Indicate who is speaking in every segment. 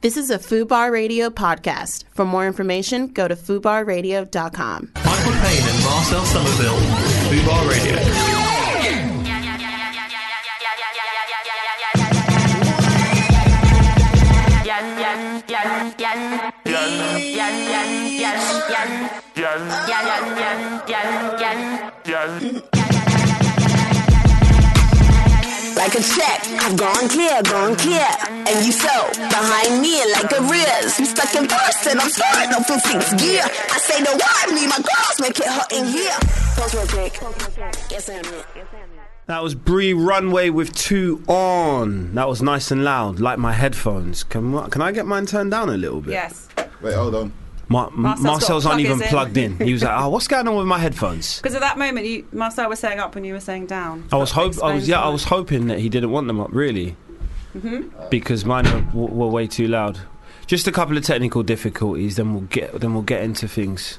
Speaker 1: This is a FUBAR Radio podcast. For more information, go to FUBARradio.com.
Speaker 2: Michael Payne and Marcel Somerville, Fubar Radio.
Speaker 3: like a check. I've gone clear, gone clear. And you so behind me like a riz. You stuck in first and I'm starting up in sixth gear. I say the word, me, my girls make it hot in here. Pose real quick. Yes, I am.
Speaker 4: That was Bree Runway with two on. That was nice and loud, like my headphones. Can I- can I get mine turned down a little bit?
Speaker 5: Yes.
Speaker 6: Wait, hold on.
Speaker 4: Ma-
Speaker 5: Marcel's got
Speaker 4: Marcel's
Speaker 5: to
Speaker 4: aren't
Speaker 5: plug
Speaker 4: even
Speaker 5: his in.
Speaker 4: plugged in. He was like, "Oh, what's going on with my headphones?"
Speaker 5: Because at that moment, you, Marcel was saying up and you were saying down.
Speaker 4: I was hope I
Speaker 5: Explains
Speaker 4: was yeah I
Speaker 5: why.
Speaker 4: was hoping that he didn't want them up really,
Speaker 5: Mm-hmm.
Speaker 4: because mine were, w- were way too loud. Just a couple of technical difficulties, then we'll get then we'll get into things.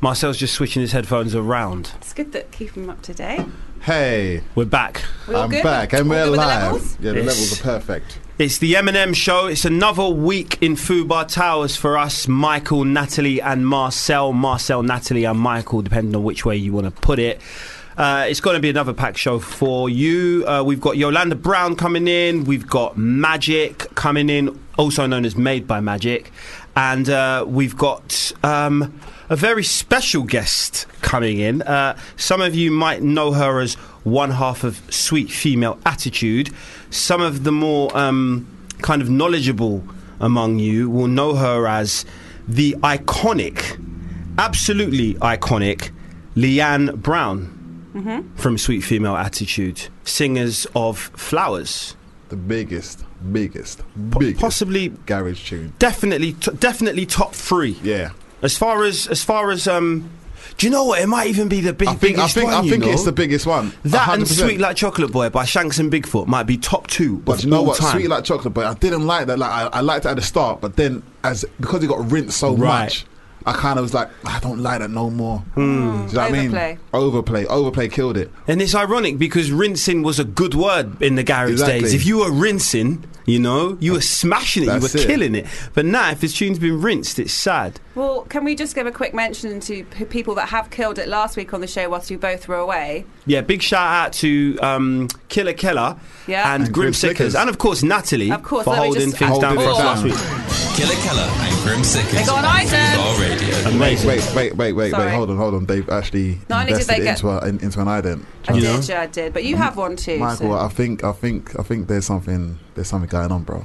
Speaker 4: Marcel's just switching his headphones around.
Speaker 5: It's good that keep him up to date.
Speaker 6: Hey,
Speaker 4: We're back.
Speaker 5: We all
Speaker 6: I'm
Speaker 5: good?
Speaker 6: back and
Speaker 5: All
Speaker 6: we're
Speaker 5: good with the
Speaker 6: live.
Speaker 5: levels?
Speaker 6: Yeah, the
Speaker 4: Yes.
Speaker 6: levels are perfect.
Speaker 4: It's the Eminem Show. It's another week in Fubar Towers for us, Michael, Natalie, and Marcel. Marcel, Natalie, and Michael, depending on which way you want to put it. Uh, it's going to be another packed show for you. Uh, we've got Yolanda Brown coming in. We've got Magic coming in, also known as Made by Magic. And uh, we've got um, a very special guest coming in. Uh, some of you might know her as one half of Sweet Female Attitude. Some of the more um, kind of knowledgeable among you will know her as the iconic, absolutely iconic, Leanne Brown from Sweet Female Attitude, singers of Flowers.
Speaker 6: The biggest, biggest,
Speaker 4: Po-
Speaker 6: biggest
Speaker 4: Possibly,
Speaker 6: garage tune.
Speaker 4: definitely, t- definitely top three.
Speaker 6: Yeah.
Speaker 4: As far as, as far as, um, do you know what? It might even be the big,
Speaker 6: I think I
Speaker 4: biggest
Speaker 6: think
Speaker 4: one.
Speaker 6: I
Speaker 4: you
Speaker 6: think
Speaker 4: know?
Speaker 6: it's the biggest one.
Speaker 4: That and
Speaker 6: 100%.
Speaker 4: Sweet Like Chocolate Boy by Shanks and Bigfoot might be top two
Speaker 6: But
Speaker 4: of
Speaker 6: you know
Speaker 4: all
Speaker 6: what?
Speaker 4: time.
Speaker 6: Sweet like chocolate, but I didn't like that. Like I, I liked it at the start, but then as because it got rinsed so
Speaker 4: Right. Hmm.
Speaker 6: much, I kind of was like, I don't like that no more. Do you know what I mean?
Speaker 5: Overplay.
Speaker 6: Overplay, overplay killed it.
Speaker 4: And it's ironic because rinsing was a good word in the garage
Speaker 6: Exactly.
Speaker 4: days. If you were rinsing, you know, you were smashing it, you
Speaker 6: That's
Speaker 4: were
Speaker 6: it.
Speaker 4: killing it. But now, if this tune's been rinsed, it's sad.
Speaker 5: Well, can we just give a quick mention to p- people that have killed it last week on the show whilst you both were away?
Speaker 4: Yeah, big shout out to um, Killer Keller
Speaker 5: Yeah.
Speaker 4: and,
Speaker 6: And
Speaker 4: Grim
Speaker 6: Grim
Speaker 4: Sickers.
Speaker 6: Sickers.
Speaker 4: and of course Natalie
Speaker 5: Of course,
Speaker 4: for
Speaker 5: let me
Speaker 4: holding
Speaker 5: just-
Speaker 4: things down
Speaker 6: Holding
Speaker 4: for us
Speaker 6: it
Speaker 4: last
Speaker 6: down.
Speaker 4: week.
Speaker 2: Killer Keller and Grim Sickers.
Speaker 5: They got an
Speaker 2: on
Speaker 5: item.
Speaker 2: Fubar Radio.
Speaker 4: Amazing.
Speaker 6: Wait, wait, wait, wait,
Speaker 5: Sorry.
Speaker 6: wait. Hold on, hold on. They've actually
Speaker 5: Not only did
Speaker 6: invested
Speaker 5: they get-
Speaker 6: into, a, in, into an ident.
Speaker 5: I
Speaker 4: You know? uh,
Speaker 5: did, yeah, I did. But you have one too.
Speaker 6: Michael,
Speaker 5: so.
Speaker 6: I think, I think, I think there's something, there's something going on, bro.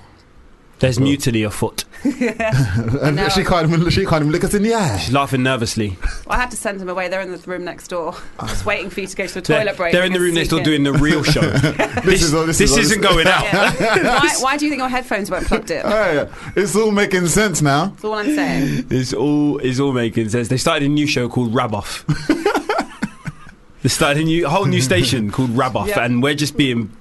Speaker 4: There's mutiny afoot.
Speaker 6: And
Speaker 5: know.
Speaker 6: she can't even, she can't even look us in the eye.
Speaker 4: She's laughing nervously.
Speaker 5: I had to send them away. They're in the room next door,
Speaker 4: Uh.
Speaker 5: just waiting for you to go to the
Speaker 4: They're,
Speaker 5: toilet break.
Speaker 4: they're in the
Speaker 5: and
Speaker 4: room next door
Speaker 5: sneak
Speaker 4: doing the
Speaker 5: in.
Speaker 4: real show. this
Speaker 6: is all- this
Speaker 4: this
Speaker 6: is all-
Speaker 4: isn't going out.
Speaker 5: Yeah. why, why do you think your headphones weren't plugged
Speaker 4: Uh.
Speaker 5: in? That's
Speaker 6: Hey, it's all making sense now.
Speaker 5: all I'm saying.
Speaker 4: It's all is all making sense. They started a new show called Rab Off. they started a new a whole new station called Rab Off,
Speaker 5: Yeah.
Speaker 4: and we're just being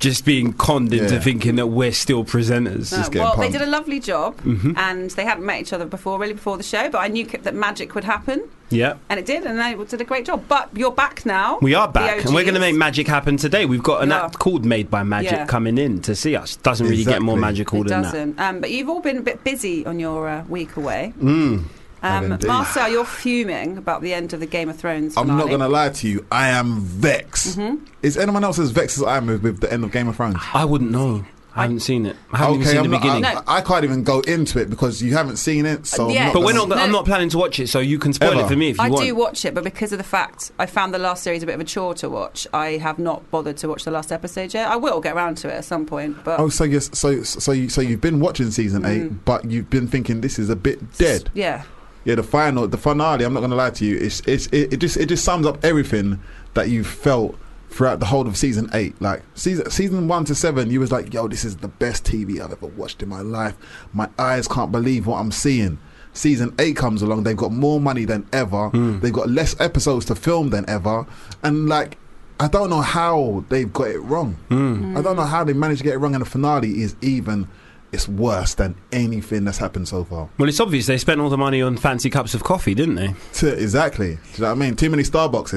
Speaker 4: just being conned into
Speaker 6: Yeah.
Speaker 4: thinking that we're still presenters.
Speaker 5: No,
Speaker 6: Just getting
Speaker 5: well, they
Speaker 6: punked.
Speaker 5: did a lovely job,
Speaker 4: Mm-hmm.
Speaker 5: and they hadn't met each other before, really, before the show. But I knew c- that magic would happen,
Speaker 4: Yeah.
Speaker 5: and it did, and they did a great job. But you're back now.
Speaker 4: We are
Speaker 5: the
Speaker 4: back, and we're going to
Speaker 5: OGs.
Speaker 4: make magic happen today. We've got an
Speaker 5: Yeah.
Speaker 4: act called Made by Magic
Speaker 5: Yeah.
Speaker 4: coming in to see us. Doesn't really get more
Speaker 6: Exactly.
Speaker 4: magical
Speaker 5: It
Speaker 4: than
Speaker 5: doesn't. Um, but you've all been a bit busy on your uh, week away.
Speaker 6: Hmm.
Speaker 5: Um,
Speaker 6: indeed.
Speaker 5: Marcel, you're fuming about the end of the Game of Thrones.
Speaker 6: I'm not
Speaker 5: finale.
Speaker 6: gonna lie to you. I am vexed. Is anyone else as vexed as I am with, with the end of Game of Thrones?
Speaker 4: that. I wouldn't know. I haven't seen it. I haven't even seen
Speaker 6: I'm
Speaker 4: the
Speaker 6: not,
Speaker 4: beginning.
Speaker 6: I, I can't even go into it because you haven't seen it. So I'm
Speaker 5: yeah.
Speaker 6: not
Speaker 4: but we're
Speaker 6: gonna-
Speaker 4: not. I'm
Speaker 5: No.
Speaker 4: not planning to watch it, so you can spoil
Speaker 6: Ever.
Speaker 4: it for me if you
Speaker 5: I
Speaker 4: want.
Speaker 5: do watch it, but because of the fact I found the last series a bit of a chore to watch, I have not bothered to watch the last episode yet. I will get around to it at some point, but
Speaker 6: Oh, so yes, so so you so you've been watching season eight, but you've been thinking this is a bit dead.
Speaker 5: yeah,
Speaker 6: Yeah, the final, the finale. I'm not gonna lie to you. It's it's it, it just it just sums up everything that you felt throughout the whole of season eight. Like season season one to seven, you was like, yo, this is the best TV I've ever watched in my life. My eyes can't believe what I'm seeing. Season eight comes along. They've got more money than ever. They've got less episodes to film than ever, and like. I don't know how they've got it wrong. I don't know how they managed to get it wrong, and the finale is even it's worse than anything that's happened so far.
Speaker 4: Well, it's obvious they spent all the money on fancy cups of coffee, didn't they?
Speaker 6: Exactly. Do you know what I mean? Too many Starbucks.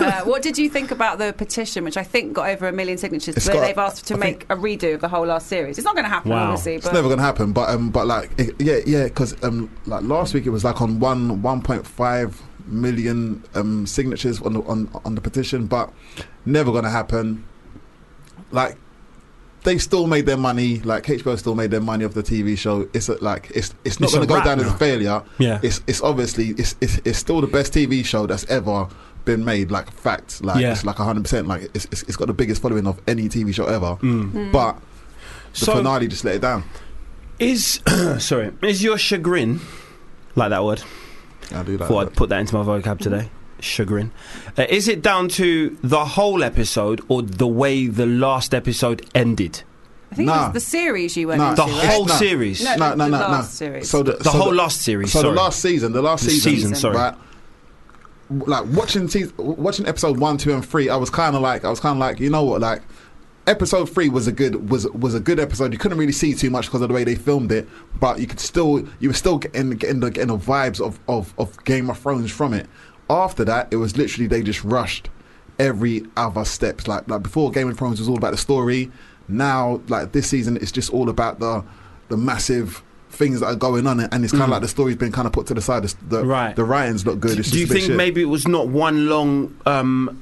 Speaker 5: Uh, what did you think about the petition, which I think got over a million signatures,
Speaker 6: It's
Speaker 5: where
Speaker 6: got-
Speaker 5: they've asked to
Speaker 6: I
Speaker 5: make a redo of the whole last series? It's not going to happen,
Speaker 4: Wow.
Speaker 5: obviously.
Speaker 6: It's
Speaker 5: But
Speaker 6: never gonna happen. But um, but like it, yeah, yeah, because um, like last week it was like on one one point five million um signatures on the on on the petition, but never gonna happen. Like they still made their money. Like HBO still made their money off the TV show. It's a, like it's it's not
Speaker 4: It's a
Speaker 6: gonna go
Speaker 4: wrap
Speaker 6: down as
Speaker 4: now.
Speaker 6: a failure.
Speaker 4: Yeah.
Speaker 6: It's it's obviously it's, it's it's still the best TV show that's ever been made. Like fact, like
Speaker 4: Yeah.
Speaker 6: it's like hundred percent. Like it's, it's it's got the biggest following of any TV show ever.
Speaker 4: Mm.
Speaker 6: But the
Speaker 4: So-
Speaker 6: finale just let it down.
Speaker 4: Is sorry, is your chagrin like that word?
Speaker 6: I do that.
Speaker 4: Thought I'd put that into my vocab today. Chagrin. Uh, is it down to the whole episode or the way the last episode ended?
Speaker 5: I think it
Speaker 6: Nah.
Speaker 5: was the series you went
Speaker 6: Nah.
Speaker 5: into.
Speaker 4: The
Speaker 5: right?
Speaker 4: whole
Speaker 6: No.
Speaker 4: series,
Speaker 5: No,
Speaker 6: No,
Speaker 5: the-
Speaker 6: no,
Speaker 5: the
Speaker 6: no, no.
Speaker 5: last series.
Speaker 6: So the,
Speaker 4: the
Speaker 6: so
Speaker 4: whole last series.
Speaker 6: So
Speaker 4: sorry.
Speaker 6: the last season, the last
Speaker 4: The
Speaker 6: season,
Speaker 4: season, sorry.
Speaker 6: Like, like watching season, watching episode one, two, and three. I was kind of like, I was kind of like, you know what, like. Episode three was a good was was a good episode. You couldn't really see too much because of the way they filmed it, but you could still you were still getting getting the getting the vibes of, of, of Game of Thrones from it. After that, it was literally they just rushed every other steps. Like like before, Game of Thrones was all about the story. Now, like this season, it's just all about the the massive things that are going on, and it's kind of like the story's been kind of put to the side. The, the,
Speaker 4: Mm. Right.
Speaker 6: the writing's not good.
Speaker 4: Do,
Speaker 6: It's
Speaker 4: do
Speaker 6: just
Speaker 4: you
Speaker 6: a bit
Speaker 4: think
Speaker 6: shit.
Speaker 4: maybe it was not one long um,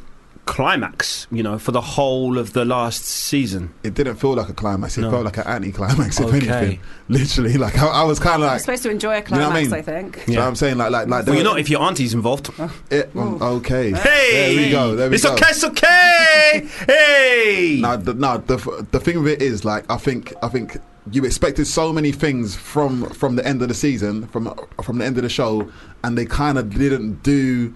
Speaker 4: climax? You know, for the whole of the last season.
Speaker 6: it didn't feel like a climax? It
Speaker 4: No.
Speaker 6: felt like an anti-climax, if
Speaker 4: Okay.
Speaker 6: anything. Literally, like I, I was kind of
Speaker 5: You're
Speaker 6: like,
Speaker 5: supposed to enjoy a
Speaker 6: know what I
Speaker 5: climax, I,
Speaker 6: mean?
Speaker 5: think.
Speaker 6: you know
Speaker 4: Yeah.
Speaker 6: what I'm saying, like, like, like.
Speaker 4: Well,
Speaker 6: there
Speaker 4: you're
Speaker 6: was-
Speaker 4: not if your auntie's involved.
Speaker 6: It, um, okay.
Speaker 4: Hey,
Speaker 6: there we go. There we
Speaker 4: it's
Speaker 6: go.
Speaker 4: okay. It's okay. hey.
Speaker 6: Now, the, now the, f- the thing with it is, like, I think, I think you expected so many things from from the end of the season, from from the end of the show, and they kind of didn't do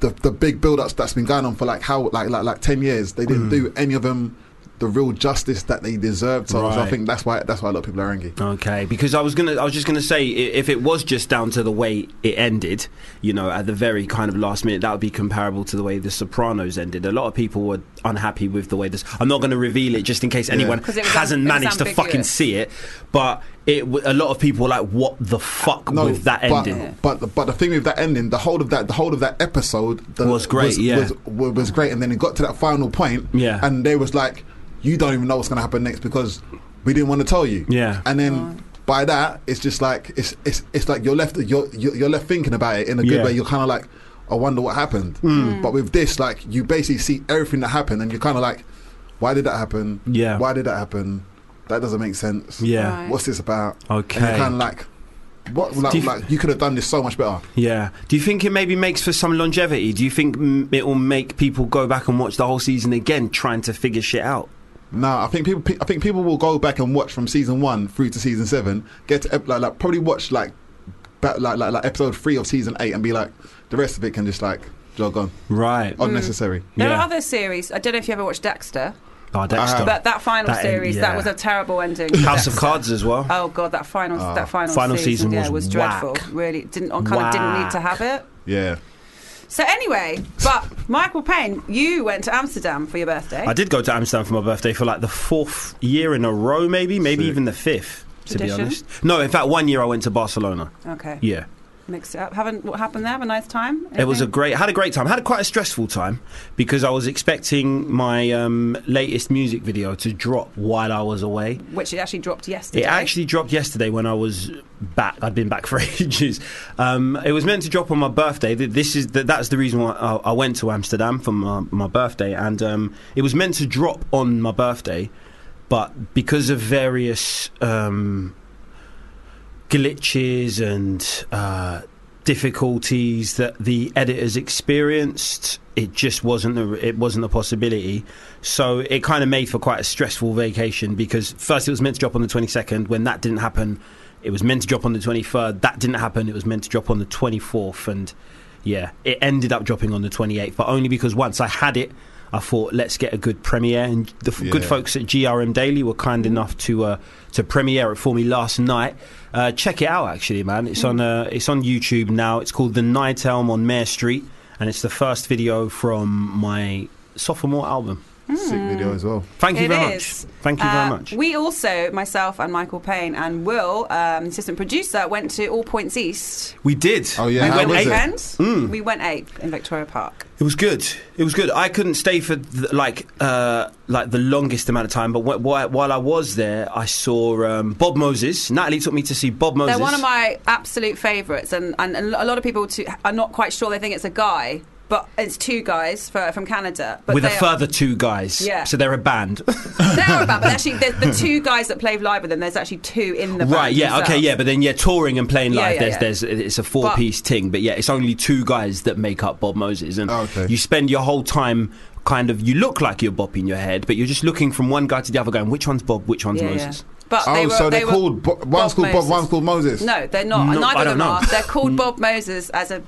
Speaker 6: the the big build-ups that's been going on for like how like like like ten years. They
Speaker 4: Mm.
Speaker 6: didn't do any of them the real justice that they deserved. So, so I
Speaker 4: Right.
Speaker 6: think that's why that's why a lot of people are angry.
Speaker 4: Okay, because I was gonna, I was just gonna say, i- if it was just down to the way it ended, you know, at the very kind of last minute, that would be comparable to the way The Sopranos ended. A lot of people were unhappy with the way this. I'm not going to reveal it just in case anyone
Speaker 5: 'Cause it was
Speaker 4: hasn't
Speaker 5: am- it was
Speaker 4: managed to fucking
Speaker 5: ambiguous.
Speaker 4: see it, but it. w- A lot of people were like, "What the fuck with that
Speaker 6: but,
Speaker 4: ending?"
Speaker 6: But but the thing with that ending, the whole of that, the whole of that episode the,
Speaker 4: Was great,
Speaker 6: Was,
Speaker 4: yeah.
Speaker 6: was, wa- was great, and then it got to that final point.
Speaker 4: Yeah.
Speaker 6: and they was like, "You don't even know what's going to happen next because we didn't want to tell you."
Speaker 4: Yeah.
Speaker 6: and then. By that, it's just like it's it's it's like you're left you're you're you're left thinking about it in a good
Speaker 4: Yeah. Hmm.
Speaker 6: way. You're kind of like, I wonder what happened. But with this, like you basically see everything that happened, and you're kind of like, why did that happen?
Speaker 4: Yeah.
Speaker 6: why did that happen? That doesn't make sense.
Speaker 4: Yeah.
Speaker 5: Right.
Speaker 6: what's this about?
Speaker 4: Okay.
Speaker 6: and you're kind of like, what? Like,
Speaker 4: Do you-
Speaker 6: like you could have done this so much better.
Speaker 4: Yeah. Do you think it maybe makes for some longevity? Do you think mm, it will make people go back and watch the whole season again, trying to figure shit out?
Speaker 6: No, I think people. pe- I think people will go back and watch from season one through to season seven. Get to, ep- like, like probably watch like, ba- like like like episode three of season eight and be like, the rest of it can just like jog on,
Speaker 5: Mm.
Speaker 4: Right.
Speaker 6: unnecessary.
Speaker 5: There
Speaker 4: Yeah.
Speaker 5: are other Uh-huh. series. I don't know if you ever watched Dexter,
Speaker 4: Oh, Dexter.
Speaker 5: but that final
Speaker 4: That end-
Speaker 5: series,
Speaker 4: yeah.
Speaker 5: that was a terrible ending. for
Speaker 4: House of
Speaker 5: Dexter.
Speaker 4: Cards as well.
Speaker 5: Oh god, that final that final,
Speaker 4: Final season
Speaker 5: yeah,
Speaker 4: was
Speaker 5: was dreadful.
Speaker 4: whack.
Speaker 5: Really, didn't I kind of didn't need to have it.
Speaker 6: Yeah,
Speaker 5: So anyway, but Michael Payne, you went to Amsterdam for your birthday.
Speaker 4: I did go to Amsterdam for my birthday for like the fourth year in a row, maybe, maybe
Speaker 6: Sick.
Speaker 4: even the fifth. To
Speaker 5: Tradition?
Speaker 4: be honest, no. In fact, one year I went to Barcelona.
Speaker 5: Okay,
Speaker 4: Yeah,
Speaker 5: mix it up. Haven't what happened there? Have a nice time.
Speaker 4: it was a
Speaker 5: Anything?
Speaker 4: great. Had a great time. Had a quite a stressful time because I was expecting my um, latest music video to drop while I was away.
Speaker 5: which it actually dropped yesterday.
Speaker 4: It actually dropped yesterday when I was back. I'd been back for ages. Um, it was meant to drop on my birthday. Th- This is th- that's the reason why I, I went to Amsterdam for my, my birthday, and um, it was meant to drop on my birthday, but because of various um, glitches and uh, difficulties that the editors experienced, it just wasn't a, it wasn't a possibility. So it kind of made for quite a stressful vacation because first it was meant to drop on the 22nd. When that didn't happen, it was meant to drop on the 23rd. That didn't happen. It was meant to drop on the 24th. And yeah, it ended up dropping on the 28th, but only because once I had it, I thought, let's get a good premiere. And the f- good
Speaker 6: Yeah.
Speaker 4: folks at GRM Daily were kind
Speaker 5: Mm.
Speaker 4: enough to uh, to premiere it for me last night. Uh, check it out, actually, man.
Speaker 5: Mm.
Speaker 4: It's on uh, it's on YouTube now. It's called The Night Elm on Mare Street, and it's the first video from my sophomore album.
Speaker 6: Sick
Speaker 5: Mm.
Speaker 6: video as well.
Speaker 4: Thank you
Speaker 5: It
Speaker 4: very
Speaker 5: is.
Speaker 4: much. Thank you very
Speaker 5: Uh,
Speaker 4: much.
Speaker 5: We also, myself and Michael Payne and Will, um, assistant producer, went to All Points East.
Speaker 4: We did.
Speaker 6: Oh, yeah,
Speaker 4: we
Speaker 6: how
Speaker 4: went
Speaker 6: was
Speaker 4: eight.
Speaker 6: it?
Speaker 5: weekend.
Speaker 4: Hmm.
Speaker 5: We went eight in Victoria Park.
Speaker 4: It was good. It was good. I couldn't stay for th- like uh, like the longest amount of time, but wh- wh- while I was there, I saw um, Bob Moses. Natalie took me to see Bob Moses.
Speaker 5: They're one of my absolute favourites, and, and a lot of people too, are not quite sure. They think it's a guy, but it's two guys for, from Canada. But
Speaker 4: with a
Speaker 5: they are-
Speaker 4: further two guys.
Speaker 5: Yeah.
Speaker 4: So they're a band.
Speaker 5: They're a band, but actually, there's the two guys that play live with them. There's actually two in the band
Speaker 4: right, yeah, okay,
Speaker 5: themselves.
Speaker 4: yeah, but then yeah, touring and playing
Speaker 5: Yeah,
Speaker 4: live,
Speaker 5: yeah,
Speaker 4: there's there's it's a four piece thing, but yeah, it's only two guys that make up Bob Moses, and
Speaker 6: Oh, okay.
Speaker 4: you spend your whole time kind of you look like you're bopping your head, but you're just looking from one guy to the other, going which one's Bob, which one's
Speaker 5: Yeah, yeah.
Speaker 4: Moses.
Speaker 5: But
Speaker 6: Oh,
Speaker 5: they were,
Speaker 6: so
Speaker 5: they
Speaker 6: they're
Speaker 5: were
Speaker 6: called Bo- one's called Bob,
Speaker 5: Moses.
Speaker 6: one's called Moses.
Speaker 5: No, they're not.
Speaker 4: No,
Speaker 5: neither
Speaker 4: I
Speaker 5: of
Speaker 4: don't
Speaker 5: them
Speaker 4: know. Hmm.
Speaker 5: are. They're called Bob Moses as a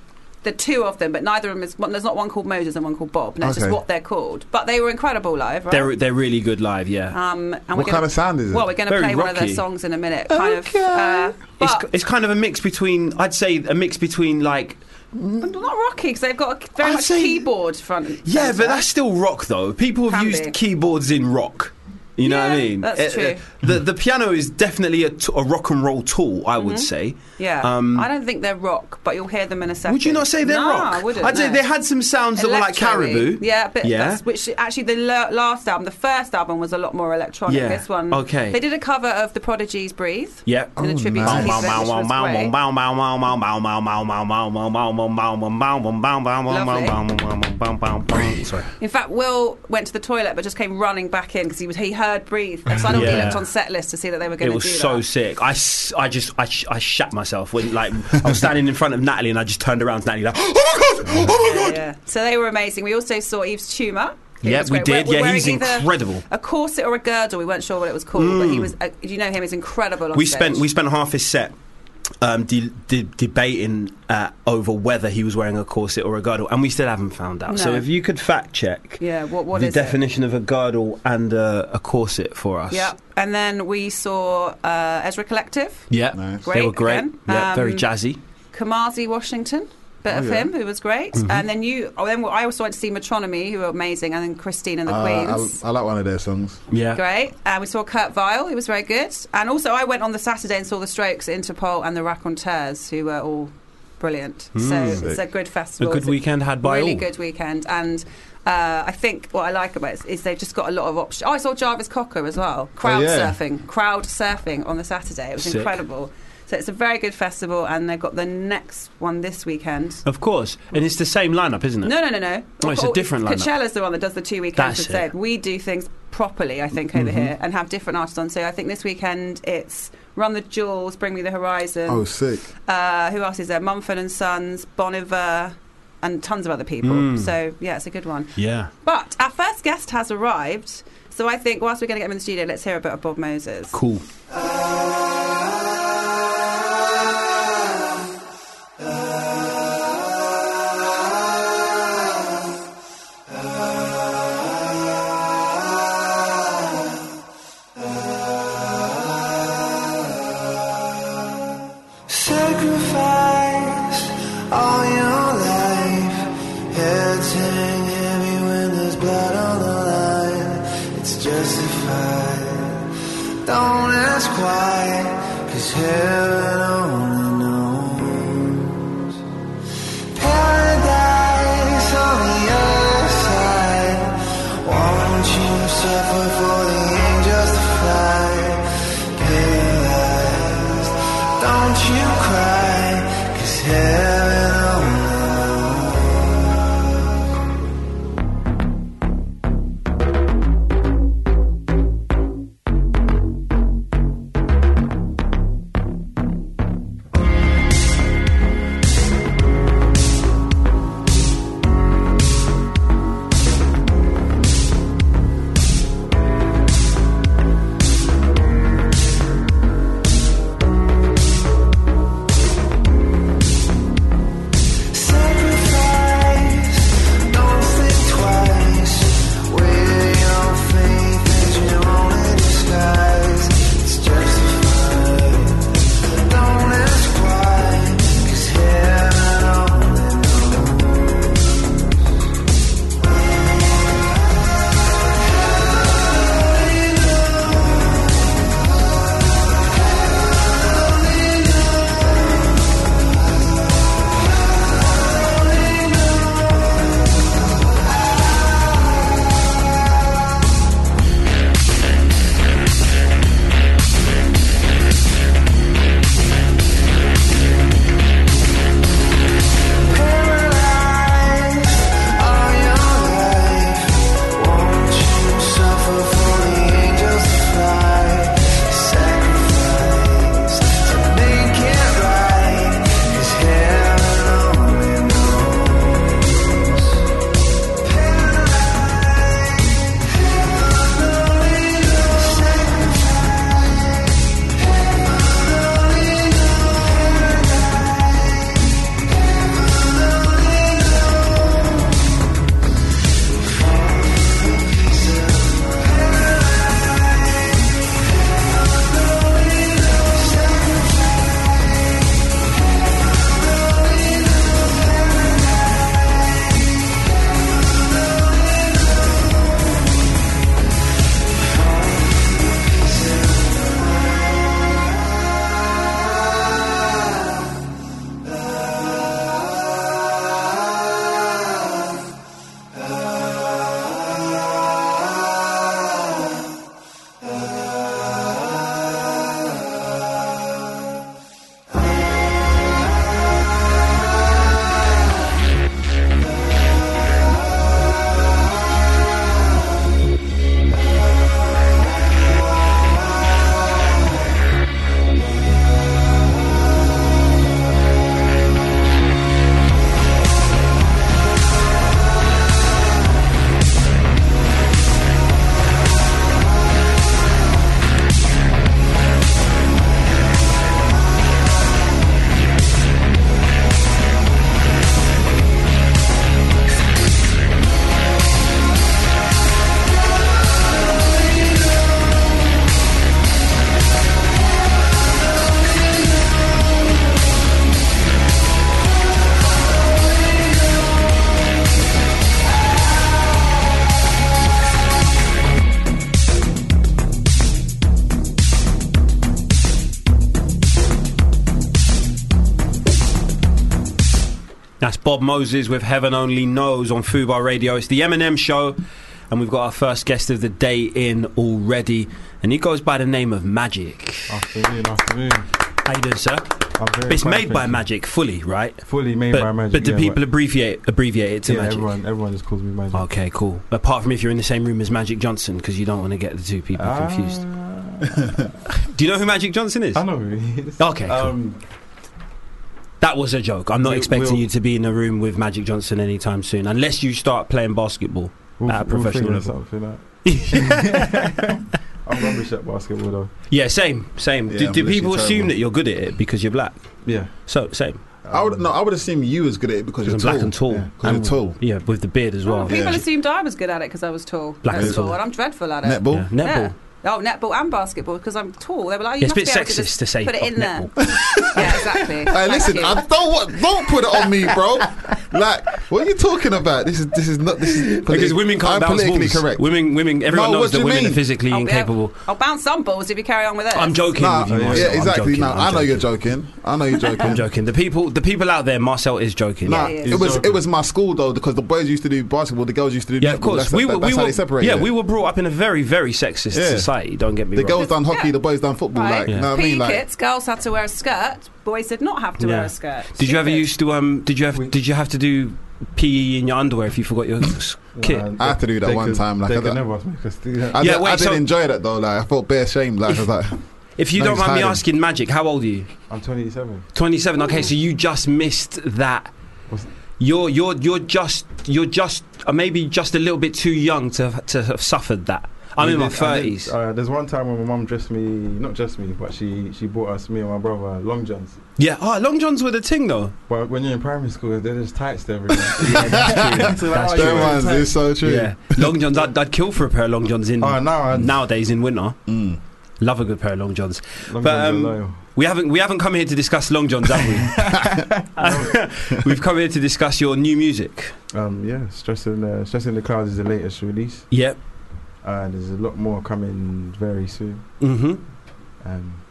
Speaker 5: the two of them, but neither of them is. One, there's not one called Moses and one called Bob. That's
Speaker 6: Okay.
Speaker 5: just what they're called. But they were incredible live, right?
Speaker 4: They're they're really good live, yeah.
Speaker 5: um, and we're
Speaker 6: What
Speaker 5: gonna-
Speaker 6: kind of sound is it?
Speaker 5: Well, we're going to
Speaker 4: Very
Speaker 5: play one of
Speaker 4: rocky.
Speaker 5: their songs in a minute. Kind
Speaker 6: Okay.
Speaker 5: of. Uh,
Speaker 4: it's,
Speaker 5: but
Speaker 4: it's kind of a mix between I'd say a mix between like
Speaker 5: not rocky because they've got a, very
Speaker 4: I'd
Speaker 5: much
Speaker 4: say-
Speaker 5: keyboard front. and
Speaker 4: yeah,
Speaker 5: centre.
Speaker 4: but that's still rock though. People have
Speaker 5: Can
Speaker 4: used
Speaker 5: be.
Speaker 4: keyboards in rock. You know what I
Speaker 5: Yeah,
Speaker 4: mean?
Speaker 5: that's
Speaker 4: Uh, uh, The the piano is definitely a, t- a rock and roll tool, I
Speaker 5: Mm-hmm.
Speaker 4: would say.
Speaker 5: Yeah,
Speaker 4: Um,
Speaker 5: I don't think they're rock, but you'll hear them in a second.
Speaker 4: Would you not say they're
Speaker 5: no,
Speaker 4: rock?
Speaker 5: I wouldn't.
Speaker 4: would say
Speaker 5: no.
Speaker 4: they had some sounds that were like
Speaker 5: Electro-y.
Speaker 4: caribou.
Speaker 5: Yeah, but
Speaker 4: Yeah.
Speaker 5: That's, which actually the la- last album, the first album was a lot more electronic.
Speaker 4: Yeah,
Speaker 5: This one,
Speaker 4: okay.
Speaker 5: They did a cover of the Prodigy's "Breathe."
Speaker 4: Yep.
Speaker 5: in a tribute
Speaker 6: Oh, nice.
Speaker 5: to Keith,
Speaker 6: Bow,
Speaker 5: which was great.
Speaker 4: Sorry.
Speaker 5: In fact, Will went to the toilet but just came running back in because he was he heard "Breathe." And suddenly
Speaker 4: Yeah.
Speaker 5: he looked on set list to see that they were going
Speaker 4: It
Speaker 5: to do
Speaker 4: was so
Speaker 5: that.
Speaker 4: sick. I, s- I just I, sh- I shat myself when like I was standing in front of Natalie and I just turned around to Natalie like oh my god oh my god.
Speaker 5: Yeah. So they were amazing. We also saw Eve's tumor. He
Speaker 4: Yeah,
Speaker 5: was
Speaker 4: we
Speaker 5: great. We're-
Speaker 4: did.
Speaker 5: we're
Speaker 4: Yeah,
Speaker 5: wearing
Speaker 4: he's
Speaker 5: either
Speaker 4: incredible. Mm.
Speaker 5: A corset or a girdle. We weren't sure what it was called, but he was. Uh, you know him. He's incredible. On
Speaker 4: We
Speaker 5: stage.
Speaker 4: spent we spent half his set um, de- de- debating uh, over whether he was wearing a corset or a girdle, and we still haven't found out. So
Speaker 5: No.
Speaker 4: if you could fact check
Speaker 5: Yeah. What? What
Speaker 4: the
Speaker 5: is it?
Speaker 4: definition of a girdle and uh, a corset for us.
Speaker 5: Yeah. And then we saw uh, Ezra Collective,
Speaker 4: Yeah,
Speaker 6: Nice.
Speaker 4: they
Speaker 5: Great
Speaker 4: were great.
Speaker 5: again.
Speaker 4: Yeah, very
Speaker 5: Um,
Speaker 4: jazzy.
Speaker 5: Kamazi Washington. Bit
Speaker 6: Oh,
Speaker 5: of
Speaker 6: yeah.
Speaker 5: him, who was great,
Speaker 4: Mm-hmm.
Speaker 5: and then you. Oh, then I also went to see Metronomy, who were amazing, and then Christine and the
Speaker 4: Ah,
Speaker 6: Uh,
Speaker 5: Queens.
Speaker 6: I, I like one of their songs.
Speaker 4: Yeah,
Speaker 5: Great. Uh, we saw Kurt Vile, who was very good. And also, I went on the Saturday and saw the Strokes, Interpol, and the Raconteurs, who were all brilliant.
Speaker 4: Hmm.
Speaker 6: Mm.
Speaker 5: so it's a good
Speaker 4: a
Speaker 5: festival.
Speaker 4: good
Speaker 5: It's a
Speaker 4: weekend had by
Speaker 5: really
Speaker 4: all.
Speaker 5: good weekend. And uh, I think what I like about it is, is they've just got a lot of options. Oh, I saw Jarvis Cocker as well. Crowd
Speaker 6: yeah.
Speaker 5: surfing. Crowd surfing on the Saturday. It was
Speaker 4: Oh, Sick.
Speaker 5: incredible. So it's a very good festival, and they've got the next one this weekend.
Speaker 4: Of course, and it's the same lineup, isn't it?
Speaker 5: No, no, no, no.
Speaker 4: Oh, it's a different lineup.
Speaker 5: Coachella's the one that does the two weekends.
Speaker 4: That's
Speaker 5: instead.
Speaker 4: it. Mm-hmm.
Speaker 5: We do things properly, I think, over here and have different artists on. So I think this weekend it's Run the Jewels, Bring Me the Horizon.
Speaker 6: Oh, sick.
Speaker 5: Uh, who else is there? Mumford and Sons, Bon Iver, and tons of other people.
Speaker 6: Hmm.
Speaker 5: So yeah, it's a good one.
Speaker 4: Yeah,
Speaker 5: But our first guest has arrived. So I think whilst we're going to get him in the studio, let's hear a bit of Bob Moses.
Speaker 4: cool.
Speaker 7: Sacrifice all your life. Heads hang heavy when there's blood on the line. It's justified. Don't ask why, cause heaven only knows. Paradise on the other side. Won't you suffer for the angels to fly? Paralyzed. Don't you cry, cause heaven only
Speaker 4: Bob Moses with Heaven Only Knows on Fubar Radio. It's the Eminem Show, and we've got our first guest of the day in already, and he goes by the name of Magic.
Speaker 8: Afternoon, afternoon.
Speaker 4: How you doing, sir?
Speaker 8: I'm very
Speaker 4: It's
Speaker 8: fine,
Speaker 4: made by
Speaker 8: thank you.
Speaker 4: Magic fully, right?
Speaker 8: Fully made
Speaker 4: but,
Speaker 8: by magic.
Speaker 4: but do
Speaker 8: yeah,
Speaker 4: people
Speaker 8: but-
Speaker 4: abbreviate abbreviate it to
Speaker 8: yeah,
Speaker 4: Magic?
Speaker 8: everyone, everyone just calls me magic.
Speaker 4: Okay, cool. Apart from if you're in the same room as Magic Johnson, because you don't want to get the two people
Speaker 8: Ah,
Speaker 4: confused. Do you know who Magic Johnson is?
Speaker 8: I
Speaker 6: Um,
Speaker 8: know who he is.
Speaker 4: Okay, cool.
Speaker 8: Um,
Speaker 4: That was a joke. I'm not
Speaker 8: We-
Speaker 4: expecting
Speaker 8: we'll-
Speaker 4: you to be in a room with Magic Johnson anytime soon, unless you start playing basketball.
Speaker 8: we'll,
Speaker 4: At a
Speaker 8: we'll
Speaker 4: professional
Speaker 8: figure
Speaker 4: level.
Speaker 8: something out. I'm rubbish at basketball though.
Speaker 4: Yeah, same, same.
Speaker 6: Yeah,
Speaker 4: do
Speaker 6: I'm
Speaker 4: do
Speaker 6: literally
Speaker 4: people assume
Speaker 6: terrible.
Speaker 4: that you're good at it because you're black?
Speaker 8: Yeah.
Speaker 4: So same.
Speaker 6: I would no. I would assume you was good at it because
Speaker 4: Because
Speaker 6: you're
Speaker 4: I'm
Speaker 6: tall.
Speaker 4: black and tall.
Speaker 8: Yeah,
Speaker 6: 'Cause you're tall.
Speaker 4: Yeah, with the beard as well.
Speaker 5: People
Speaker 6: Yeah.
Speaker 5: assumed I was good at it because I was tall.
Speaker 4: Black
Speaker 5: at
Speaker 4: and
Speaker 5: school,
Speaker 4: tall.
Speaker 5: and I'm dreadful at it.
Speaker 6: Netball.
Speaker 4: Yeah. Netball.
Speaker 5: Yeah. Oh, netball and basketball because I'm tall. They were like,
Speaker 4: Yeah, it's
Speaker 5: you
Speaker 4: a bit
Speaker 5: must be able to
Speaker 4: sexist
Speaker 5: just
Speaker 4: to say
Speaker 5: put it
Speaker 4: fuck
Speaker 5: in there. yeah, exactly.
Speaker 6: Hey,
Speaker 5: Thank
Speaker 6: listen,
Speaker 5: you.
Speaker 6: I don't want, don't put it on me, bro. like, what are you talking about? This is this is not this is
Speaker 4: Because
Speaker 6: politi-
Speaker 4: women can't
Speaker 6: I'm
Speaker 4: bounce
Speaker 6: politically
Speaker 4: balls.
Speaker 6: correct.
Speaker 4: Women, women. Everyone
Speaker 6: No,
Speaker 4: knows
Speaker 6: what
Speaker 4: that
Speaker 6: do you
Speaker 4: women are
Speaker 6: mean?
Speaker 4: physically
Speaker 5: I'll be able-
Speaker 4: incapable.
Speaker 5: I'll bounce some balls if you carry on with it.
Speaker 4: I'm joking
Speaker 6: Nah,
Speaker 4: with you, Marcel.
Speaker 6: yeah,
Speaker 4: I'm
Speaker 6: exactly.
Speaker 4: joking,
Speaker 6: No,
Speaker 4: I'm
Speaker 6: I know
Speaker 4: joking.
Speaker 6: you're joking. I know you're joking.
Speaker 4: I'm joking. The people, the people out there, Marcel is joking.
Speaker 6: Nah,
Speaker 5: yeah.
Speaker 6: it was
Speaker 8: Joking.
Speaker 6: it was my school though because the boys used to do basketball, the girls used to do.
Speaker 4: Yeah, of
Speaker 6: netball.
Speaker 4: course.
Speaker 6: That's,
Speaker 4: we
Speaker 6: that-
Speaker 4: were,
Speaker 6: that's
Speaker 4: we
Speaker 6: how
Speaker 4: were,
Speaker 6: they separated.
Speaker 4: Yeah, we were brought up in a very, very sexist
Speaker 6: Yeah.
Speaker 4: society. Don't get me
Speaker 6: The
Speaker 4: wrong.
Speaker 6: girls done hockey,
Speaker 5: Yeah.
Speaker 6: the boys done football.
Speaker 5: Right.
Speaker 6: Like,
Speaker 4: Yeah.
Speaker 6: you know what I mean?
Speaker 5: PE
Speaker 6: Like,
Speaker 5: kids, girls had to wear a skirt. Boys did not have to
Speaker 4: Yeah.
Speaker 5: wear a skirt.
Speaker 4: Did you ever
Speaker 5: Stupid.
Speaker 4: used to um? Did you have
Speaker 8: We-
Speaker 4: did you have to do PE in your underwear if you forgot your s- kit?
Speaker 8: Nah,
Speaker 6: I had to do that
Speaker 8: they
Speaker 6: one
Speaker 8: could-
Speaker 6: time, like,
Speaker 8: they
Speaker 6: I
Speaker 8: could
Speaker 6: don't-
Speaker 8: never ask me to do that.
Speaker 6: I,
Speaker 4: Yeah,
Speaker 6: did,
Speaker 4: wait,
Speaker 6: I did
Speaker 4: so-
Speaker 6: enjoy that though. Like, I felt bare shame. Like, I was like,
Speaker 4: if you
Speaker 6: No,
Speaker 4: don't
Speaker 6: it's
Speaker 4: mind me
Speaker 6: hiding.
Speaker 4: asking, Magic, how old are you?
Speaker 8: I'm 27.
Speaker 4: Twenty seven. Okay, so you just missed that.
Speaker 8: What's-
Speaker 4: You're you're you're just you're just uh, maybe just a little bit too young to have- to have suffered that. I'm
Speaker 8: We
Speaker 4: in my
Speaker 8: did- I did-
Speaker 4: thirties.
Speaker 8: Uh, there's one time when my mum dressed me, not dressed me, but she she bought us me and my brother long johns.
Speaker 4: Yeah. Oh, long johns were the ting though.
Speaker 8: But when you're in primary school, they're just tights to everyone. yeah, that's true.
Speaker 4: That's
Speaker 8: That's
Speaker 4: true.
Speaker 6: that one's is so true.
Speaker 4: Yeah. long johns. I'd, I'd kill for a pair of long johns in
Speaker 8: Oh, now I
Speaker 4: nowadays in winter.
Speaker 6: Mm.
Speaker 4: Love a good pair of long johns.
Speaker 8: long
Speaker 4: But,
Speaker 8: johns are
Speaker 4: um,
Speaker 8: loyal.
Speaker 4: We haven't we haven't come here to discuss long johns, have we? We've come here to discuss your new music.
Speaker 8: Um, yeah, stressing the stressing the clouds is the latest release.
Speaker 4: Yep.
Speaker 8: Uh, there's a lot more coming very soon.
Speaker 4: hmm
Speaker 8: Um,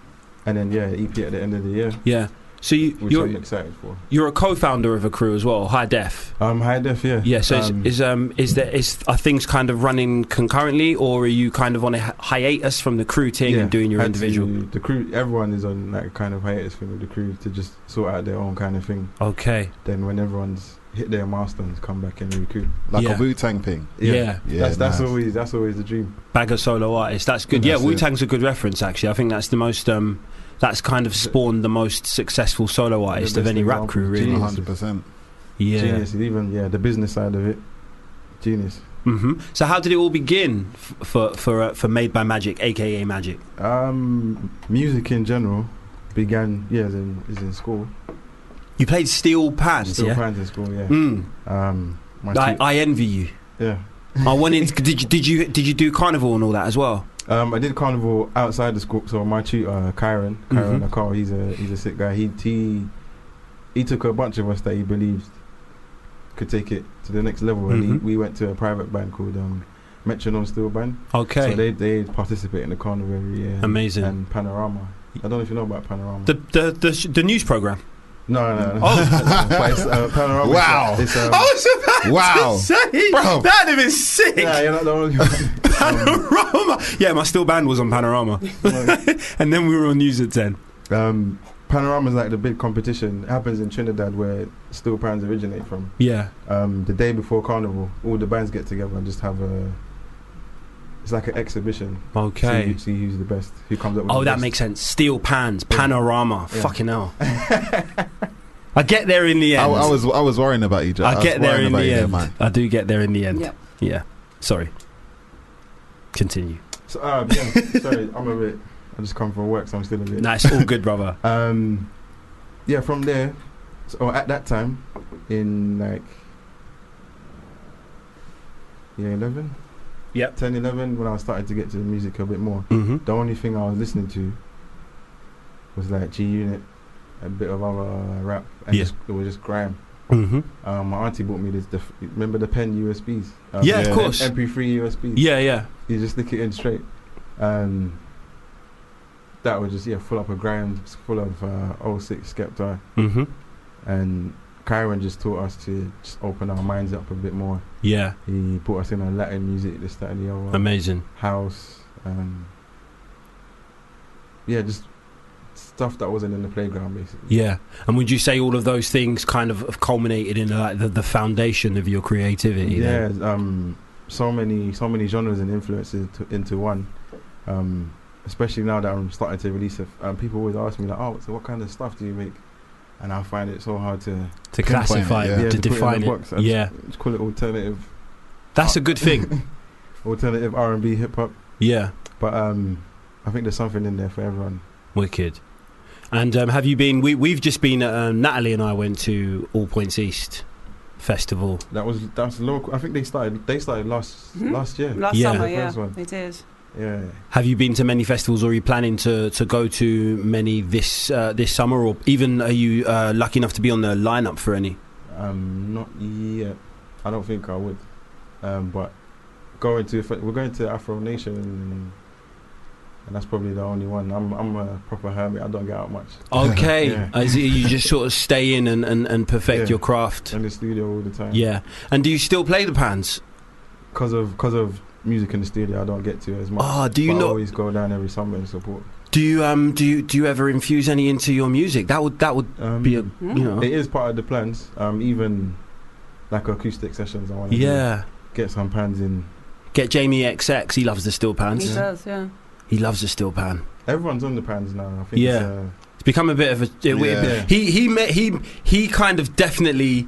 Speaker 8: and then yeah, EP at the end of the year,
Speaker 4: Yeah. So you,
Speaker 8: which I'm
Speaker 4: you're
Speaker 8: excited for.
Speaker 4: you're a co-founder of a crew as well, High Def.
Speaker 8: Um, high def, yeah.
Speaker 4: Yeah. So
Speaker 8: Um,
Speaker 4: is, is um is there is are things kind of running concurrently, or are you kind of on a hi- hiatus from the crew team
Speaker 8: yeah,
Speaker 4: and doing your
Speaker 8: had
Speaker 4: individual?
Speaker 8: to- the crew, everyone is on like a kind of hiatus thing with the crew to just sort out their own kind of thing.
Speaker 4: Okay.
Speaker 8: Then when everyone's hit their milestones, come back and recoup.
Speaker 6: Like
Speaker 4: Yeah.
Speaker 6: a Wu Tang thing.
Speaker 4: Yeah.
Speaker 6: Yeah,
Speaker 8: that's that's
Speaker 6: nice.
Speaker 8: always that's always the dream.
Speaker 4: Bag of solo artists. That's good.
Speaker 6: That's
Speaker 4: yeah.
Speaker 6: it.
Speaker 4: Wu Tang's a good reference actually. I think that's the most um that's kind of spawned the most successful solo artist of
Speaker 8: best
Speaker 4: any rap
Speaker 8: example.
Speaker 4: crew, really.
Speaker 8: Genius.
Speaker 6: 100%.
Speaker 4: Yeah.
Speaker 8: Genius, even yeah, the business side of it, genius.
Speaker 4: hmm So how did it all begin f- for for uh, for Made by Magic, aka Magic?
Speaker 8: Um, music in general began yeah, is in is in school.
Speaker 4: You played steel pans,
Speaker 8: Still
Speaker 4: yeah.
Speaker 8: playing in school, yeah.
Speaker 4: Mm.
Speaker 8: Um, my
Speaker 4: I,
Speaker 8: tea-
Speaker 4: I envy you.
Speaker 8: yeah.
Speaker 4: I wanted. did you did you did you do carnival and all that as well?
Speaker 8: Um, I did carnival outside the school. So my tutor, Kyron, Kyron
Speaker 4: Mhm.
Speaker 8: Akal, he's a he's a sick guy. He he he took a bunch of us that he believed could take it to the next level, and he,
Speaker 4: Mhm.
Speaker 8: we went to a private band called um, Metronome Steel Band.
Speaker 4: Okay.
Speaker 8: So they they participate in the carnival every year. and-
Speaker 4: Amazing.
Speaker 8: And Panorama. I don't know if you know about Panorama.
Speaker 4: the, the the sh- the news program.
Speaker 8: no, no, no.
Speaker 4: Oh.
Speaker 8: but it's, uh, Panorama.
Speaker 6: Wow.
Speaker 8: It's, um,
Speaker 6: Wow. Bro.
Speaker 4: That'd have been sick.
Speaker 8: yeah, you're not the only one. Um,
Speaker 4: Panorama. Yeah, my steel band was on Panorama, and then we were on News at Ten.
Speaker 8: um, Panorama's like the big competition. It happens in Trinidad where steel pans originate from.
Speaker 4: Yeah.
Speaker 8: Um, the day before Carnival, all the bands get together and just have a. It's like an exhibition. See,
Speaker 4: Okay.
Speaker 8: who- see who's the best. Who comes up with
Speaker 4: Oh,
Speaker 8: the
Speaker 4: that
Speaker 8: best.
Speaker 4: makes sense. Steel pans,
Speaker 8: Yeah.
Speaker 4: panorama.
Speaker 8: Yeah.
Speaker 4: Fucking hell. I get there in the
Speaker 6: I,
Speaker 4: end.
Speaker 6: I was I was worrying about you, Joe.
Speaker 4: I
Speaker 6: was
Speaker 4: get there
Speaker 6: worrying
Speaker 4: in
Speaker 6: about
Speaker 4: the
Speaker 6: you there,
Speaker 4: end.
Speaker 6: man.
Speaker 4: I do get there in the end.
Speaker 5: Yep.
Speaker 4: Yeah. Sorry. Continue.
Speaker 8: So, uh, yeah, sorry, I'm a bit. I just come from work, so I'm still a bit.
Speaker 4: Nah, it's all good, brother.
Speaker 8: Um, yeah, from there, so at that time, in like year 11,
Speaker 4: Yep.
Speaker 8: 10, 11, when I started to get to the music a bit more,
Speaker 4: Mm-hmm.
Speaker 8: the only thing I was listening to was like G Unit, a bit of other rap, and
Speaker 4: Yeah.
Speaker 8: just, it was just grime.
Speaker 4: Mm-hmm.
Speaker 8: Um, my auntie bought me this. Def- remember the pen USBs? Um,
Speaker 4: Yeah,
Speaker 6: of
Speaker 8: the
Speaker 4: course.
Speaker 8: MP3 USB.
Speaker 4: Yeah, yeah.
Speaker 8: You just stick it in straight. Um, that would just yeah, full up of grime, full of uh, 06 Skepta
Speaker 4: Mm-hmm.
Speaker 8: and Kyron just taught us to just open our minds up a bit more.
Speaker 4: Yeah,
Speaker 8: He brought us in on Latin music, this, that, and the other.
Speaker 4: amazing.
Speaker 8: house. Um, yeah, just stuff that wasn't in the playground, basically.
Speaker 4: Yeah, and would you say all of those things kind of have culminated in like the, the foundation of your creativity?
Speaker 8: yeah.
Speaker 4: then?
Speaker 8: Um, so many, so many genres and influences to, into one. Um, especially now that I'm starting to release it, um, people always ask me like, "Oh, so what kind of stuff do you make?" And I find it so hard to
Speaker 4: to
Speaker 6: pinpoint it,
Speaker 4: classify it,
Speaker 6: yeah.
Speaker 8: Yeah, to
Speaker 4: to
Speaker 8: put it in
Speaker 4: define
Speaker 8: a
Speaker 4: it.
Speaker 8: box. I just-
Speaker 4: Yeah,
Speaker 8: just call it alternative,
Speaker 4: that's a good thing.
Speaker 8: alternative R and B, hip hop.
Speaker 4: yeah,
Speaker 8: But um, I think there's something in there for everyone.
Speaker 4: wicked. And um, have you been? We we've just been. Uh, Natalie and I went to All Points East festival.
Speaker 8: That was that's local. I think they started they started last
Speaker 5: Mhm.
Speaker 8: last year.
Speaker 5: Last
Speaker 4: Yeah.
Speaker 5: summer,
Speaker 8: The
Speaker 5: yeah,
Speaker 8: first one.
Speaker 5: they did.
Speaker 8: Yeah.
Speaker 4: Have you been to many festivals, or are you planning to, to go to many this uh, this summer, or even are you uh, lucky enough to be on the lineup for any?
Speaker 8: Um, not yet. I don't think I would. Um, but going to fe- we're going to Afro Nation, and, and that's probably the only one. I'm I'm a proper hermit. I don't get out much.
Speaker 4: Okay,
Speaker 8: Yeah.
Speaker 4: As you- you just sort of stay in and, and, and perfect
Speaker 8: Yeah.
Speaker 4: your craft.
Speaker 8: In the studio all the time.
Speaker 4: Yeah, and do you still play the pans?
Speaker 8: Because of cause of music in the studio, I don't get to as much.
Speaker 4: Ah, do you
Speaker 8: but I
Speaker 4: not-
Speaker 8: always go down every summer and support?
Speaker 4: Do you um do you do you ever infuse any into your music? That would that would
Speaker 8: Um,
Speaker 4: be a
Speaker 5: Mm.
Speaker 4: you know
Speaker 8: It is part of the plans. Um, even like acoustic sessions, I want to
Speaker 4: yeah.
Speaker 8: get some pans in.
Speaker 4: Get Jamie XX. He loves the steel
Speaker 5: He
Speaker 4: pans.
Speaker 5: does, yeah.
Speaker 4: He loves the steel pan.
Speaker 8: Everyone's on the pans now. I think it's, uh,
Speaker 4: Yeah. It's become a bit of a it-
Speaker 6: Yeah.
Speaker 8: Yeah.
Speaker 4: he he ma- he he kind of definitely.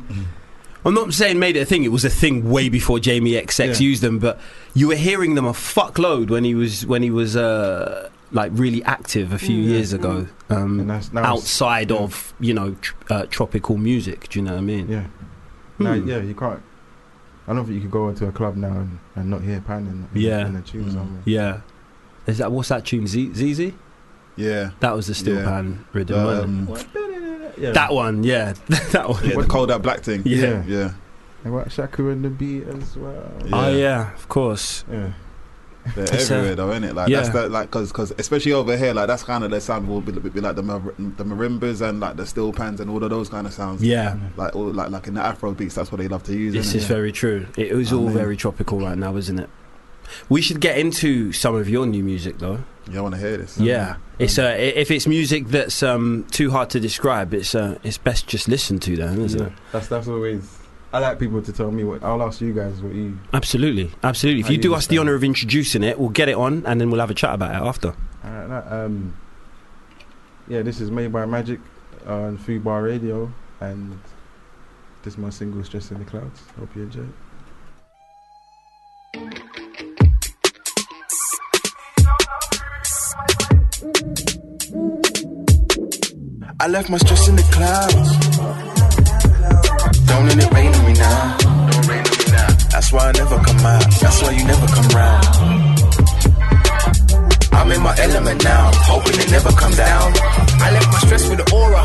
Speaker 4: I'm not saying made it a thing. It was a thing way before Jamie XX
Speaker 8: Yeah.
Speaker 4: used them, but you were hearing them a fuckload when he was when he was uh like really active a few
Speaker 5: Mm.
Speaker 4: years
Speaker 5: Yeah.
Speaker 4: ago.
Speaker 8: uh,
Speaker 4: Um,
Speaker 8: and that's now it's-
Speaker 4: outside
Speaker 8: yeah.
Speaker 4: of you know tr- uh, tropical music. Do you know what I mean?
Speaker 8: Yeah. No,
Speaker 4: Hmm.
Speaker 8: yeah, you can't. I don't think you could go into a club now and, and not hear pan and, and,
Speaker 4: Yeah.
Speaker 8: and a tune
Speaker 6: Mm.
Speaker 8: somewhere.
Speaker 4: Yeah. Is that what's that tune? Z- ZZ?
Speaker 6: Yeah.
Speaker 4: That was the steel
Speaker 6: Yeah.
Speaker 4: pan rhythm. wasn't it?
Speaker 6: Um,
Speaker 8: Yeah.
Speaker 4: that one, yeah, that one.
Speaker 6: yeah, the cold out black thing.
Speaker 4: Yeah.
Speaker 6: Yeah.
Speaker 8: And what Shaku and the beat as well.
Speaker 6: Yeah.
Speaker 4: Oh yeah, of course.
Speaker 8: Yeah.
Speaker 6: They're
Speaker 4: It's, uh,
Speaker 6: everywhere though, isn't it? Like
Speaker 4: yeah.
Speaker 6: that's the, like because especially over here, like that's kind of their sound will be, be, like the mar- the marimbas and like the steel pans and all of those kind of sounds.
Speaker 4: Yeah,
Speaker 6: Like all like like in the Afro beats, that's what they love to use.
Speaker 4: this
Speaker 6: innit?
Speaker 4: is very true. It was
Speaker 6: I
Speaker 4: all
Speaker 6: mean-
Speaker 4: very tropical right now, isn't it? We should get into some of your new music though.
Speaker 6: You want to hear this?
Speaker 4: Yeah, it's uh, i- if it's music that's um, too hard to describe, it's uh, it's best just listened to then, isn't
Speaker 8: yeah.
Speaker 4: it?
Speaker 8: That's that's always. I like people to tell me what. I'll ask you guys what you.
Speaker 4: Absolutely, absolutely. If
Speaker 8: How
Speaker 4: you
Speaker 8: you
Speaker 4: do us the
Speaker 8: understand.
Speaker 4: honor of introducing it, we'll get it on and then we'll have a chat about it after.
Speaker 8: Alright, nah, um, yeah, this is made by Magic on Food Bar Radio, and this is my single "Stress in the Clouds." Hope you enjoy. it.
Speaker 9: I left my stress in the clouds. Don't let it rain on me now. Don't rain on me now. That's why I never come out. That's why you never come round. I'm in my element now, hoping it never comes down. I left my stress with the aura.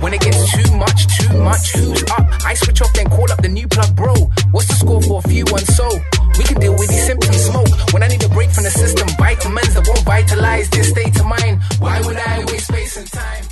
Speaker 9: When it gets too much, too much, who's up? I switch off, then call up the new plug, bro. What's the score for a few and so? We can deal with these symptoms, smoke. When I need a break from the system, vitamins that won't vitalize this state of mine. Why would I waste space and time?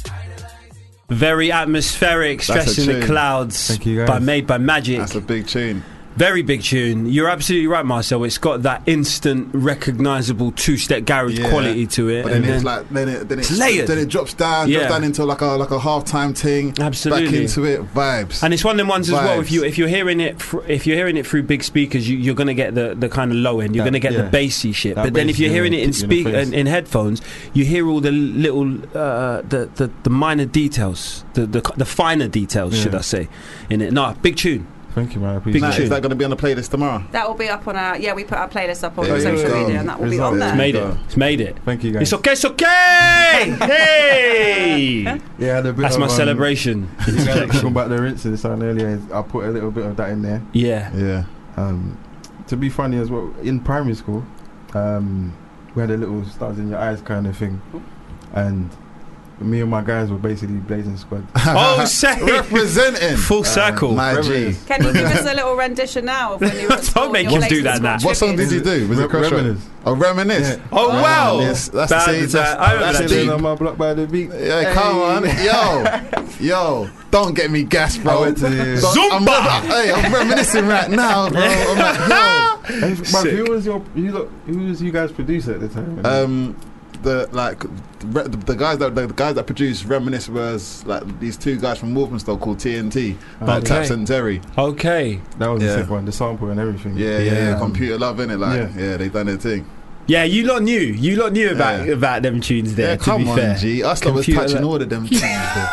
Speaker 4: Very atmospheric,
Speaker 6: That's
Speaker 4: stress
Speaker 6: a
Speaker 4: in the
Speaker 6: tune.
Speaker 4: clouds,
Speaker 8: Thank you, guys.
Speaker 4: by made by Magic.
Speaker 6: That's a big tune.
Speaker 4: Very big tune. You're absolutely right, Marcel. It's got that instant, recognizable two-step garage
Speaker 6: Yeah.
Speaker 4: quality to it.
Speaker 6: But then,
Speaker 4: and
Speaker 6: it's
Speaker 4: then-
Speaker 6: like then it then it,
Speaker 4: It's layered.
Speaker 6: then it drops down,
Speaker 4: Yeah.
Speaker 6: drops down into like a like a half time thing. Back
Speaker 4: Absolutely.
Speaker 6: into it, vibes.
Speaker 4: and it's one of them ones as well. If
Speaker 6: Vibes.
Speaker 4: you if you're hearing it fr- if you're hearing it through big speakers, you, you're going to get the, the kind of low end. You're
Speaker 8: That-
Speaker 4: going to get the
Speaker 8: yeah.
Speaker 4: bassy shit.
Speaker 8: That
Speaker 4: but then
Speaker 8: bass
Speaker 4: if you're
Speaker 8: is gonna
Speaker 4: hearing it in
Speaker 8: hit you in
Speaker 4: speak
Speaker 8: the
Speaker 4: in,
Speaker 8: face.
Speaker 4: in headphones, you hear all the little uh, the, the the minor details, the the, the finer details, should
Speaker 8: Yeah.
Speaker 4: I say, in it. No, big tune.
Speaker 8: Thank you, man. I
Speaker 6: Matt,
Speaker 8: appreciate
Speaker 4: Big
Speaker 8: it.
Speaker 4: tune.
Speaker 6: is that going to be on the playlist tomorrow?
Speaker 5: That will be up on our yeah. We put our playlist up on
Speaker 6: There you
Speaker 5: social
Speaker 6: go.
Speaker 5: media, and that will be
Speaker 8: Results.
Speaker 5: on there.
Speaker 4: It's made it.
Speaker 6: go.
Speaker 4: It's made it.
Speaker 8: Thank you, guys.
Speaker 4: It's okay. It's okay. hey,
Speaker 8: Yeah, I had a bit
Speaker 4: that's
Speaker 8: of,
Speaker 4: my
Speaker 8: um,
Speaker 4: celebration.
Speaker 8: You guys were talking about the rinse and sound earlier. I put a little bit of that in there.
Speaker 4: Yeah.
Speaker 6: Yeah.
Speaker 8: Um, to be funny as well, in primary school, um, we had a little stars in your eyes kind of thing, and me and my guys were basically blazing squad.
Speaker 4: Oh, say.
Speaker 6: Representing.
Speaker 4: Full circle.
Speaker 8: Uh,
Speaker 6: My G.
Speaker 5: Can you give us a little rendition now of when you were at
Speaker 4: Don't
Speaker 5: school,
Speaker 4: make
Speaker 5: your
Speaker 4: him
Speaker 5: place
Speaker 4: do
Speaker 5: of
Speaker 4: that
Speaker 5: school
Speaker 4: now.
Speaker 6: What song
Speaker 5: tribute?
Speaker 6: did you do? Was it
Speaker 8: Re-
Speaker 6: Crush Road?
Speaker 8: Reminisce.
Speaker 6: Oh, Reminisce.
Speaker 8: Yeah.
Speaker 4: oh, wow.
Speaker 6: Reminisce. That's the
Speaker 4: Bad
Speaker 6: same-
Speaker 4: as that. I remember
Speaker 6: that's
Speaker 4: that
Speaker 6: the-
Speaker 8: Chilling
Speaker 4: tune.
Speaker 8: on my block by the beach.
Speaker 6: Yeah, come on. Yo. Yo. Don't get me gas,
Speaker 8: I
Speaker 6: bro.
Speaker 8: went to the-
Speaker 6: Don't- I'm
Speaker 4: Zumba.
Speaker 6: hey, I'm reminiscing right now, bro. I'm like, yo.
Speaker 8: Hey, bruv,
Speaker 4: Sick.
Speaker 8: who was your who, lo- who was you guys producer at the time?
Speaker 6: Um, the like re- the, the guys that the, guys that produced Reminisce was like these two guys from Wolverhampton called TNT, like
Speaker 8: Okay.
Speaker 6: Taps and Terry.
Speaker 4: Okay.
Speaker 8: that was
Speaker 6: yeah.
Speaker 8: a sick one. The sample and everything.
Speaker 6: Yeah, yeah, yeah.
Speaker 8: Um,
Speaker 6: Computer love in it, like yeah.
Speaker 8: yeah.
Speaker 6: they done their thing.
Speaker 4: Yeah, you lot knew. You lot knew about
Speaker 6: Yeah.
Speaker 4: about them tunes there.
Speaker 6: yeah,
Speaker 4: to
Speaker 6: come
Speaker 4: be
Speaker 6: on,
Speaker 4: fair.
Speaker 6: G. Us lot was
Speaker 4: Computer
Speaker 6: touching
Speaker 4: love.
Speaker 6: all of them. things, bro.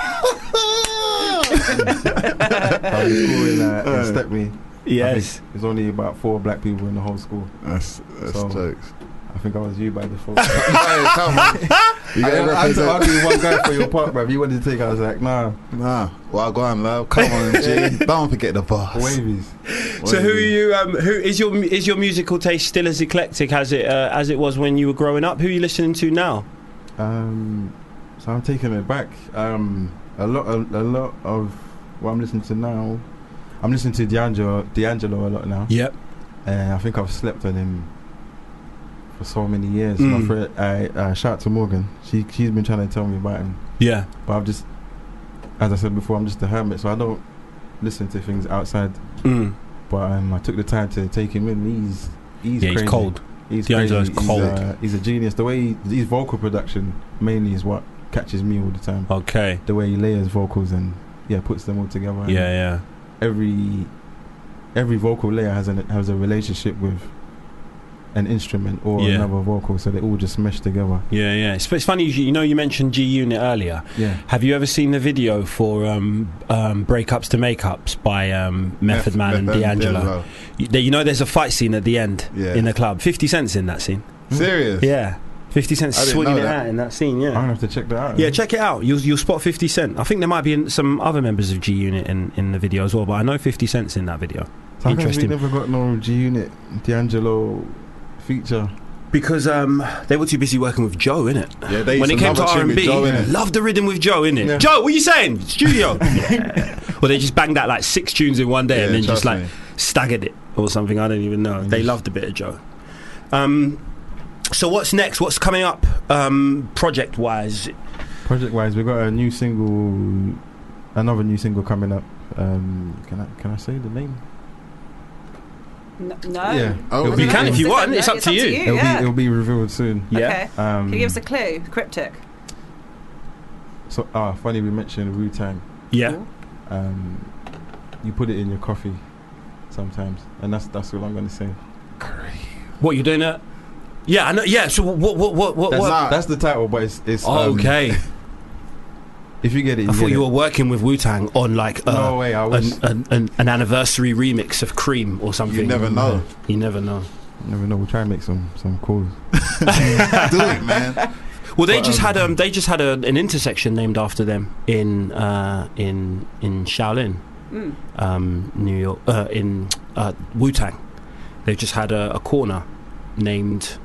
Speaker 8: I was cool in, uh, in Stepney.
Speaker 4: Yes.
Speaker 8: There's only about four black people in the whole school.
Speaker 6: That's, that's
Speaker 8: So-
Speaker 6: jokes.
Speaker 8: I think I was you by default.
Speaker 6: hey, come on. You
Speaker 8: I,
Speaker 6: gotta
Speaker 8: I, I had to
Speaker 6: represent.
Speaker 8: argue with one guy for your part, bruv. You wanted to take. it, I was like, nah,
Speaker 6: Nah, well, go on, love. Come on, G. Don't forget the boss.
Speaker 8: wavies.
Speaker 4: So who are you? Um, who is your mu- is your musical taste still as eclectic as it uh, as it was when you were growing up? Who are you listening to now?
Speaker 8: Um, so I'm taking it back. Um, a lot, a, a lot of what I'm listening to now. I'm listening to D'Angelo, D'Angelo a lot now.
Speaker 4: Yep.
Speaker 8: Uh, I think I've slept on him for so many years. My
Speaker 4: Mm.
Speaker 8: friend, I uh, shout out to Morgan. She she's been trying to tell me about him,
Speaker 4: Yeah.
Speaker 8: but I've just, as I said before, I'm just a hermit, so I don't listen to things outside.
Speaker 4: Mm.
Speaker 8: But um, I took the time to take him in. He's he's
Speaker 4: yeah.
Speaker 8: crazy.
Speaker 4: He's cold.
Speaker 8: He's
Speaker 4: D'Angelo's
Speaker 8: crazy.
Speaker 4: cold.
Speaker 8: He's, uh, he's a genius. The way he, his vocal production mainly is what catches me all the time.
Speaker 4: Okay.
Speaker 8: The way he layers vocals and yeah, puts them all together. And
Speaker 4: Yeah.
Speaker 8: Every every vocal layer has an has a relationship with an instrument or
Speaker 4: Yeah.
Speaker 8: another vocal, so they all just mesh together.
Speaker 4: Yeah. Yeah. Yeah. It's, it's funny. You, you know, you mentioned G Unit earlier.
Speaker 8: Yeah.
Speaker 4: Have you ever seen the video for um, um, "Breakups to Makeups" by um, Method Man and D'Angelo? You, there- you know, there's a fight scene at the end
Speaker 6: Yeah.
Speaker 4: in the club. Fifty Cent's in that scene.
Speaker 6: Hmm. Serious?
Speaker 4: Yeah. Fifty Cent's
Speaker 6: I didn't
Speaker 4: swinging
Speaker 6: know
Speaker 4: it
Speaker 6: that.
Speaker 4: out in that scene.
Speaker 8: I'm
Speaker 4: Yeah.
Speaker 8: gonna have to check that out.
Speaker 4: Yeah, check it out. You'll you'll spot Fifty Cent. I think there might be in- some other members of G Unit in, in the video as well, but I know Fifty Cent's in that video
Speaker 8: so interesting.
Speaker 4: interesting.
Speaker 8: We never got no G Unit D'Angelo feature.
Speaker 4: because um, they were too busy working with Joe in it.
Speaker 6: Yeah, they
Speaker 4: when it
Speaker 6: used
Speaker 4: came to
Speaker 6: another
Speaker 4: R
Speaker 6: tune
Speaker 4: and
Speaker 6: with
Speaker 4: B,
Speaker 6: Joe in it.
Speaker 4: love the rhythm with Joe in it.
Speaker 8: Yeah.
Speaker 4: Joe, what are you saying? Studio. Well, they just banged out like six tunes in one day
Speaker 6: Yeah,
Speaker 4: and then
Speaker 6: trust
Speaker 4: just like
Speaker 6: me.
Speaker 4: staggered it or something. I don't even know. They loved a bit of Joe. Um, so what's next? What's coming up um, project wise?
Speaker 8: Project wise, we got a new single, another new single coming up. Um, can I can I say the name?
Speaker 5: N- No.
Speaker 8: Yeah.
Speaker 6: Oh,
Speaker 8: It'll
Speaker 6: really?
Speaker 8: be,
Speaker 4: You can if you
Speaker 5: It's
Speaker 4: want.
Speaker 5: up-
Speaker 4: It's up to you.
Speaker 8: it'll
Speaker 5: yeah.
Speaker 8: be it'll be revealed soon.
Speaker 4: Yeah.
Speaker 5: Okay.
Speaker 8: Um,
Speaker 5: Can you give us a clue? Cryptic.
Speaker 8: so ah funny we mentioned Wu Tang.
Speaker 4: Yeah.
Speaker 8: Um, you put it in your coffee sometimes, and that's that's all I'm gonna say.
Speaker 4: What you doing? At? Yeah, I know. Yeah. So what? What? What? What?
Speaker 8: That's,
Speaker 4: what?
Speaker 6: not-
Speaker 8: that's the title, but it's it's
Speaker 4: Oh,
Speaker 8: um,
Speaker 4: okay.
Speaker 8: If you get it, you
Speaker 4: I thought
Speaker 8: get
Speaker 4: you
Speaker 8: it.
Speaker 4: were working with Wu Tang on like a,
Speaker 8: no way. I
Speaker 4: an,
Speaker 8: wish.
Speaker 4: an, an, an anniversary remix of Cream or something.
Speaker 6: You never know.
Speaker 4: You never know.
Speaker 8: Never know. We'll try and make some some calls.
Speaker 6: Do it, man.
Speaker 4: Well, they
Speaker 8: But,
Speaker 4: just
Speaker 8: um,
Speaker 4: had um, they just had a, an intersection named after them in uh, in in Shaolin,
Speaker 5: Mm.
Speaker 4: um, New York, uh, in uh, Wu Tang. They've just had a, a corner named.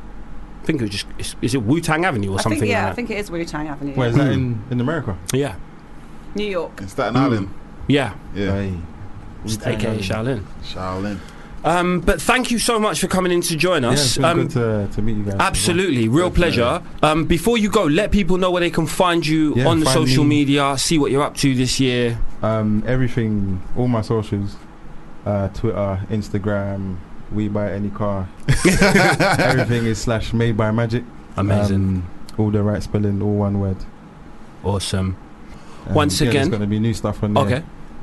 Speaker 4: I think it was just is, is it Wu Tang Avenue or
Speaker 5: I
Speaker 4: something
Speaker 5: think, yeah, I
Speaker 4: like
Speaker 5: think it is Wu Tang Avenue.
Speaker 8: Wait,
Speaker 4: Hmm.
Speaker 8: is that in in America?
Speaker 4: that? Yeah,
Speaker 5: New York.
Speaker 6: In Staten
Speaker 4: Mm.
Speaker 6: Island.
Speaker 4: yeah, Um,
Speaker 6: Yeah.
Speaker 8: Hey.
Speaker 4: just
Speaker 8: Wu-Tang
Speaker 4: AKA
Speaker 8: Island.
Speaker 4: Shaolin.
Speaker 6: Shaolin.
Speaker 4: Um, but thank you so much for coming in to join
Speaker 8: Yeah,
Speaker 4: us.
Speaker 8: it's been
Speaker 4: um,
Speaker 8: good to, to meet you guys.
Speaker 4: Absolutely, real pleasure. Um, before you go, let people know where they can find you
Speaker 8: Yeah,
Speaker 4: on the
Speaker 8: find
Speaker 4: social
Speaker 8: me.
Speaker 4: media, see what you're up to this year.
Speaker 8: Um, everything, all my socials, uh, Twitter, Instagram, we buy any car. everything is slash made by magic.
Speaker 4: Amazing,
Speaker 8: Um, all the right spelling, all one word.
Speaker 4: awesome.
Speaker 8: Um,
Speaker 4: Once
Speaker 8: yeah,
Speaker 4: again-
Speaker 8: there's going to be new stuff on there.
Speaker 4: Okay,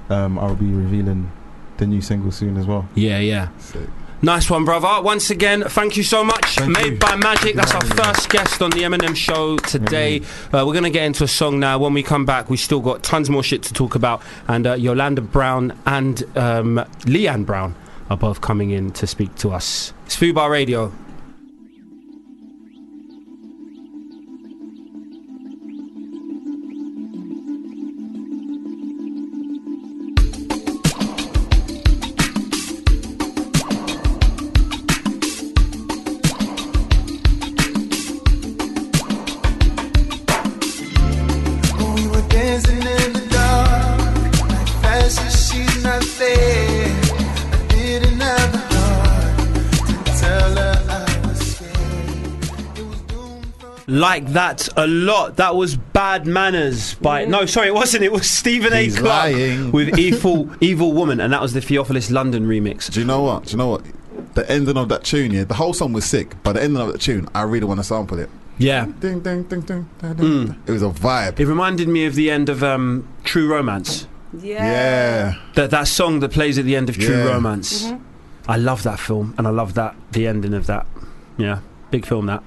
Speaker 8: Um, I'll be revealing the new single soon as well.
Speaker 4: yeah, yeah.
Speaker 6: Sick.
Speaker 4: Nice one, brother. Once again, thank you so much.
Speaker 8: Thank
Speaker 4: Made
Speaker 8: you.
Speaker 4: by
Speaker 8: Good
Speaker 4: Magic. That's our
Speaker 8: having me.
Speaker 4: first guest on the Eminem show today. Uh, we're going to get into a song now. When we come back, we still got tons more shit to talk about. And uh, Yolanda Brown and um, Leanne Brown are both coming in to speak to us. It's Fubar Radio. like that a lot. That was Bad Manners by no, sorry, it wasn't. It was Stephen
Speaker 6: He's
Speaker 4: A. Clark
Speaker 6: lying.
Speaker 4: with Evil Evil Woman, and that was the Theophilus London remix.
Speaker 6: Do you know what? Do you know what? The ending of that tune, yeah, the whole song was sick, but the ending of the tune, I really want to sample it.
Speaker 4: Yeah,
Speaker 6: Ding, ding, ding, ding, ding, ding.
Speaker 4: Mm.
Speaker 6: It was a vibe.
Speaker 4: it reminded me of the end of um, True Romance.
Speaker 6: Yeah.
Speaker 4: That that song that plays at the end of True
Speaker 6: Yeah.
Speaker 4: Romance.
Speaker 5: Mm-hmm.
Speaker 4: I love that film, and I love that the ending of that. Yeah, big film that.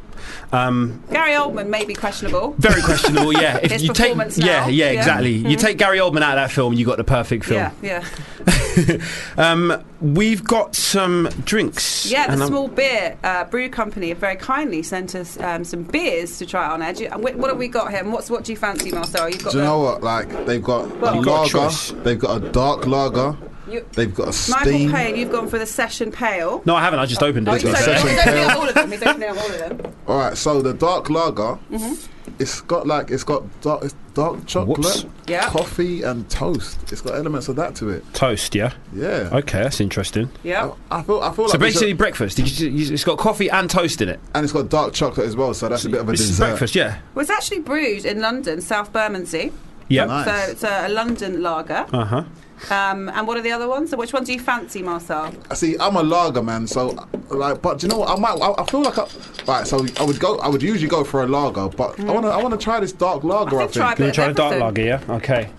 Speaker 4: Um,
Speaker 5: Gary Oldman may be questionable.
Speaker 4: very questionable. Yeah, if
Speaker 5: His
Speaker 4: you take
Speaker 5: performance
Speaker 4: yeah, yeah,
Speaker 5: now, yeah. Mm-hmm.
Speaker 4: exactly. You take Gary Oldman out of that film, you got the perfect film.
Speaker 5: Yeah, yeah.
Speaker 4: Um, we've got some drinks.
Speaker 5: Yeah, the
Speaker 4: and I'm-
Speaker 5: small beer uh, brew company have very kindly sent us um, some beers to try on edge. And wh- what have we got here? And what's what do you fancy, Marcel? You've got
Speaker 6: Do you
Speaker 5: the-
Speaker 6: know what? Like they've got
Speaker 5: Well-
Speaker 6: a
Speaker 5: You've got a
Speaker 6: lager,
Speaker 4: choice.
Speaker 6: they've got a dark lager,
Speaker 5: You-
Speaker 6: they've got a
Speaker 5: Michael
Speaker 6: steam.
Speaker 5: Payne. You've gone for the session pale.
Speaker 4: No, I haven't. I just opened
Speaker 5: Oh,
Speaker 4: it.
Speaker 5: he's, opening,
Speaker 6: Session
Speaker 5: he's opening up
Speaker 6: Pale.
Speaker 5: all of them. He's opening up all of them.
Speaker 6: All right, so the dark lager,
Speaker 5: Mm-hmm.
Speaker 6: it's got like it's got dark, it's dark chocolate,
Speaker 5: Yeah.
Speaker 6: coffee, and toast. It's got elements of that to it.
Speaker 4: Toast, yeah.
Speaker 6: Yeah.
Speaker 4: Okay, that's interesting.
Speaker 5: Yeah.
Speaker 6: I feel, I feel
Speaker 4: So
Speaker 6: like we should-
Speaker 4: basically, breakfast. Did you- you- It's got coffee and toast in it.
Speaker 6: and it's got dark chocolate as well, so that's a bit of a
Speaker 4: This is
Speaker 6: dessert.
Speaker 4: breakfast, yeah.
Speaker 5: Well, it's actually brewed in London, South Bermondsey.
Speaker 4: Yeah.
Speaker 6: Nice.
Speaker 5: So it's a, a London lager.
Speaker 4: Uh huh.
Speaker 5: Um, and what are the other ones? So which one do you fancy, Marcel?
Speaker 6: I see. I'm a lager man, so like, but do you know what? I might. I, I feel like I. Right, so I would go. I would usually go for a lager, but I want to. I want to try this dark lager. I
Speaker 5: Mm-hmm. think try a
Speaker 6: think.
Speaker 5: bit of
Speaker 4: Try a dark
Speaker 5: everything.
Speaker 4: lager, yeah. Okay.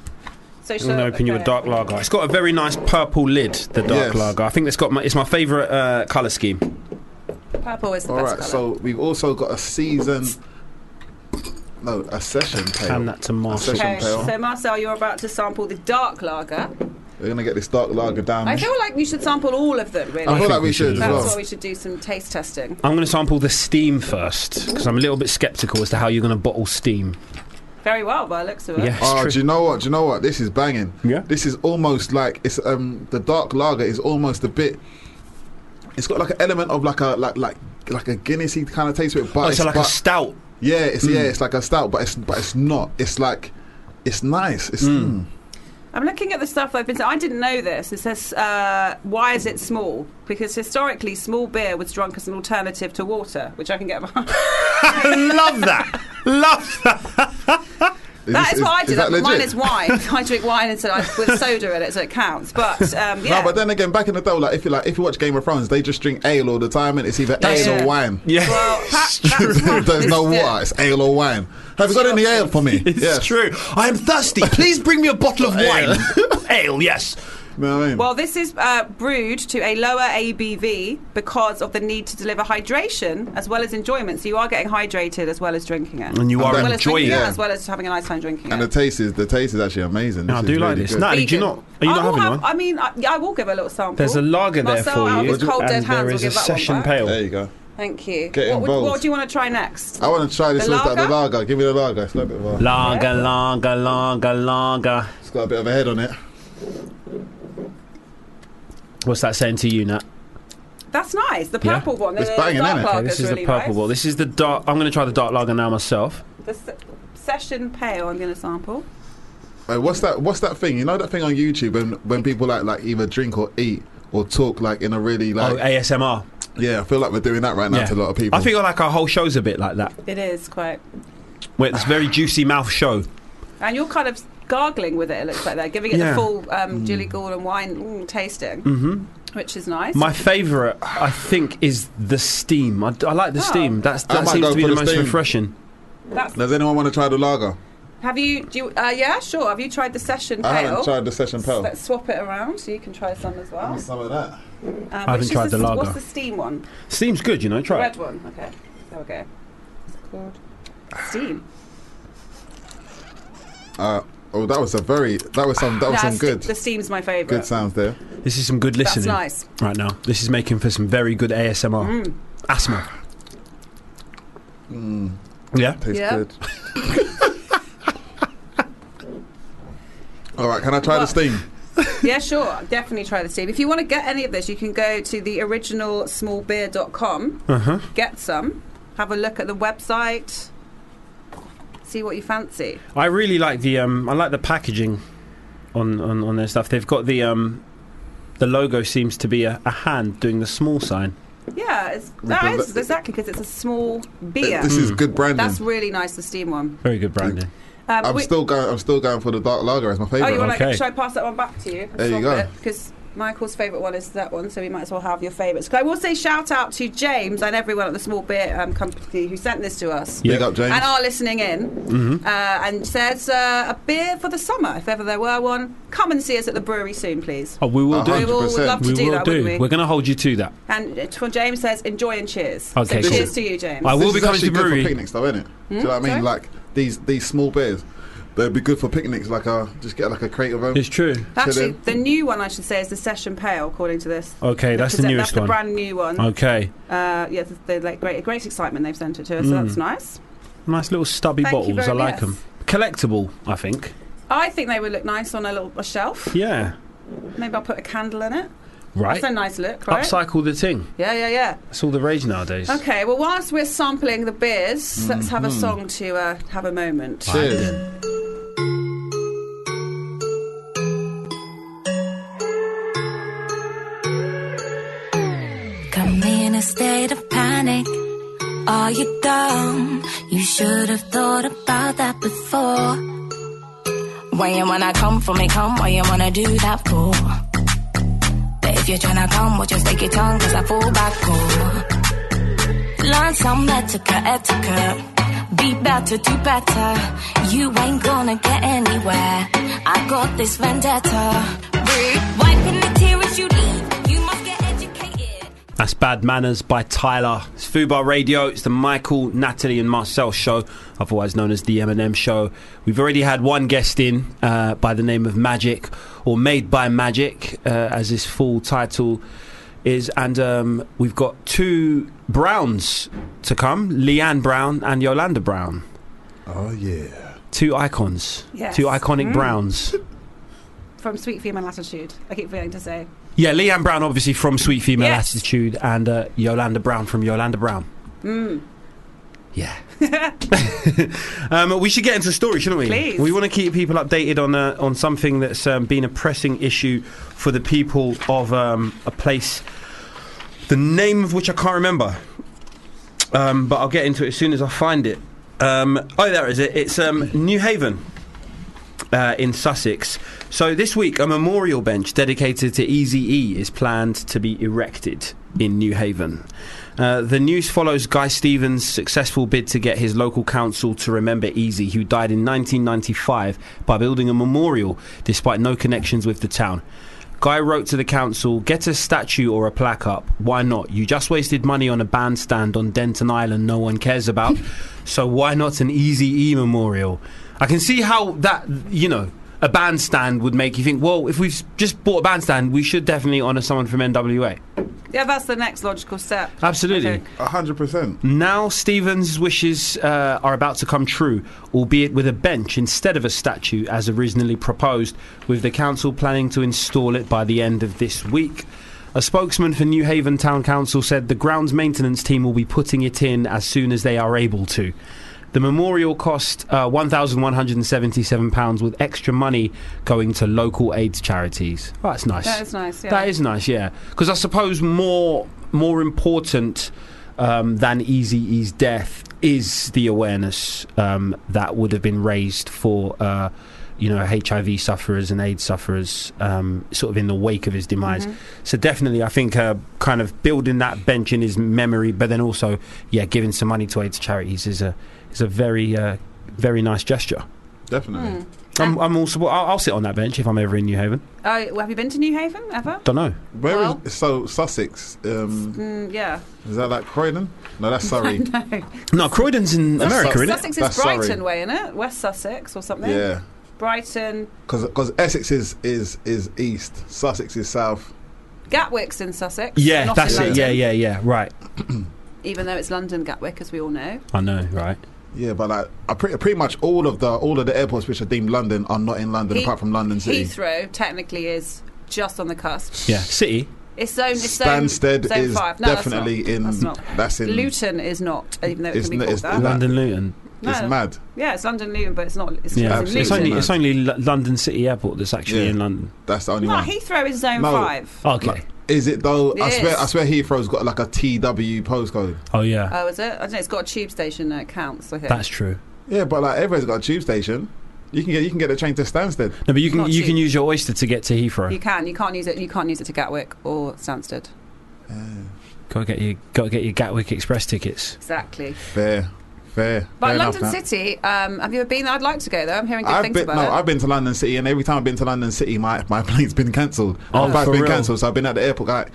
Speaker 5: So
Speaker 4: I'm gonna open you a dark lager. It's got a very nice purple lid. The dark
Speaker 6: Yes.
Speaker 4: lager. I think that's got my. It's my favorite uh, color scheme.
Speaker 5: Purple is the
Speaker 6: All
Speaker 5: best
Speaker 6: right,
Speaker 5: colour.
Speaker 6: so we've also got a season. No, a session pale.
Speaker 4: Hand that to Marcel.
Speaker 6: A session
Speaker 5: Okay,
Speaker 6: pale.
Speaker 5: so Marcel, you're about to sample the dark lager.
Speaker 6: We're gonna get this dark lager down.
Speaker 5: I feel like we should sample all of them, really.
Speaker 6: I feel like we
Speaker 4: we should
Speaker 6: should
Speaker 4: as
Speaker 6: as
Speaker 5: That's
Speaker 6: well.
Speaker 5: why we should do some taste testing.
Speaker 4: I'm gonna sample the steam first because I'm a little bit skeptical as to how you're gonna bottle steam.
Speaker 5: Very well, by the looks of it.
Speaker 4: Yeah. it's
Speaker 6: Oh,
Speaker 4: true.
Speaker 6: do you know what? Do you know what? This is banging.
Speaker 4: Yeah.
Speaker 6: This is almost like it's um the dark lager is almost a bit. It's got like an element of like a like like like a Guinnessy kind of taste to it, but
Speaker 4: Oh,
Speaker 6: it's
Speaker 4: so like
Speaker 6: but,
Speaker 4: a Mm. stout.
Speaker 6: yeah, it's yeah, it's like a stout, but it's but it's not. It's like it's nice. It's mm.
Speaker 5: I'm looking at the stuff I've been. I didn't know this. It says, uh, "Why is it small?" Because historically, small beer was drunk as an alternative to water, which I can get behind.
Speaker 6: mm.
Speaker 4: Love that. Love that.
Speaker 5: that is, what I do.
Speaker 6: that
Speaker 5: That- mine
Speaker 6: legit?
Speaker 5: is wine. I drink wine instead of, with soda in it, so it counts. But um, yeah,
Speaker 6: No, but then again, back in the day, like if you like, if you watch Game of Thrones, they just drink ale all the time, and it's either
Speaker 5: That's-
Speaker 6: ale
Speaker 5: Yeah.
Speaker 6: or wine.
Speaker 4: Yeah.
Speaker 5: well, that, that's what
Speaker 6: There's
Speaker 5: this-
Speaker 6: no
Speaker 5: yeah.
Speaker 6: water. It's ale or wine. Have you got any ale for me?
Speaker 4: It's true. I am thirsty. Please bring me a bottle of wine. Ale, yes.
Speaker 6: You know what I mean?
Speaker 5: Well, this is uh, brewed to a lower ABV because of the need to deliver hydration as well as enjoyment. So you are getting hydrated as well as drinking it.
Speaker 4: And you
Speaker 5: as
Speaker 4: are
Speaker 5: well as
Speaker 4: enjoying
Speaker 5: drinking
Speaker 4: it.
Speaker 5: as well as having a nice time drinking
Speaker 6: and the
Speaker 5: it.
Speaker 6: taste is the taste is actually amazing.
Speaker 4: No, I
Speaker 6: This
Speaker 4: do
Speaker 6: is
Speaker 4: like
Speaker 6: really
Speaker 4: this.
Speaker 6: good.
Speaker 4: Natalie, do you
Speaker 5: Vegan.
Speaker 4: not?
Speaker 6: Oh,
Speaker 4: Are you
Speaker 5: I
Speaker 4: not
Speaker 5: will
Speaker 4: having
Speaker 5: have-
Speaker 4: one?
Speaker 5: I mean, I, yeah, I will give a little sample.
Speaker 4: There's a lager there
Speaker 5: Marcel,
Speaker 4: for
Speaker 5: out of
Speaker 4: you,
Speaker 5: his cold dead
Speaker 4: and
Speaker 5: hands,
Speaker 4: there
Speaker 5: will
Speaker 4: is a
Speaker 5: give that one
Speaker 4: session
Speaker 5: back.
Speaker 4: pale.
Speaker 6: There you go.
Speaker 5: Thank you.
Speaker 6: Get
Speaker 5: what, would- what
Speaker 6: involved.
Speaker 5: do you want to try next?
Speaker 6: I want to try this.
Speaker 5: The
Speaker 6: The lager? the
Speaker 5: lager?
Speaker 6: lager. Give me the lager. It's got a bit of a,
Speaker 4: Lager, lager, lager, lager.
Speaker 6: it's got a bit of a head on it.
Speaker 4: What's that saying to you, Nat?
Speaker 5: That's nice. The
Speaker 4: Yeah.
Speaker 5: purple one.
Speaker 6: It's
Speaker 5: the,
Speaker 6: banging,
Speaker 5: the dark
Speaker 6: innit? Okay,
Speaker 5: lager's
Speaker 4: Okay, this is
Speaker 5: really
Speaker 4: the purple
Speaker 5: nice.
Speaker 4: one. This is the dark. I'm going to try the dark lager now myself.
Speaker 5: The se- session pale. I'm going to sample.
Speaker 6: Wait, what's that? What's that thing? You know that thing on YouTube when when people like like either drink or eat or talk like in a really
Speaker 4: Oh,
Speaker 6: like
Speaker 4: ASMR.
Speaker 6: yeah. I feel like we're doing that right now
Speaker 4: Yeah.
Speaker 6: to a lot of people.
Speaker 4: I feel like our whole show's a bit like that.
Speaker 5: It is quite.
Speaker 4: Where it's a very juicy mouth show.
Speaker 5: And you're kind of gargling with it. It looks like they're giving it
Speaker 4: Yeah.
Speaker 5: the full um, Julie Gordon wine mm, tasting,
Speaker 6: Mm.
Speaker 5: which is nice.
Speaker 4: My favourite, I think, is the steam. I, I like the
Speaker 5: Oh.
Speaker 4: steam. That's,
Speaker 6: I
Speaker 4: that
Speaker 6: might
Speaker 4: seems
Speaker 6: go
Speaker 4: to be
Speaker 6: for
Speaker 4: the
Speaker 6: the
Speaker 4: most
Speaker 6: steam.
Speaker 4: refreshing.
Speaker 5: That's,
Speaker 6: Does anyone want to try the lager?
Speaker 5: have you? Do you? Uh, yeah, sure. Have you tried the session pale?
Speaker 6: I haven't tried the session
Speaker 5: So
Speaker 6: pale.
Speaker 5: Let's swap it around so you can try some as well.
Speaker 6: Some of that.
Speaker 5: Um,
Speaker 4: I haven't
Speaker 5: which is
Speaker 4: tried the
Speaker 5: s-
Speaker 4: lager.
Speaker 5: What's the steam one?
Speaker 4: Steam's good, you know.
Speaker 5: The
Speaker 4: Try
Speaker 5: Red
Speaker 4: it.
Speaker 5: one. Okay. There we go. It's called steam.
Speaker 6: Uh, oh, that was a very that was some that was
Speaker 5: Nah,
Speaker 6: some
Speaker 5: ste-
Speaker 6: Oh, good
Speaker 5: The steam's my favourite.
Speaker 6: good sounds there.
Speaker 4: This is some good
Speaker 5: That's
Speaker 4: listening
Speaker 5: nice. Mm.
Speaker 4: right now. This is making for some very good ASMR. Asthma.
Speaker 6: Mm.
Speaker 4: Yeah.
Speaker 6: Tastes
Speaker 5: Yeah.
Speaker 6: good. All right, can I try the
Speaker 5: Well-
Speaker 6: steam?
Speaker 5: yeah, sure. Definitely try the steam. If you want to get any of this, you can go to the originalsmallbeer.com,
Speaker 4: Uh-huh.
Speaker 5: get some, have a look at the website, see what you fancy.
Speaker 4: I really like the um, I like the packaging on, on, on their stuff. They've got the um, the logo seems to be a, a hand doing the small sign.
Speaker 5: Yeah, it's, that
Speaker 6: Because
Speaker 5: is
Speaker 6: that-
Speaker 5: exactly because it's a small beer.
Speaker 6: This
Speaker 10: Hmm.
Speaker 6: is good branding.
Speaker 5: That's really nice, the steam one.
Speaker 10: Very good branding.
Speaker 5: Um,
Speaker 6: I'm
Speaker 5: we-
Speaker 6: still going. I'm still going for the dark lager as my
Speaker 5: oh,
Speaker 6: favorite.
Speaker 5: you want to?
Speaker 10: Okay.
Speaker 5: Should I pass that one back to you?
Speaker 6: There you go.
Speaker 5: Because Michael's favourite one is that one, so we might as well have your favourites. 'Cause I will say shout out to James and everyone at the small beer um, company who sent this to us.
Speaker 6: Big up, James.
Speaker 5: and
Speaker 6: Mm-hmm.
Speaker 5: are listening in uh, and says uh, a beer for the summer if ever there were one come and see us at the brewery soon please
Speaker 10: Oh, we will do.
Speaker 5: we will would
Speaker 6: 100%.
Speaker 5: love to
Speaker 10: We
Speaker 5: do
Speaker 10: will
Speaker 5: that
Speaker 10: do.
Speaker 5: wouldn't
Speaker 10: We're
Speaker 5: we
Speaker 10: going to hold you to that.
Speaker 5: and uh, t- james says enjoy and cheers
Speaker 10: Okay,
Speaker 5: so
Speaker 10: cool.
Speaker 5: cheers to you james
Speaker 10: I will
Speaker 6: This
Speaker 10: be
Speaker 6: is
Speaker 10: coming to
Speaker 6: actually good for
Speaker 10: brewery.
Speaker 6: picnics, though, isn't it? Do you know what I mean?
Speaker 5: Sorry?
Speaker 6: Like these these small beers, they'd be good for picnics. Like a just get like a crate of them.
Speaker 10: It's true.
Speaker 5: actually
Speaker 6: them.
Speaker 5: the new one i should say is the session pale according to this
Speaker 10: Okay, that's the
Speaker 5: Because
Speaker 10: newest
Speaker 5: that's
Speaker 10: one.
Speaker 5: the brand new one
Speaker 10: Okay,
Speaker 5: uh, yeah the, the, like great great excitement they've sent it to us so that's nice
Speaker 10: nice little stubby
Speaker 5: Thank you
Speaker 10: Mm. bottles.
Speaker 5: very
Speaker 10: I like
Speaker 5: much.
Speaker 10: them. Collectible, I think.
Speaker 5: i think they would look nice on a little a shelf
Speaker 10: Yeah.
Speaker 5: maybe i'll put a candle in it
Speaker 10: Right.
Speaker 5: that's a nice look right
Speaker 10: Upcycle the thing.
Speaker 5: yeah yeah yeah
Speaker 10: That's all the rage nowadays.
Speaker 5: Okay, well, whilst we're sampling the beers, let's have a
Speaker 10: Mm-hmm.
Speaker 5: song to uh, have a moment.
Speaker 6: Cheers.
Speaker 3: Got me in a state of panic. Are you dumb? You should have thought about that before. Why you wanna come for me, come? Why you wanna do that for? But if you're tryna come, well, just take your tongue, cause I fall back cool. Learn some etiquette, etiquette. Be better, do better. You ain't gonna get anywhere. I got this vendetta. Rude. Wiping the tears you leave. You must get educated.
Speaker 4: That's Bad Manners by Tyler. It's Fubar Radio. It's the Michael, Natalie, and Marcel show, otherwise known as the Eminem show. We've already had one guest in uh, by the name of Magic, or Made by Magic, uh, as his full title is. And um, we've got two Browns to come Leanne Brown and Yolanda Brown.
Speaker 6: Oh yeah.
Speaker 4: Two icons.
Speaker 5: Yes.
Speaker 4: Two iconic
Speaker 5: Mm.
Speaker 4: Browns.
Speaker 5: From Sweet Female Latitude, I keep forgetting to say.
Speaker 4: Yeah, Leanne Brown, obviously from Sweet Female
Speaker 5: Yes.
Speaker 4: Attitude, and uh, Yolanda Brown from Yolanda Brown.
Speaker 5: Mm.
Speaker 4: Yeah. um, we should get into the story, shouldn't we?
Speaker 5: Please.
Speaker 4: We want to keep people updated on uh, on something that's um, been a pressing issue for the people of um, a place, the name of which I can't remember, um, but I'll get into it as soon as I find it. Um, oh, there is it. It's um, New Haven uh, in Sussex. So this week, a memorial bench dedicated to Easy E is planned to be erected in New Haven. Uh, the news follows Guy Stevens' successful bid to get his local council to remember Easy, who died in 1995, by building a memorial despite no connections with the town. Guy wrote to the council, get a statue or a plaque up. Why not? You just wasted money on a bandstand on Denton Island no one cares about. so why not an Easy E memorial? I can see how that, you know, a bandstand would make you think, well, if we've s- just bought a bandstand, we should definitely honour someone from NWA.
Speaker 5: Yeah, that's the next logical step.
Speaker 4: Absolutely.
Speaker 5: Okay.
Speaker 6: A hundred percent.
Speaker 10: Hmm.
Speaker 4: Now Stevens' wishes uh, are about to come true, albeit with a bench instead of a statue as originally proposed, with the council planning to install it by the end of this week. A spokesman for New Haven Town Council said the grounds maintenance team will be putting it in as soon as they are able to. The memorial cost uh, £1,177 with extra money going to local AIDS charities. Oh, that's nice.
Speaker 5: That is nice, yeah.
Speaker 4: That is nice, yeah. Because I suppose more more important um, than Easy E's death is the awareness um, that would have been raised for uh, you know HIV sufferers and AIDS sufferers, um, sort of in the wake of his demise. So definitely, I think uh, kind of building that bench in his memory, but then also yeah, giving some money to AIDS charities is a is a very uh, very nice gesture.
Speaker 6: Definitely.
Speaker 4: I'm, I'm also I'll, I'll sit on that bench if I'm ever in New Haven.
Speaker 5: Oh, well, have you been to New Haven ever?
Speaker 4: Don't know.
Speaker 6: Where is
Speaker 5: Hmm. Well-
Speaker 6: so Sussex? Um,
Speaker 5: Mm, yeah.
Speaker 6: is that like Croydon? No, that's Surrey.
Speaker 4: No, Croydon's in America,
Speaker 6: Sussex.
Speaker 4: isn't it?
Speaker 5: Sussex
Speaker 6: That's
Speaker 5: is Brighton
Speaker 6: Surrey.
Speaker 5: way, isn't it? West Sussex or something.
Speaker 6: yeah.
Speaker 5: Brighton.
Speaker 6: Because Essex is, is is east, Sussex is south.
Speaker 5: Gatwick's in Sussex.
Speaker 4: Yeah,
Speaker 5: not
Speaker 4: that's
Speaker 5: in
Speaker 4: it. Yeah,
Speaker 5: London,
Speaker 4: yeah, yeah. Right.
Speaker 5: Even though it's London Gatwick, as we all know.
Speaker 4: I know, right?
Speaker 6: Yeah, but like I pretty, pretty much all of the all of the airports which are deemed London are not in London
Speaker 5: He-
Speaker 6: apart from London City.
Speaker 5: Heathrow technically is just on the cusp.
Speaker 4: Yeah. City.
Speaker 5: It's zone. It's zone,
Speaker 6: Stansted
Speaker 5: zone
Speaker 6: is
Speaker 5: five. No, that's not.
Speaker 6: definitely in.
Speaker 5: That's not.
Speaker 6: in.
Speaker 5: Luton is not, even though it
Speaker 6: It's
Speaker 5: can be
Speaker 6: n-
Speaker 5: called
Speaker 6: it's
Speaker 5: that.
Speaker 6: in that-
Speaker 4: London Luton.
Speaker 5: No,
Speaker 6: It's
Speaker 5: no.
Speaker 6: mad.
Speaker 5: Yeah, it's London Luton, but it's not. It's,
Speaker 4: Yeah.
Speaker 5: it's in
Speaker 4: It's
Speaker 6: absolutely.
Speaker 5: Luton.
Speaker 4: only it's only L- London City Airport that's actually
Speaker 6: Yeah.
Speaker 4: in London.
Speaker 6: That's the only
Speaker 5: No,
Speaker 6: one.
Speaker 5: Heathrow is zone
Speaker 6: No.
Speaker 5: five.
Speaker 4: Okay.
Speaker 6: Like, Is it though? I
Speaker 5: It
Speaker 6: swear,
Speaker 5: is.
Speaker 6: I swear, Heathrow's got like a TW postcode.
Speaker 4: Oh yeah,
Speaker 5: Oh, is it? I don't know. It's got a tube station that counts. I think.
Speaker 4: that's true.
Speaker 6: Yeah, but like everywhere's got a tube station. You can get you can get a train to Stansted.
Speaker 4: No, but you can
Speaker 5: Not
Speaker 4: you can
Speaker 5: cheap.
Speaker 4: use your oyster to get to
Speaker 5: you
Speaker 4: Heathrow.
Speaker 5: can. You can't use it. You can't use it to Gatwick or Stansted.
Speaker 4: Gotta get your gotta get your Gatwick Express tickets.
Speaker 5: Exactly.
Speaker 6: Fair, fair.
Speaker 5: But
Speaker 6: fair
Speaker 5: London
Speaker 6: enough, man.
Speaker 5: City. Um, have you ever been there? I'd like to go there. I'm hearing good
Speaker 6: I've
Speaker 5: things
Speaker 6: been no,
Speaker 5: about it.
Speaker 6: I've been to London City, and every time I've been to London City, my my plane's been cancelled.
Speaker 4: Oh,
Speaker 6: my flight's
Speaker 4: for
Speaker 6: been
Speaker 4: real?
Speaker 6: cancelled, so I've been at the airport. Like,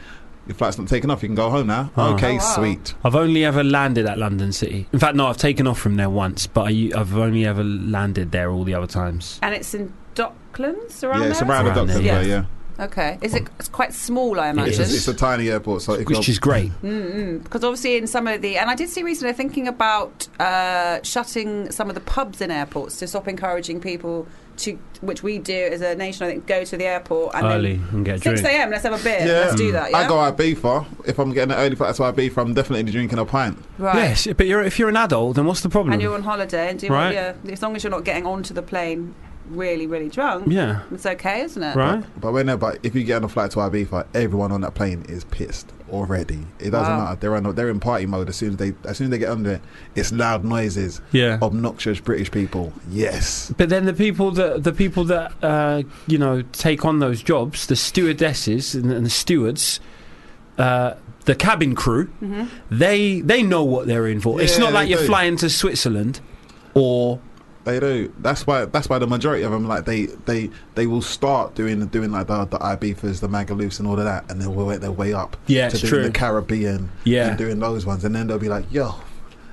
Speaker 6: your flight's not taking off. You can go home now.
Speaker 4: Oh.
Speaker 6: Okay,
Speaker 5: Oh, wow.
Speaker 6: sweet.
Speaker 4: I've only ever landed at London City. In fact, no, I've taken off from there once, but I, have only ever landed there all the other times.
Speaker 5: and it's in Docklands around
Speaker 6: Yeah,
Speaker 5: there.
Speaker 6: it's around the
Speaker 4: Around
Speaker 6: doctor.
Speaker 4: there,
Speaker 6: Yeah,
Speaker 5: yeah.
Speaker 6: yeah.
Speaker 5: Okay. Is it? It's quite small, I
Speaker 4: It
Speaker 6: It's,
Speaker 5: imagine. Mm-hmm.
Speaker 6: a, it's a tiny airport, so if
Speaker 4: Which
Speaker 6: you're-
Speaker 4: is great.
Speaker 5: Because obviously, in some of the, and I did see recently, they're thinking about uh, shutting some of the pubs in airports to stop encouraging people to, which we do as a nation, I think, go to the airport and
Speaker 4: Early
Speaker 5: Then,
Speaker 4: and get a
Speaker 5: 6
Speaker 4: drink.
Speaker 5: a.m. Let's have a beer.
Speaker 6: Yeah.
Speaker 5: Let's do that. Yeah?
Speaker 6: I go Ibiza. If I'm getting an early flight to Ibiza, I'm definitely drinking a pint.
Speaker 5: right.
Speaker 4: Yes, but you're, if you're an adult, then what's the problem?
Speaker 5: And you're on holiday, and do
Speaker 4: Right.
Speaker 5: what yeah, as long as you're not getting onto the plane really, really drunk.
Speaker 4: yeah,
Speaker 5: It's okay, isn't it?
Speaker 4: right.
Speaker 6: But when but if you get on a flight to Ibiza, everyone on that plane is pissed already. It doesn't
Speaker 5: Wow.
Speaker 6: matter. They're on, they're in party mode as soon as they as soon as they get on there. It's loud noises,
Speaker 4: Yeah.
Speaker 6: obnoxious British people. Yes,
Speaker 4: But then the people that the people that uh, you know take on those jobs, the stewardesses and, and the stewards, uh, the cabin crew,
Speaker 5: Mm-hmm.
Speaker 4: they they know what they're in for. it's
Speaker 6: Yeah,
Speaker 4: not like
Speaker 6: they
Speaker 4: you're
Speaker 6: do.
Speaker 4: flying to Switzerland or
Speaker 6: they do. That's why that's why the majority of them like they they they will start doing doing like the the Ibifas, the Magalufs, and all of that, and then will work their way up.
Speaker 4: Yeah,
Speaker 6: to
Speaker 4: it's
Speaker 6: doing
Speaker 4: true.
Speaker 6: the Caribbean.
Speaker 4: Yeah.
Speaker 6: and doing those ones, and then they'll be like, yo.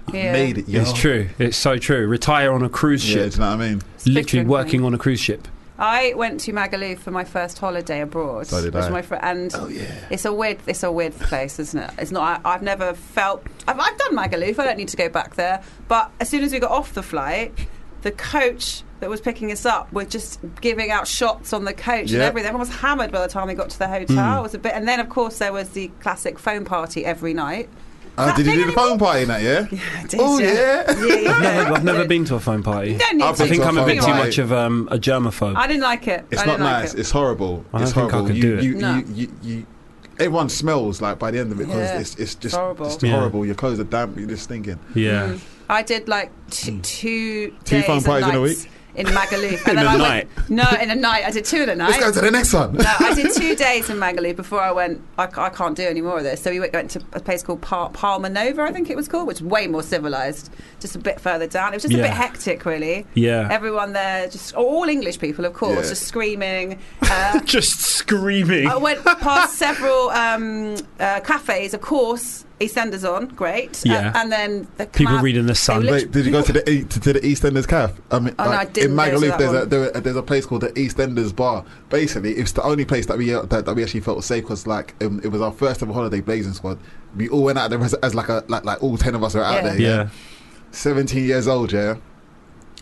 Speaker 6: I
Speaker 5: Yeah.
Speaker 6: made it, yo.
Speaker 4: it's true. It's so true. Retire on a cruise
Speaker 6: Yeah,
Speaker 4: ship,
Speaker 6: do you know what I mean?
Speaker 4: literally
Speaker 5: Different
Speaker 4: working
Speaker 5: thing.
Speaker 4: on a cruise ship.
Speaker 5: I went to Magaluf for my first holiday abroad.
Speaker 6: So did
Speaker 5: which
Speaker 6: I.
Speaker 5: My fr- and
Speaker 6: Oh, yeah.
Speaker 5: It's a weird, it's a weird place, isn't it? It's not. I, I've never felt. I've, I've done Magaluf. I don't need to go back there. But as soon as we got off the flight, the coach that was picking us up were just giving out shots on the coach and
Speaker 6: Yeah. Hmm.
Speaker 5: everything. Everyone was hammered by the time we got to the hotel. It was a bit, and then of course there was the classic phone party every night.
Speaker 6: Uh,
Speaker 5: that
Speaker 6: did you
Speaker 5: thing
Speaker 6: do the phone party in that, yeah?
Speaker 5: Did
Speaker 6: Oh,
Speaker 5: you?
Speaker 6: yeah.
Speaker 5: yeah, yeah.
Speaker 4: I've never, I've never been to a phone
Speaker 5: You
Speaker 4: party.
Speaker 5: don't need
Speaker 6: I've
Speaker 5: to.
Speaker 4: I think
Speaker 6: been
Speaker 4: I'm
Speaker 6: to
Speaker 4: a bit too
Speaker 6: Right.
Speaker 4: much of um, a germaphobe.
Speaker 5: I didn't like it.
Speaker 6: It's
Speaker 5: I
Speaker 6: not
Speaker 5: didn't like
Speaker 6: nice.
Speaker 5: it.
Speaker 6: it's horrible.
Speaker 4: I don't
Speaker 6: it's
Speaker 4: think I
Speaker 6: horrible.
Speaker 4: could
Speaker 6: you,
Speaker 4: do it.
Speaker 6: You,
Speaker 5: No.
Speaker 6: you, you, you, everyone smells like by the end of it because
Speaker 5: Yeah.
Speaker 6: it's, it's just
Speaker 5: horrible.
Speaker 6: It's
Speaker 4: Yeah.
Speaker 6: horrible. Your clothes are damp. You're just stinking.
Speaker 4: yeah,
Speaker 5: I did like
Speaker 4: Hmm.
Speaker 5: t- two
Speaker 6: Two
Speaker 5: days
Speaker 6: phone
Speaker 5: and
Speaker 6: parties in a
Speaker 5: nights
Speaker 6: week?
Speaker 5: in Magaluf.
Speaker 4: In
Speaker 5: then
Speaker 4: a
Speaker 5: I
Speaker 4: night?
Speaker 5: Went, no, in a night. I did two in a night.
Speaker 6: Let's go to the next one.
Speaker 5: no, I did two days in Magaluf before I went. I, c- I can't do any more of this. So we went, went to a place called Par- Palma Nova, I think it was called, which is way more civilized, just a bit further down. It was just a
Speaker 4: Yeah.
Speaker 5: bit hectic, really.
Speaker 4: yeah.
Speaker 5: Everyone there, just all English people, of course,
Speaker 6: Yeah.
Speaker 5: just screaming. Uh,
Speaker 4: Just screaming.
Speaker 5: I went past several um, uh, cafes, of course. EastEnders on, great. Uh,
Speaker 4: Yeah.
Speaker 5: and then the
Speaker 4: People
Speaker 5: cloud-
Speaker 4: reading the
Speaker 5: they
Speaker 4: Sun.
Speaker 5: literally-
Speaker 6: Wait, did you go to the E- to, to the EastEnders calf? I mean,
Speaker 5: Oh, no, I didn't
Speaker 6: in
Speaker 5: go to
Speaker 6: Magaluf,
Speaker 5: that
Speaker 6: there's a,
Speaker 5: one.
Speaker 6: there, there's a place called the EastEnders bar. Basically, it's the only place that we uh, that, that we actually felt safe because like um, it was our first ever holiday blazing squad. We all went out there as, as like a like like all ten of us are out
Speaker 5: Yeah.
Speaker 6: there.
Speaker 4: yeah.
Speaker 6: 17 years old, yeah.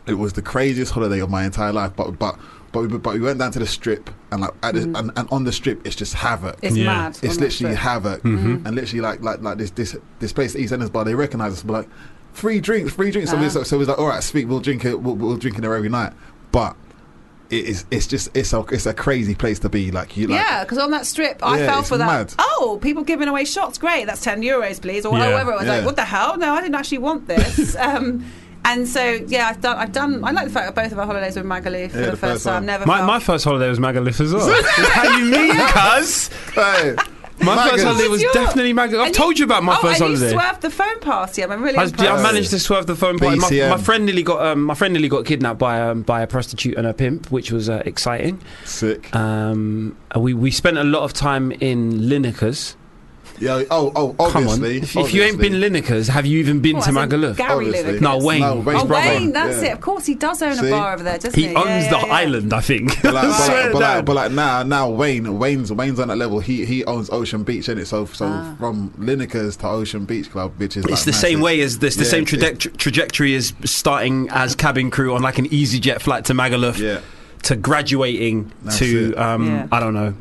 Speaker 6: It was the craziest holiday of my entire life, but but but we, but we went down to the strip and like at
Speaker 5: Mm-hmm.
Speaker 6: the, and, and on the strip it's just havoc.
Speaker 5: It's
Speaker 4: Yeah.
Speaker 5: mad.
Speaker 6: It's
Speaker 5: on that
Speaker 6: literally
Speaker 5: trip.
Speaker 6: havoc,
Speaker 4: Mm-hmm.
Speaker 6: and literally like like like this this this place at East Enders Bar. They recognise us, but like free drinks, free drinks. So, we, so, so we was like, all right, sweet, we'll drink it, we'll, we'll drink it there every night. But it is it's just it's a it's a crazy place to be. Like you like
Speaker 5: Yeah, because on that strip, I
Speaker 6: Yeah,
Speaker 5: fell
Speaker 6: it's
Speaker 5: for that.
Speaker 6: mad.
Speaker 5: Oh, people giving away shots. Great, that's 10 euros, please. Or
Speaker 4: Yeah,
Speaker 5: however, I was
Speaker 6: yeah.
Speaker 5: like, what the hell? No, I didn't actually want this. um, and so, yeah, I've done, I've done, I like the fact that both of our holidays were in Magaluf for
Speaker 6: Yeah,
Speaker 5: the,
Speaker 6: the
Speaker 5: first,
Speaker 6: first
Speaker 5: time.
Speaker 6: one.
Speaker 5: Never
Speaker 4: My,
Speaker 5: felt-
Speaker 4: my first holiday was Magaluf as well. How you mean, cuz?
Speaker 6: Hey,
Speaker 4: My
Speaker 6: Magas.
Speaker 4: first holiday was
Speaker 5: yours?
Speaker 4: definitely Magaluf. I've
Speaker 5: And
Speaker 4: told you about my
Speaker 5: oh,
Speaker 4: first
Speaker 5: and
Speaker 4: holiday.
Speaker 5: You swerved the phone past him. I'm really
Speaker 4: I, was- yeah, I
Speaker 5: impressed.
Speaker 4: managed to swerve the phone party. My,
Speaker 6: BCM.
Speaker 4: my friend nearly got um, my friend nearly got kidnapped by um, by a prostitute and a pimp, which was uh, exciting.
Speaker 6: sick.
Speaker 4: Um, we we spent a lot of time in Lineker's.
Speaker 6: Yeah. Oh oh
Speaker 4: Come on,
Speaker 6: obviously.
Speaker 4: if, if you ain't been
Speaker 6: obviously.
Speaker 4: Lineker's, have you even been
Speaker 5: What,
Speaker 4: to
Speaker 5: as in
Speaker 4: Magaluf?
Speaker 5: Oh, Gary
Speaker 6: Obviously.
Speaker 5: Lineker?
Speaker 4: no, Wayne.
Speaker 6: No, Wayne's
Speaker 5: Oh,
Speaker 6: brother.
Speaker 5: Wayne, that's
Speaker 6: Yeah.
Speaker 5: it. Of course, he does own
Speaker 6: See?
Speaker 5: a bar over there, doesn't
Speaker 4: he
Speaker 5: he?
Speaker 4: owns
Speaker 5: Yeah, yeah,
Speaker 4: the
Speaker 5: yeah.
Speaker 4: island, I think.
Speaker 6: But like, but,
Speaker 4: Swear
Speaker 6: like, but,
Speaker 4: down.
Speaker 6: like, but like now, now Wayne, Wayne's Wayne's on that level. He he owns Ocean Beach, and it so so
Speaker 5: Ah.
Speaker 6: from Lineker's to Ocean Beach Club, which is
Speaker 4: It's
Speaker 6: like,
Speaker 4: the same
Speaker 6: massive.
Speaker 4: way as this, the
Speaker 6: Yeah,
Speaker 4: same
Speaker 6: it's-
Speaker 4: traje- trajectory as starting as cabin crew on like an EasyJet flight to Magaluf
Speaker 6: Yeah.
Speaker 4: to graduating
Speaker 6: That's
Speaker 4: to
Speaker 6: it.
Speaker 4: um,
Speaker 5: Yeah.
Speaker 4: I don't know.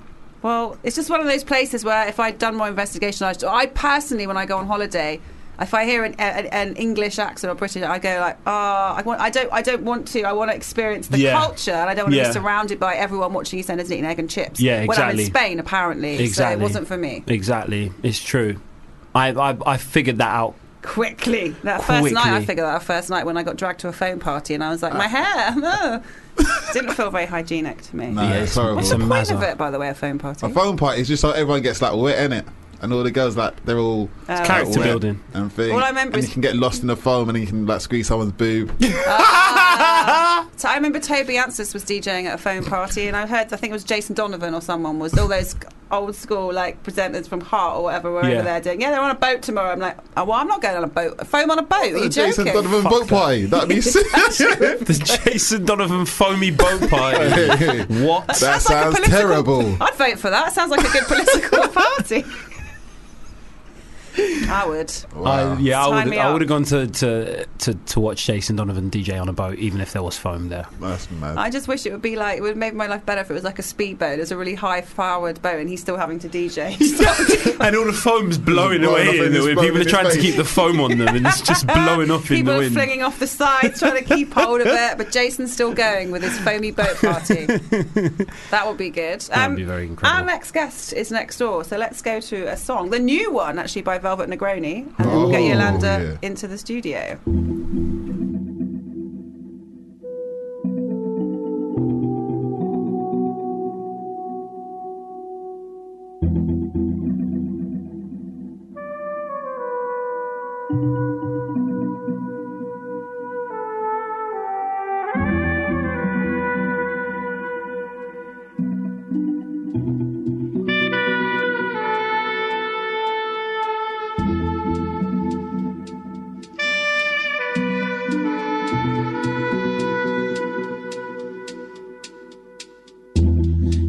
Speaker 5: Well, it's just one of those places where if I'd done more investigation, I'd, I personally, when I go on holiday, If I hear an, an, an English accent or British, I go like, ah, I want, I don't, I don't want to. I want to experience the
Speaker 4: Yeah.
Speaker 5: culture, and I don't want to
Speaker 4: Yeah.
Speaker 5: be surrounded by everyone watching you senders eating egg and chips.
Speaker 4: Yeah,
Speaker 5: When I'm in
Speaker 4: exactly.
Speaker 5: Spain, apparently, so it
Speaker 4: Exactly.
Speaker 5: wasn't for me.
Speaker 4: Exactly, it's true. I I, I figured that out.
Speaker 5: Quickly, that first night, I
Speaker 4: Quickly. Ah.
Speaker 5: figured that out first night when I got dragged to a phone party, and I was like, my hair no. didn't feel very hygienic to me.
Speaker 6: Nah,
Speaker 4: Yeah,
Speaker 6: it's
Speaker 4: it's-
Speaker 6: horrible.
Speaker 5: What's
Speaker 4: a
Speaker 5: the point
Speaker 4: mazza.
Speaker 5: of it, by the way, a phone party?
Speaker 6: A phone party is just so everyone gets like wet in it, and all the girls like they're all
Speaker 5: Um,
Speaker 4: Character
Speaker 6: like, wet
Speaker 4: building.
Speaker 6: and thing.
Speaker 5: All I remember
Speaker 6: and
Speaker 5: is-
Speaker 6: you can get lost in the foam, and then you can like squeeze someone's boob.
Speaker 5: So I remember Toby Anstis was DJing at a phone party, and I heard I think it was Jason Donovan or someone was all those old school like presenters from Heart or whatever were
Speaker 4: Yeah.
Speaker 5: over there doing. Yeah, they're on a boat tomorrow. I'm like, oh, well, I'm not going on a boat. A foam on a boat? Are you
Speaker 6: Jason
Speaker 5: joking?
Speaker 6: Donovan boat party. That'd be sick.
Speaker 4: The Jason Donovan foamy boat party. what?
Speaker 6: that
Speaker 5: Sounds like a
Speaker 6: sounds
Speaker 5: political-
Speaker 6: terrible.
Speaker 5: I'd vote for that. Sounds like a good political party. I would.
Speaker 6: Oh.
Speaker 4: I, yeah,
Speaker 5: Sign
Speaker 4: I would.
Speaker 5: me
Speaker 4: I
Speaker 5: up.
Speaker 4: would have gone to, to to to watch Jason Donovan DJ on a boat, even if there was foam there.
Speaker 6: That's mad.
Speaker 5: I just wish it would be like it would make my life better if it was like a speedboat. It was a really high powered boat, and he's still having to DJ.
Speaker 4: and all the foam's blowing
Speaker 6: Blowing off
Speaker 4: away
Speaker 6: in
Speaker 4: in the
Speaker 6: his-
Speaker 4: wind.
Speaker 6: blowing
Speaker 4: People
Speaker 6: in
Speaker 4: are
Speaker 6: his
Speaker 4: trying to
Speaker 6: face.
Speaker 4: keep the foam on them, and it's just blowing off in
Speaker 5: People
Speaker 4: the
Speaker 5: are
Speaker 4: wind.
Speaker 5: flinging off the sides, trying to keep hold of it, but Jason's still going with his foamy boat party. that would be good. Um,
Speaker 4: That would be very incredible.
Speaker 5: Our next guest is next door, so let's go to a song, the new one actually by Velvet Negroni, and we'll get
Speaker 6: Oh,
Speaker 5: Yolanda
Speaker 6: yeah.
Speaker 5: into the studio.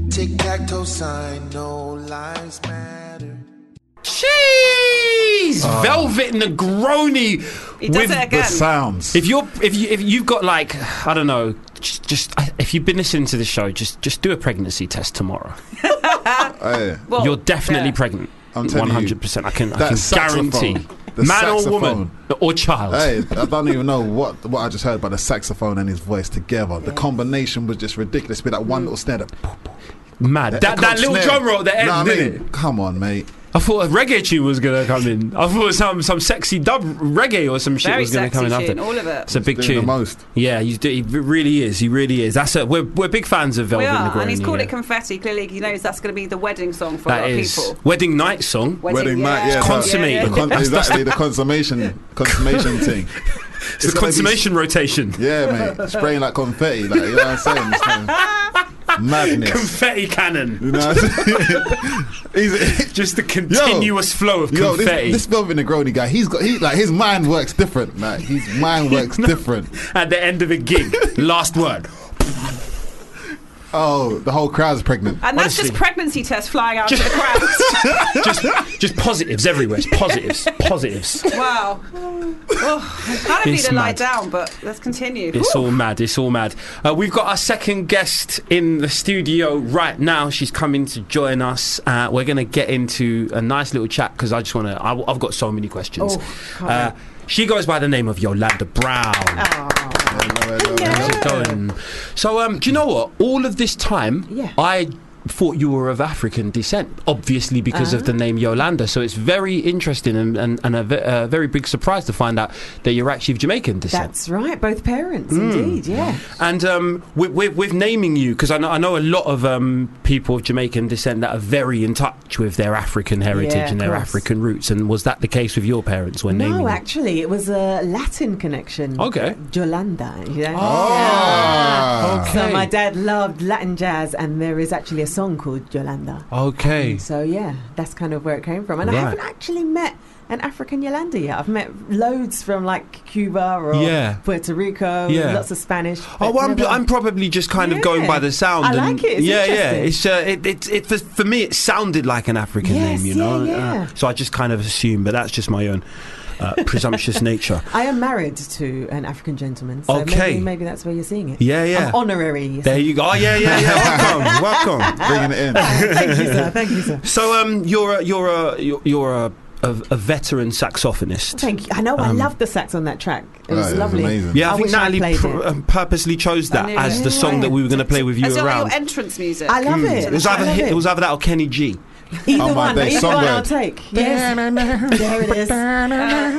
Speaker 7: Tic tac toe sign, no lives matter.
Speaker 4: Jeez, Velvet Negroni
Speaker 5: He does it
Speaker 6: the
Speaker 5: again.
Speaker 6: sounds.
Speaker 4: If you're, if you, if you've got like, I don't know, just, just if you've been listening to the show, just, just do a pregnancy test tomorrow.
Speaker 6: Hey,
Speaker 5: Well,
Speaker 4: you're definitely
Speaker 5: yeah.
Speaker 4: pregnant.
Speaker 6: I'm telling you,
Speaker 4: 100%. I can, I
Speaker 6: that
Speaker 4: can
Speaker 6: saxophone,
Speaker 4: guarantee.
Speaker 6: the
Speaker 4: Man
Speaker 6: saxophone.
Speaker 4: or woman or child.
Speaker 6: hey, I don't even know what what I just heard, but the saxophone and his voice together, the combination was just ridiculous. With that one
Speaker 5: Mm.
Speaker 6: little snare, that,
Speaker 4: Mad. that
Speaker 6: echo
Speaker 4: that little
Speaker 6: snare.
Speaker 4: drum roll at the end,
Speaker 6: Know what I
Speaker 4: didn't
Speaker 6: mean?
Speaker 4: it?
Speaker 6: Come on, mate.
Speaker 4: I thought a reggae tune was going to come in. I thought some, some sexy dub reggae or some shit
Speaker 5: Very
Speaker 4: was going to
Speaker 5: sexy
Speaker 4: come in
Speaker 5: tune,
Speaker 4: after.
Speaker 5: all of it.
Speaker 4: It's a big
Speaker 6: Doing
Speaker 4: tune.
Speaker 6: the most.
Speaker 4: Yeah, he's, do- he really is. He really is. That's a, we're, we're big fans of
Speaker 5: we
Speaker 4: Velvet
Speaker 5: are,
Speaker 4: Negroni.
Speaker 5: and he's called
Speaker 4: yeah.
Speaker 5: it confetti. Clearly, he knows that's going to be the wedding song for a
Speaker 4: That
Speaker 5: lot
Speaker 4: is.
Speaker 5: of people.
Speaker 4: Wedding night song.
Speaker 6: Wedding night, yeah,
Speaker 4: Consummate.
Speaker 6: The con- exactly the consummation, consummation thing.
Speaker 4: It's the
Speaker 6: gonna be-
Speaker 4: consummation rotation.
Speaker 6: Yeah, mate, spraying like confetti, like you know what I'm saying? It's like madness.
Speaker 4: Confetti cannon.
Speaker 6: You know what I'm saying? He's-
Speaker 4: Just the continuous flow of
Speaker 6: Yo, this,
Speaker 4: confetti.
Speaker 6: this Velvet Negroni guy, he's got he like his mind works different. Like his mind works different.
Speaker 4: At the end of a gig, last word.
Speaker 6: Oh, the whole crowd's pregnant.
Speaker 5: And that's just
Speaker 4: Honestly.
Speaker 5: pregnancy tests flying out of the crowd.
Speaker 4: Just positives everywhere. It's positives. positives.
Speaker 5: wow. Oh, I kind of need
Speaker 4: It's
Speaker 5: to lie
Speaker 4: mad.
Speaker 5: down, but let's continue.
Speaker 4: It's all mad. It's all mad. Uh, we've got our second guest in the studio right now. She's coming to join us. Uh, we're going to get into a nice little chat because I just want to. I've got so many questions. uh, she goes by the name of Yolanda Brown.
Speaker 6: Oh.
Speaker 4: How's it going? So, um, do you know what? All of this time,
Speaker 5: Yeah.
Speaker 4: I thought you were of African descent, obviously because of the
Speaker 11: Ah.
Speaker 4: name Yolanda. So it's very interesting and, and, and a ve- uh, very big surprise to find out that you're actually of Jamaican descent.
Speaker 11: That's right, both parents, indeed, yeah.
Speaker 4: and um, with, with, with naming you, because I know, I know a lot of um, people of Jamaican descent that are very in touch with their African heritage
Speaker 11: Yeah,
Speaker 4: and
Speaker 11: of
Speaker 4: their
Speaker 11: course.
Speaker 4: African roots. And was that the case with your parents when naming
Speaker 11: No,
Speaker 4: you?
Speaker 11: actually, it was a Latin connection.
Speaker 4: Okay.
Speaker 11: Yolanda. Yeah.
Speaker 6: Ah,
Speaker 11: Yeah. So my dad loved Latin jazz, and there is actually a song called Yolanda.
Speaker 4: Okay.
Speaker 11: So yeah, that's kind of where it came from. And I
Speaker 4: Right.
Speaker 11: haven't actually met an African Yolanda yet. I've met loads from like Cuba or
Speaker 4: Yeah.
Speaker 11: Puerto Rico,
Speaker 4: Yeah.
Speaker 11: lots of Spanish.
Speaker 4: Oh,
Speaker 11: but
Speaker 4: well, I'm,
Speaker 11: never-
Speaker 4: I'm probably just kind of going
Speaker 11: Yeah.
Speaker 4: by the sound.
Speaker 11: I
Speaker 4: and-
Speaker 11: like it. It's
Speaker 4: yeah, yeah.
Speaker 11: interesting.
Speaker 4: It's uh, it, it, it for, for me, it sounded like an African
Speaker 11: Yes,
Speaker 4: name, you
Speaker 11: yeah,
Speaker 4: know.
Speaker 11: yeah.
Speaker 4: Uh, so I just kind of assumed, but that's just my own uh, presumptuous nature.
Speaker 11: I am married to an African gentleman, so
Speaker 4: Okay.
Speaker 11: maybe, maybe that's where you're seeing it.
Speaker 4: Yeah, yeah.
Speaker 11: I'm honorary.
Speaker 4: There you go. Oh, yeah, yeah, yeah. welcome, welcome.
Speaker 6: bringing it in.
Speaker 11: Thank you, sir. Thank you, sir.
Speaker 4: So, um, you're a, you're a, you're, you're a, a, a veteran saxophonist.
Speaker 11: Thank you. I know. I
Speaker 4: Um,
Speaker 11: loved the sax on that track. It
Speaker 6: Oh,
Speaker 11: was
Speaker 6: it was
Speaker 11: lovely.
Speaker 6: amazing.
Speaker 4: Yeah, I, think
Speaker 11: wish I
Speaker 4: Natalie
Speaker 11: played
Speaker 4: pr-
Speaker 11: it.
Speaker 4: um, purposely chose that
Speaker 5: knew
Speaker 4: as
Speaker 5: it.
Speaker 4: the song that we were going to play with you
Speaker 5: It's not
Speaker 4: around. Hmm.
Speaker 5: your entrance music.
Speaker 11: I love it.
Speaker 4: It was either
Speaker 11: I love
Speaker 4: hi- it was either that or Kenny G.
Speaker 11: Either
Speaker 6: Oh,
Speaker 11: one,
Speaker 6: my days,
Speaker 11: either one I'll
Speaker 6: Songbird.
Speaker 11: take. Yes. there it is.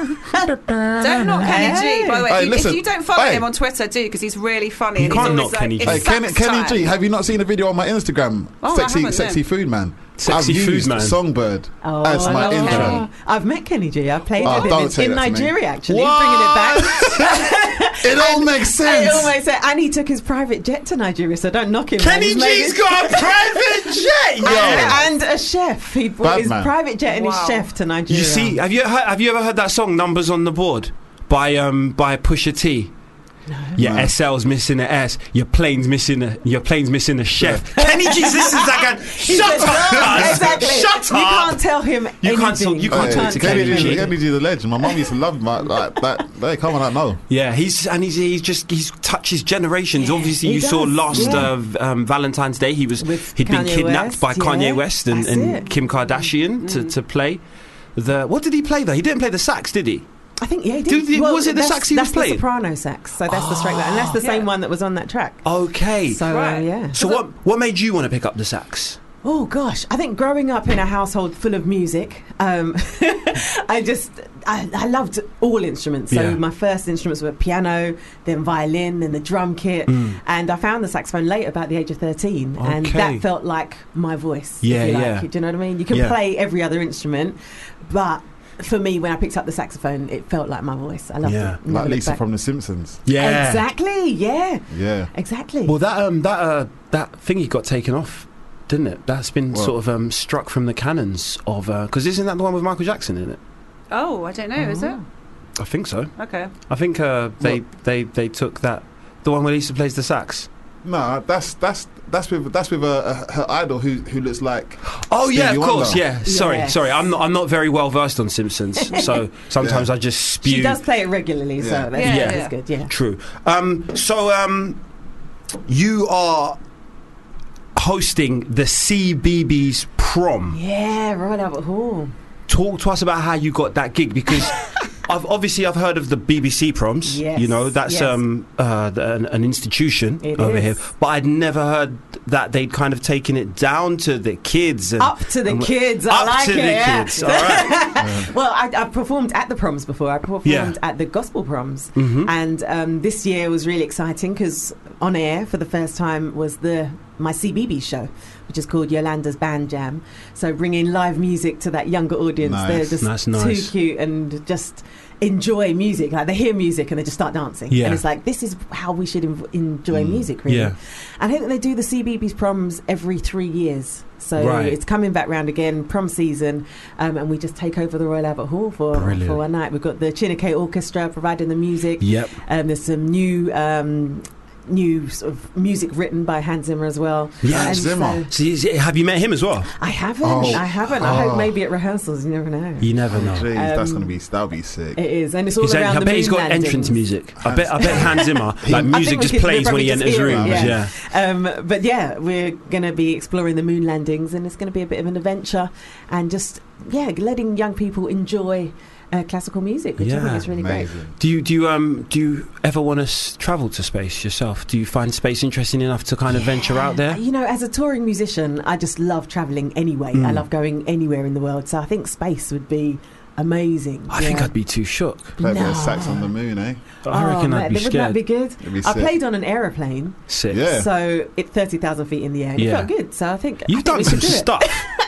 Speaker 5: Don't knock Kenny G. By the way,
Speaker 6: Hey,
Speaker 5: if you-
Speaker 6: listen.
Speaker 5: if you don't follow
Speaker 6: Hey.
Speaker 5: him on Twitter, do because he's really funny.
Speaker 4: You
Speaker 5: and
Speaker 4: can't
Speaker 5: he's
Speaker 4: knock
Speaker 5: always
Speaker 4: Kenny G.
Speaker 5: like,
Speaker 6: Hey,
Speaker 5: it's
Speaker 6: Kenny,
Speaker 5: sax
Speaker 6: Kenny G,
Speaker 5: time.
Speaker 6: have you not seen a video on my Instagram?
Speaker 5: Oh, I
Speaker 6: sexy,
Speaker 5: haven't,
Speaker 6: sexy
Speaker 5: no.
Speaker 6: food man.
Speaker 4: Sexy
Speaker 6: I've
Speaker 4: food
Speaker 6: used
Speaker 4: man.
Speaker 6: Songbird
Speaker 11: Oh,
Speaker 6: as
Speaker 11: I
Speaker 6: my
Speaker 11: love
Speaker 6: intro.
Speaker 11: Kenny. I've met Kenny G. I played
Speaker 6: Oh,
Speaker 11: with
Speaker 6: don't
Speaker 11: him
Speaker 6: say
Speaker 11: in, in
Speaker 6: that to me.
Speaker 11: Nigeria, actually. Bringing it back.
Speaker 6: It all makes
Speaker 11: I
Speaker 6: sense.
Speaker 11: almost said, and he took his private jet to Nigeria, so don't knock him. man. He's made it-
Speaker 4: got a private jet,
Speaker 11: And, and a chef. He brought
Speaker 6: Bad
Speaker 11: his
Speaker 6: man.
Speaker 11: private jet and
Speaker 5: Wow.
Speaker 11: his chef to Nigeria.
Speaker 4: You see, have you heard, have you ever heard that song "Numbers on the Board" by um by Pusha T? Your
Speaker 6: No.
Speaker 4: SL's missing a S. Your plane's missing a. Your plane's missing a chef. Kenny G listens again. Shut up! guys.
Speaker 11: exactly.
Speaker 4: Shut
Speaker 11: You
Speaker 4: up!
Speaker 11: can't tell him.
Speaker 4: You can't tell-
Speaker 11: anything.
Speaker 4: you can't
Speaker 6: Hey,
Speaker 4: talk to
Speaker 6: Kenny
Speaker 4: Kenny
Speaker 6: G,
Speaker 4: G.
Speaker 6: Kenny G's a legend. My mum used to love my like that. They come on, I know.
Speaker 4: Yeah, he's and he's he's just he's touches generations. Obviously,
Speaker 11: he
Speaker 4: you saw
Speaker 11: does,
Speaker 4: last
Speaker 11: yeah.
Speaker 4: uh, v- um, Valentine's Day. He was
Speaker 11: With
Speaker 4: he'd been
Speaker 11: Kanye West,
Speaker 4: kidnapped by
Speaker 11: yeah.
Speaker 4: Kanye West and,
Speaker 11: That's
Speaker 4: and
Speaker 11: it. Mm-hmm.
Speaker 4: Kim Kardashian to, to play the. What did he play though? He didn't play the sax, did he?
Speaker 11: I think yeah. He
Speaker 4: Dude,
Speaker 11: did.
Speaker 4: did- was it the
Speaker 11: that's-
Speaker 4: sax he was
Speaker 11: that's
Speaker 4: playing?
Speaker 11: The soprano sax. So that's the straight that, and that's the
Speaker 6: Ah.
Speaker 5: yeah.
Speaker 11: same one that was on that track.
Speaker 4: Okay.
Speaker 11: So uh,
Speaker 5: Right.
Speaker 11: yeah.
Speaker 4: So what what made you want to pick up the sax?
Speaker 11: Oh gosh, I think growing up in a household full of music, um, I just I, I loved all instruments. So
Speaker 4: Yeah.
Speaker 11: my first instruments were piano, then violin, then the drum kit, and I found the saxophone late, about the age of thirteen, and
Speaker 4: Mm. Okay.
Speaker 11: that felt like my voice.
Speaker 4: Yeah,
Speaker 11: if you like.
Speaker 4: yeah.
Speaker 11: Do you know what I mean? You can
Speaker 4: Yeah.
Speaker 11: play every other instrument, but for me, when I picked up the saxophone, it felt like my voice. I loved
Speaker 4: Yeah.
Speaker 11: it. Never
Speaker 6: Like
Speaker 11: looked
Speaker 6: Lisa
Speaker 11: back.
Speaker 6: from The Simpsons.
Speaker 11: Exactly. Yeah.
Speaker 6: Yeah.
Speaker 11: Exactly.
Speaker 4: Well, that um that uh that thingy got taken off, didn't it? That's been
Speaker 6: What?
Speaker 4: sort of um struck from the canons of because isn't that the one with Michael Jackson in it?
Speaker 5: Oh, I don't know. Is
Speaker 4: Mm-hmm.
Speaker 5: it?
Speaker 4: I think so.
Speaker 5: Okay.
Speaker 4: I think uh, they they they took that the one where Lisa plays the sax.
Speaker 6: No, that's that's that's with that's with uh, uh, her idol who who looks like
Speaker 4: Oh yeah,
Speaker 6: Stevie
Speaker 4: of course.
Speaker 6: Wonder.
Speaker 4: Yeah, sorry,
Speaker 11: Yes.
Speaker 4: sorry. I'm not. I'm not very well versed on Simpsons, so sometimes I just spew.
Speaker 11: she does play it regularly,
Speaker 6: Yeah.
Speaker 11: so that's,
Speaker 5: Yeah.
Speaker 11: that's good. Yeah.
Speaker 4: True. Um, so um, you are hosting the CBBS prom.
Speaker 11: Yeah, right up at home.
Speaker 4: Talk to us about how you got that gig because. I've obviously I've heard of the BBC proms.
Speaker 11: Yes,
Speaker 4: you know that's
Speaker 11: yes.
Speaker 4: um, uh, the- an, an institution
Speaker 11: It
Speaker 4: over
Speaker 11: is.
Speaker 4: here, but I'd never heard that they'd kind of taken it down to the kids. And,
Speaker 11: Up to the
Speaker 4: and-
Speaker 11: kids, Oh, I
Speaker 4: up
Speaker 11: like
Speaker 4: to
Speaker 11: it,
Speaker 4: the
Speaker 11: yeah.
Speaker 4: kids. All right.
Speaker 11: Well, I, I've performed at the proms before. I performed
Speaker 4: Yeah.
Speaker 11: at the gospel proms,
Speaker 4: Mhm.
Speaker 11: and um, this year was really exciting because on air for the first time was the my CBB show, which is called Yolanda's Band Jam. So bringing live music to that younger audience,
Speaker 6: Nice.
Speaker 11: they're just
Speaker 4: That's
Speaker 11: too
Speaker 4: nice.
Speaker 11: cute and just enjoy music. Like they hear music and they just start dancing,
Speaker 4: Yeah. Mm.
Speaker 11: and it's like this is how we should env- enjoy music, really.
Speaker 4: yeah.
Speaker 11: And I think they do the CBBS proms every three years. So
Speaker 4: Right.
Speaker 11: it's coming back round again, prom season, um, and we just take over the Royal Albert Hall for,
Speaker 4: Brilliant.
Speaker 11: for one night. We've got the Chinake Orchestra providing the music.
Speaker 4: Yep.
Speaker 11: Um, there's some new um, new sort of music written by Hans Zimmer as well.
Speaker 4: Yeah,
Speaker 11: And
Speaker 6: Hans Zimmer.
Speaker 11: so-
Speaker 4: See, is- have you met him as well?
Speaker 11: I haven't.
Speaker 6: Oh.
Speaker 11: I haven't. I
Speaker 6: Oh.
Speaker 4: Ah.
Speaker 11: hope maybe at rehearsals. You never know.
Speaker 4: You never
Speaker 6: Jeez,
Speaker 4: know.
Speaker 6: that's
Speaker 11: Um,
Speaker 6: gonna be that'll be sick.
Speaker 11: It is, and it's all
Speaker 4: He's-
Speaker 11: around
Speaker 4: I
Speaker 11: the
Speaker 4: bet he's
Speaker 11: moon
Speaker 4: got entrance
Speaker 11: landings.
Speaker 4: music. I bet I bet Hans Zimmer like
Speaker 11: I think
Speaker 4: music
Speaker 11: we could-
Speaker 4: just
Speaker 11: we
Speaker 4: plays when
Speaker 11: probably
Speaker 4: he
Speaker 11: just
Speaker 4: enters
Speaker 11: hear it,
Speaker 4: rooms.
Speaker 11: yeah.
Speaker 4: Yeah.
Speaker 11: Um, but yeah, we're going to be exploring the moon landings, and it's going to be a bit of an adventure, and just yeah, letting young people enjoy uh, classical music, which I
Speaker 4: Yeah,
Speaker 11: think is really great.
Speaker 6: Amazing.
Speaker 4: Do you do you um do you ever want to s- travel to space yourself? Do you find space interesting enough to kind of venture out there?
Speaker 11: You know, as a touring musician, I just love traveling anyway.
Speaker 4: Mm.
Speaker 11: I love going anywhere in the world, so I think space would be amazing.
Speaker 4: I think
Speaker 11: yeah.
Speaker 4: I'd be too shook.
Speaker 6: Play a bit
Speaker 11: No.
Speaker 6: of sax on the moon, eh?
Speaker 4: I
Speaker 11: Oh,
Speaker 4: reckon I'd
Speaker 11: man,
Speaker 4: be
Speaker 11: Wouldn't that
Speaker 4: scared.
Speaker 11: be good?
Speaker 6: It'd be
Speaker 11: I
Speaker 6: sick.
Speaker 11: played on an aeroplane,
Speaker 4: Sick.
Speaker 6: Yeah.
Speaker 11: so it thirty thousand feet in the air. and
Speaker 4: Yeah.
Speaker 11: It felt good, so I think I
Speaker 4: You've
Speaker 11: think
Speaker 4: done
Speaker 11: we
Speaker 4: some
Speaker 11: should do it.
Speaker 4: stuff.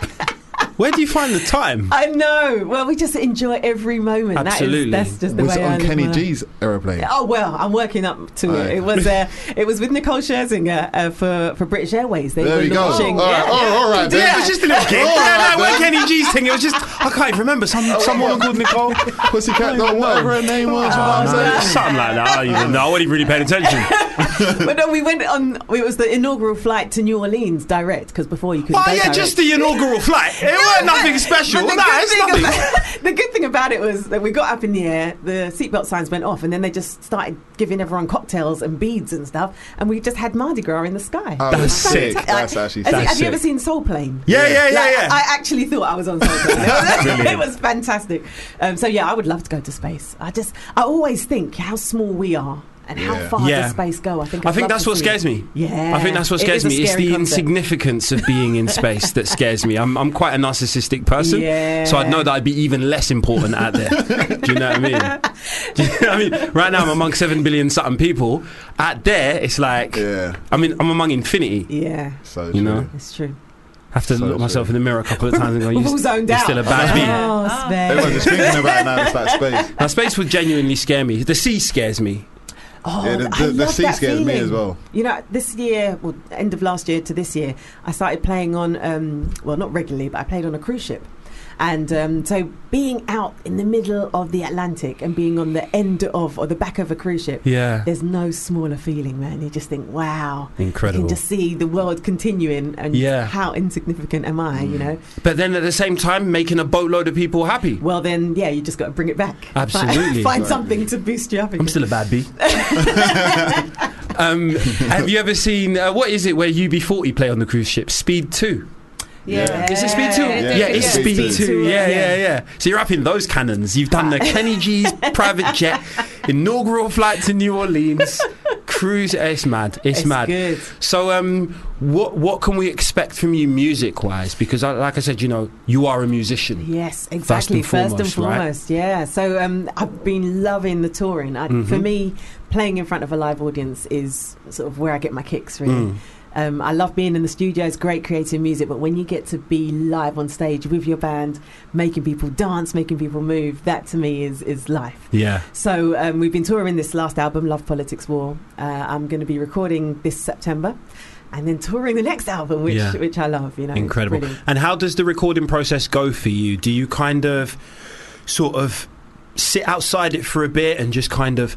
Speaker 4: Where do you find the time?
Speaker 11: I know. Well, we just enjoy every moment.
Speaker 4: Absolutely.
Speaker 11: That is, that's just the
Speaker 6: Was
Speaker 11: way
Speaker 6: it
Speaker 11: I
Speaker 6: on
Speaker 11: live
Speaker 6: Kenny Oh,
Speaker 11: my life.
Speaker 6: G's aeroplane?
Speaker 11: Oh well, I'm working up to
Speaker 6: Right.
Speaker 11: it. It was uh, it was with Nicole Scherzinger uh, for for British Airways. They
Speaker 6: There
Speaker 11: were
Speaker 6: we go. Oh,
Speaker 11: launching.
Speaker 6: All right, all right, all right,
Speaker 11: Yeah.
Speaker 6: then.
Speaker 4: It was just a little gig. Oh,
Speaker 6: All
Speaker 4: Yeah,
Speaker 6: right,
Speaker 4: Oh, no, it wasn't
Speaker 6: then.
Speaker 4: Kenny G's thing. It was just I can't even remember. Some some woman called Nicole.
Speaker 6: Pussycat Doll, whatever her name
Speaker 11: Oh,
Speaker 6: was. you know what I'm saying?
Speaker 4: No, something like that. I don't even know. I wasn't really paying attention. Oh,
Speaker 11: But no, we went on. It was the inaugural flight to New Orleans direct because before you couldn't.
Speaker 4: Oh
Speaker 11: go
Speaker 4: yeah,
Speaker 11: direct.
Speaker 4: just the inaugural flight. It
Speaker 12: weren't nothing special.
Speaker 11: But the
Speaker 12: Nah,
Speaker 11: good
Speaker 12: it's
Speaker 11: thing
Speaker 12: nothing.
Speaker 11: about- the good thing about it was that we got up in the air, the seatbelt signs went off, and then they just started giving everyone cocktails and beads and stuff, and we just had Mardi Gras in the sky.
Speaker 6: Oh,
Speaker 11: It was
Speaker 6: that's
Speaker 11: fantastic.
Speaker 6: sick. That's actually
Speaker 11: Has it-
Speaker 6: sick.
Speaker 11: Have you ever seen Soul Plane?
Speaker 12: Yeah, yeah, yeah,
Speaker 11: Like,
Speaker 12: yeah.
Speaker 11: I actually thought I was on Soul Plane. it
Speaker 12: Brilliant.
Speaker 11: was fantastic. Um, so yeah, I would love to go to space. I just, I always think how small we are. And how
Speaker 6: Yeah.
Speaker 11: far
Speaker 4: Yeah.
Speaker 11: does space go? I think
Speaker 4: I
Speaker 11: I'd
Speaker 4: think
Speaker 11: love
Speaker 4: that's
Speaker 11: to
Speaker 4: what
Speaker 11: see
Speaker 4: scares
Speaker 11: it.
Speaker 4: me.
Speaker 11: Yeah,
Speaker 4: I think that's what
Speaker 11: It is
Speaker 4: scares
Speaker 11: a
Speaker 4: me. It's
Speaker 11: scary
Speaker 4: the
Speaker 11: concept.
Speaker 4: insignificance of being in space that scares me. I'm, I'm quite a narcissistic person,
Speaker 11: Yeah.
Speaker 4: so I'd know that I'd be even less important out there. Do you know what I mean? Do you know what I mean? Right now, I'm among seven billion something people. Out there, it's like
Speaker 6: Yeah.
Speaker 4: I mean, I'm among infinity.
Speaker 11: Yeah,
Speaker 6: So
Speaker 4: You know?
Speaker 11: it's true.
Speaker 4: have to
Speaker 6: So
Speaker 4: look myself in the mirror a couple of times and go,
Speaker 11: We've
Speaker 4: "You're,
Speaker 11: all
Speaker 4: Oh, s-
Speaker 11: zoned
Speaker 4: you're
Speaker 11: out.
Speaker 4: still a bad bee."
Speaker 11: Oh, Sven.
Speaker 6: Everyone's just thinking about it now. It's like space.
Speaker 4: Now, space would genuinely scare me. The sea scares me.
Speaker 11: Oh,
Speaker 6: Yeah, the-
Speaker 11: I
Speaker 6: the- the
Speaker 11: love
Speaker 6: sea
Speaker 11: that
Speaker 6: scares me
Speaker 11: feeling.
Speaker 6: as well.
Speaker 11: You know, this year, well, end of last year to this year, I started playing on, um, well, not regularly, but I played on a cruise ship. And um, so being out in the middle of the Atlantic and being on the end of or the back of a cruise ship,
Speaker 4: Yeah.
Speaker 11: there's no smaller feeling, man. You just think, wow. You
Speaker 4: Incredible.
Speaker 11: can just see the world continuing and
Speaker 4: Yeah.
Speaker 11: how insignificant am I, you know?
Speaker 4: But then at the same time, making a boatload of people happy.
Speaker 11: Well, then, yeah, you just got to bring it back.
Speaker 4: Absolutely.
Speaker 11: Find, find something to boost you up again.
Speaker 4: I'm still a bad bee. um, have you ever seen uh, what is it where UB40 play on the cruise ship? Speed two.
Speaker 5: Yeah.
Speaker 4: Is it Speed
Speaker 11: Uh,
Speaker 4: two?
Speaker 5: Yeah,
Speaker 4: Yeah,
Speaker 5: yeah,
Speaker 4: it's
Speaker 5: yeah.
Speaker 4: Speed,
Speaker 6: Speed
Speaker 4: two.
Speaker 11: two,
Speaker 4: Yeah,
Speaker 11: yeah.
Speaker 4: yeah, yeah. So you're up in those cannons. You've done the Kenny G's private jet, inaugural flight to New Orleans, cruise. It's mad. It's,
Speaker 11: It's
Speaker 4: mad.
Speaker 11: good.
Speaker 4: So, um, what what can we expect from you music wise? Because, I, like I said, you know, you are a musician.
Speaker 11: Yes,
Speaker 4: and
Speaker 11: exactly. First and foremost,
Speaker 4: foremost, right?
Speaker 11: yeah. So um, I've been loving the touring. I,
Speaker 4: Mm-hmm.
Speaker 11: For me, playing in front of a live audience is sort of where I get my kicks, really.
Speaker 4: Mm.
Speaker 11: Um, I love being in the studio. It's great creating music, but when you get to be live on stage with your band, making people dance, making people move, that to me is is life.
Speaker 4: Yeah.
Speaker 11: So um, we've been touring this last album, Love Politics War. Uh, I'm going to be recording this September, and then touring the next album, which
Speaker 4: Yeah.
Speaker 11: which I love. You know, it's
Speaker 4: Incredible.
Speaker 11: brilliant.
Speaker 4: And how does the recording process go for you? Do you kind of sort of sit outside it for a bit and just kind of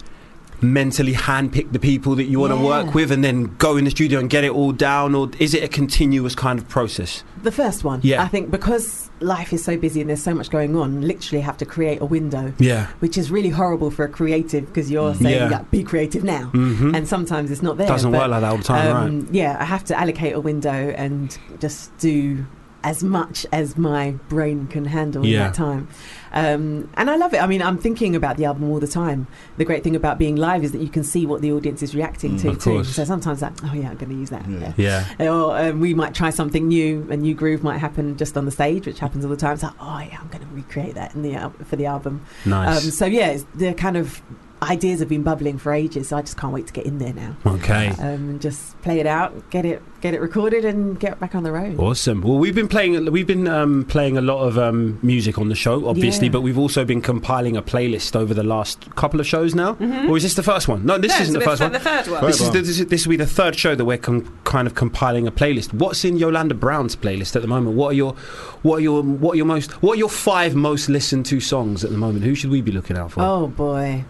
Speaker 4: mentally handpick the people that you want to
Speaker 11: Yeah.
Speaker 4: work with and then go in the studio and get it all down or is it a continuous kind of process?
Speaker 11: The first one,
Speaker 4: Yeah.
Speaker 11: I think, because life is so busy and there's so much going on, literally have to create a window,
Speaker 4: Yeah.
Speaker 11: which is really horrible for a creative because you're saying,
Speaker 4: Mm. Yeah.
Speaker 11: like, be creative now.
Speaker 4: Mhm.
Speaker 11: And sometimes it's not there.
Speaker 4: Doesn't
Speaker 11: but,
Speaker 4: work like that all the time, right?
Speaker 11: um, Yeah, I have to allocate a window and just do as much as my brain can handle in
Speaker 4: Yeah.
Speaker 11: that time. Um, and I love it. I mean, I'm thinking about the album all the time. The great thing about being live is that you can see what the audience is reacting to,
Speaker 4: Mm. of
Speaker 11: too.
Speaker 4: course.
Speaker 11: So sometimes that, oh, yeah, I'm going to use that. Yeah
Speaker 4: Yeah.
Speaker 11: or um, we might try something new. A new groove might happen just on the stage, which happens all the time. It's like, oh yeah, I'm going to recreate that in the al- for the album.
Speaker 4: Nice.
Speaker 11: Um, so yeah, it's, the kind of ideas have been bubbling for ages. So I just can't wait to get in there now.
Speaker 4: okay.
Speaker 11: Um, and just play it out, get it, get it recorded, and get back on the road.
Speaker 4: Awesome. Well, we've been playing we've been um, playing a lot of um, music on the show, obviously,
Speaker 11: Yeah.
Speaker 4: but we've also been compiling a playlist over the last couple of shows now.
Speaker 11: Mm-hmm.
Speaker 4: Or is this the first one? No, this
Speaker 5: No,
Speaker 4: isn't
Speaker 5: so
Speaker 4: the
Speaker 5: it's
Speaker 4: first one.
Speaker 5: The third one.
Speaker 6: Right.
Speaker 4: This is, the, this is this will be the third show that we're com- kind of compiling a playlist. What's in Yolanda Brown's playlist at the moment? What are your what are your what are your most what are your five most listened to songs at the moment? Who should we be looking out for?
Speaker 11: Oh boy.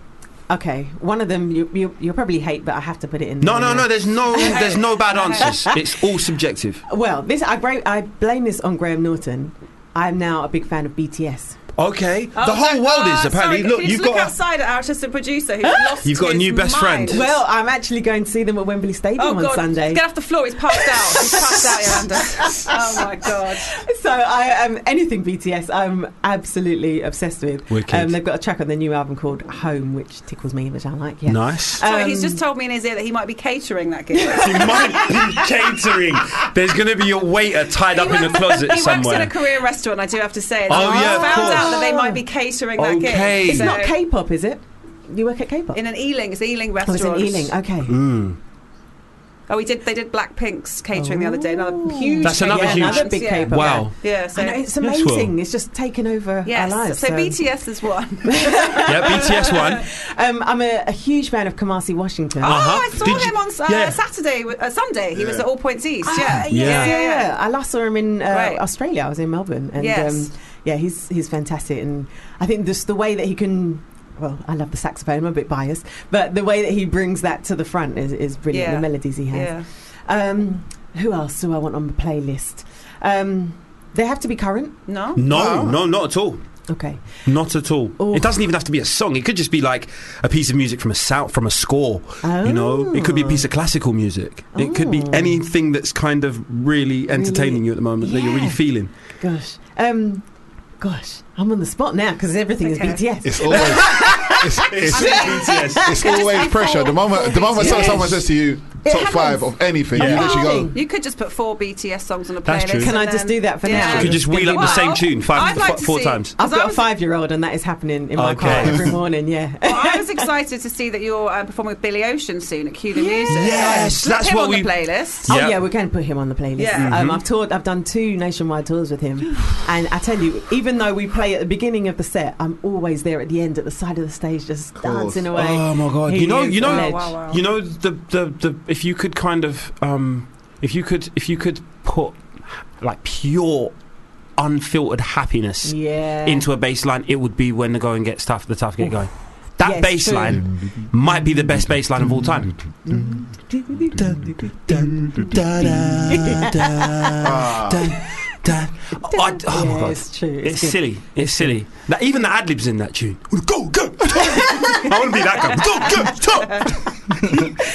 Speaker 11: Okay, one of them you, you you'll probably hate, but I have to put it in.
Speaker 4: no,
Speaker 11: there
Speaker 4: no,
Speaker 11: now.
Speaker 4: no. There's no there's no bad answers. It's all subjective.
Speaker 11: Well, this I, bra- I blame this on Graham Norton. I'm now a big fan of BTS.
Speaker 4: Okay,
Speaker 5: Oh,
Speaker 4: the whole
Speaker 5: no,
Speaker 4: world is
Speaker 5: uh,
Speaker 4: apparently.
Speaker 5: sorry,
Speaker 4: look,
Speaker 5: can you
Speaker 4: you've
Speaker 5: just look
Speaker 4: got. a-
Speaker 5: outside at our assistant producer who's lost
Speaker 4: You've got a
Speaker 5: his
Speaker 4: new best
Speaker 5: mind.
Speaker 4: friend.
Speaker 11: Well, I'm actually going to see them at Wembley Stadium
Speaker 5: Oh
Speaker 11: on
Speaker 5: God!
Speaker 11: Sunday.
Speaker 5: Get off the floor. He's passed out. He's passed out, Yolanda. Oh my God!
Speaker 11: So I am um, anything BTS. I'm absolutely obsessed with.
Speaker 4: Wicked.
Speaker 11: Um, they've got a track on their new album called Home, which tickles me, which I like. Yeah.
Speaker 4: Nice.
Speaker 5: Sorry,
Speaker 11: Um,
Speaker 5: he's just told me in his ear that he might be catering that gig.
Speaker 4: He might be catering. There's going to be a waiter tied up in a closet
Speaker 5: he
Speaker 4: somewhere.
Speaker 5: works in a Korean restaurant. I do have to say.
Speaker 4: Oh,
Speaker 5: I
Speaker 4: yeah, of
Speaker 5: found
Speaker 4: course.
Speaker 5: out that they might be catering that gig.
Speaker 4: Okay.
Speaker 11: It's
Speaker 4: So-
Speaker 11: not K-pop, is it? You work at K-pop?
Speaker 5: in an Ealing. It's an Ealing
Speaker 11: oh, it's
Speaker 5: restaurant.
Speaker 11: in Ealing. Okay.
Speaker 5: Oh, we did. They did Blackpink's catering the other day. Another huge.
Speaker 4: That's another
Speaker 5: catering
Speaker 4: huge-
Speaker 5: event,
Speaker 11: Another Oh. big
Speaker 5: yeah.
Speaker 11: K-pop.
Speaker 4: wow.
Speaker 5: Yeah. So
Speaker 11: I know, it's
Speaker 4: Yes,
Speaker 11: amazing.
Speaker 4: well.
Speaker 11: It's just taken over
Speaker 5: yes.
Speaker 11: our lives.
Speaker 5: so, BTS is one.
Speaker 4: Yeah, BTS one.
Speaker 11: Um, I'm a, a huge fan of Kamasi Washington.
Speaker 5: Oh,
Speaker 4: Uh-huh.
Speaker 5: I saw
Speaker 4: Did you-
Speaker 5: him on uh,
Speaker 4: yeah.
Speaker 5: Saturday, uh, Sunday. He was
Speaker 6: Yeah.
Speaker 5: at All Points East.
Speaker 11: Ah,
Speaker 5: yeah.
Speaker 11: yeah.
Speaker 4: Yeah.
Speaker 11: yeah, I last saw him in uh,
Speaker 5: Right.
Speaker 11: Australia. I was in Melbourne, and
Speaker 5: Yes.
Speaker 11: um, yeah, he's he's fantastic. And I think just the way that he can. Well, I love the saxophone. I'm a bit biased, but the way that he brings that to the front is, is brilliant.
Speaker 5: Yeah.
Speaker 11: The melodies he has.
Speaker 5: Yeah.
Speaker 11: Um, who else do I want on the playlist? Um, They have to be current.
Speaker 5: No.
Speaker 4: No, no, not at all.
Speaker 11: Okay.
Speaker 4: Not at all. It doesn't even have to be a song. It could just be like a piece of music from a sound, from a score. You know, it could be a piece of classical music. It could be
Speaker 11: Oh.
Speaker 4: anything that's kind of really entertaining you at the moment that you're really
Speaker 11: Yeah.
Speaker 4: feeling.
Speaker 11: Gosh. Um. Gosh, I'm on the spot now because everything is BTS.
Speaker 6: It's always it's, it's,
Speaker 4: BTS.
Speaker 6: it's always pressure. The moment the moment
Speaker 11: Yes.
Speaker 6: someone says to you
Speaker 11: It
Speaker 6: top five
Speaker 11: happens.
Speaker 6: of anything,
Speaker 4: Yeah.
Speaker 6: you literally go.
Speaker 5: You could just put four BTS songs on a playlist.
Speaker 4: That's true.
Speaker 11: Can I
Speaker 5: and
Speaker 11: just
Speaker 5: then-
Speaker 11: do that for now?
Speaker 5: Yeah.
Speaker 4: You could just
Speaker 11: It's
Speaker 4: wheel
Speaker 11: gonna
Speaker 4: up the
Speaker 11: be-
Speaker 4: same tune five,
Speaker 5: I'd like to
Speaker 4: four
Speaker 5: see-
Speaker 4: times.
Speaker 11: I've
Speaker 5: As I
Speaker 11: got a
Speaker 5: was-
Speaker 11: five-year-old, and that is happening in my
Speaker 4: Okay.
Speaker 11: car every morning. Yeah.
Speaker 5: Well, I was excited to see that you're um, performing with Billy Ocean soon at Cue the Music.
Speaker 4: Yes,
Speaker 5: Put
Speaker 4: that's
Speaker 5: him
Speaker 4: what
Speaker 5: on
Speaker 4: we-
Speaker 5: the playlist.
Speaker 11: Oh
Speaker 4: Yeah.
Speaker 11: yeah, we're going to put him on the playlist.
Speaker 5: Yeah.
Speaker 4: Mm-hmm.
Speaker 11: Um, I've toured, I've done two nationwide tours with him, and I tell you, even though we play at the beginning of the set, I'm always there at the end, at the side of the stage, just
Speaker 6: course.
Speaker 11: dancing away.
Speaker 4: Oh my god!
Speaker 11: He
Speaker 4: you know,
Speaker 11: is
Speaker 4: you
Speaker 11: a
Speaker 4: know,
Speaker 11: legend.
Speaker 5: Oh, Wow, wow, wow.
Speaker 4: you know the, the the if you could kind of um if you could if you could put like pure unfiltered happiness
Speaker 11: Yeah.
Speaker 4: into a baseline, it would be when the going gets tough, the tough get going. That
Speaker 11: Yes, true.
Speaker 4: baseline might be the best baseline of all time.
Speaker 6: Ah,
Speaker 4: I- oh my
Speaker 11: yeah,
Speaker 4: god!
Speaker 11: it's true.
Speaker 4: It's
Speaker 11: good.
Speaker 4: silly. It's silly. That even the ad libs in that tune. Go go. I want to be that guy. Go go. Stop.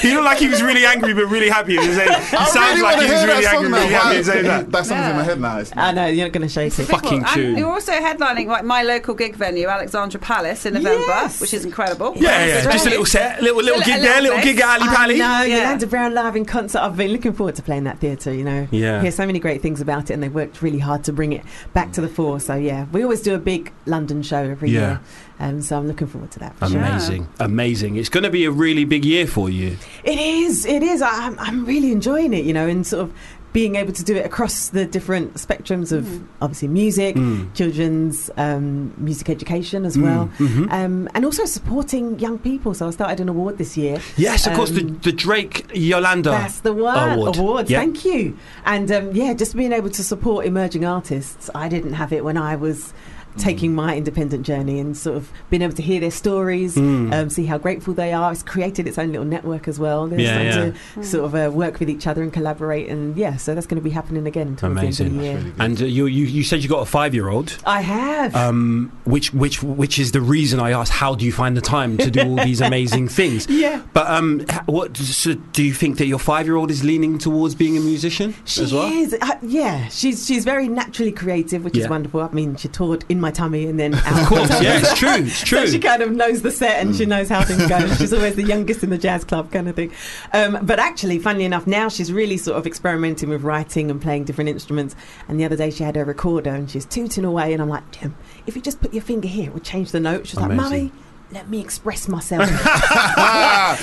Speaker 4: he looked like he was really angry but really happy. He, was saying, he
Speaker 6: I
Speaker 4: sounds
Speaker 6: really
Speaker 4: like
Speaker 6: wanna
Speaker 4: he was
Speaker 6: hear that
Speaker 4: really
Speaker 6: song
Speaker 4: angry,
Speaker 6: now.
Speaker 4: really
Speaker 6: Why-
Speaker 4: happy saying that.
Speaker 6: That song's in
Speaker 5: Yeah.
Speaker 6: my head now. It's-
Speaker 11: I know you're not going to shake it.
Speaker 5: Big
Speaker 4: fucking
Speaker 5: one. And
Speaker 4: tune.
Speaker 5: You're also headlining like my local gig venue, Alexandra Palace, in November,
Speaker 11: Yes.
Speaker 5: which is incredible.
Speaker 4: Yeah, yeah, just a little set, little little
Speaker 5: Little-
Speaker 4: gig
Speaker 5: a
Speaker 4: there,
Speaker 5: little
Speaker 4: little gig at Ali
Speaker 11: I
Speaker 4: Pally.
Speaker 11: know, Yolanda
Speaker 5: Yeah.
Speaker 11: Brown live in concert. I've been looking forward to playing that theatre, you know.
Speaker 4: Yeah.
Speaker 11: Hear so many great things about it, and they worked really hard to bring it back to the fore. So, yeah, we always do a big London show every
Speaker 4: Yeah.
Speaker 11: year. Um, so, I'm looking forward to that. for sure.
Speaker 4: Amazing, amazing. It's going to be a really big year for you.
Speaker 11: It is, it is. I, I'm, I'm really enjoying it, you know, and sort of being able to do it across the different spectrums of obviously music,
Speaker 4: Mm.
Speaker 11: children's um, music education as well.
Speaker 4: Mm-hmm.
Speaker 11: Um, and also supporting young people. So I started an award this year.
Speaker 4: Yes, of course, the,
Speaker 11: Um,
Speaker 4: the Drake Yolanda.
Speaker 11: That's the one.
Speaker 4: Award.
Speaker 11: Award.
Speaker 4: Yeah.
Speaker 11: Thank you. And um, yeah, just being able to support emerging artists. I didn't have it when I was
Speaker 4: Mm.
Speaker 11: taking my independent journey and sort of being able to hear their stories,
Speaker 4: Mm.
Speaker 11: um, see how grateful they are. It's created its own little network as well. They're
Speaker 4: Yeah,
Speaker 11: starting to sort of uh, work with each other and collaborate. And yeah, so that's going to be happening again towards the end
Speaker 4: Amazing.
Speaker 11: of the year.
Speaker 4: And uh, you, you you said you got a five year old.
Speaker 11: I have.
Speaker 4: Um, which which which is the reason I asked, how do you find the time to do all these amazing things?
Speaker 11: yeah.
Speaker 4: But um, h- what so do you think that your five-year-old is leaning towards being a musician
Speaker 11: She
Speaker 4: as well?
Speaker 11: is, uh, yeah. She's she's very naturally creative, which
Speaker 4: Yeah.
Speaker 11: is wonderful. I mean, she toured in my tummy and then out.
Speaker 4: Of course, yeah, it's true, it's true. Mm.
Speaker 11: So she kind of knows the set and she knows how things go. she's always the youngest in the jazz club, kind of thing. Um, but actually, funnily enough, now she's really sort of experimenting with writing and playing different instruments. And the other day, she had her recorder and she's tooting away, and I'm like, Jim, if you just put your finger here, it would change the note. She's
Speaker 4: Amazing.
Speaker 11: like, Mummy. Let me express myself.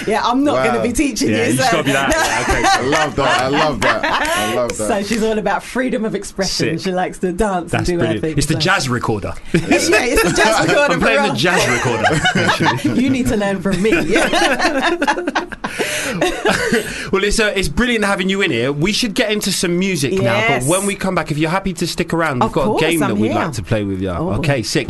Speaker 11: yeah, I'm not
Speaker 6: Wow.
Speaker 11: going to be teaching
Speaker 4: yeah,
Speaker 11: you.
Speaker 4: you just
Speaker 11: so-
Speaker 4: gotta be that. Yeah, okay.
Speaker 6: I love that. I love that. I love that.
Speaker 11: so she's all about freedom of expression.
Speaker 4: Sick.
Speaker 11: She likes to dance
Speaker 4: That's
Speaker 11: and do
Speaker 4: brilliant.
Speaker 11: her thing.
Speaker 4: It's the
Speaker 11: so-
Speaker 4: jazz recorder.
Speaker 11: yeah, it's the jazz recorder.
Speaker 4: I'm playing the
Speaker 11: for
Speaker 4: jazz recorder.
Speaker 11: us. You need to learn from me. Yeah.
Speaker 4: well, it's uh, it's brilliant having you in here. We should get into some music now. But
Speaker 11: Yes.
Speaker 4: when we come back, if you're happy to stick around, we've
Speaker 11: Of
Speaker 4: got
Speaker 11: course,
Speaker 4: a game
Speaker 11: I'm
Speaker 4: that we'd
Speaker 11: here.
Speaker 4: like to play with you.
Speaker 11: Oh.
Speaker 4: Okay, sick.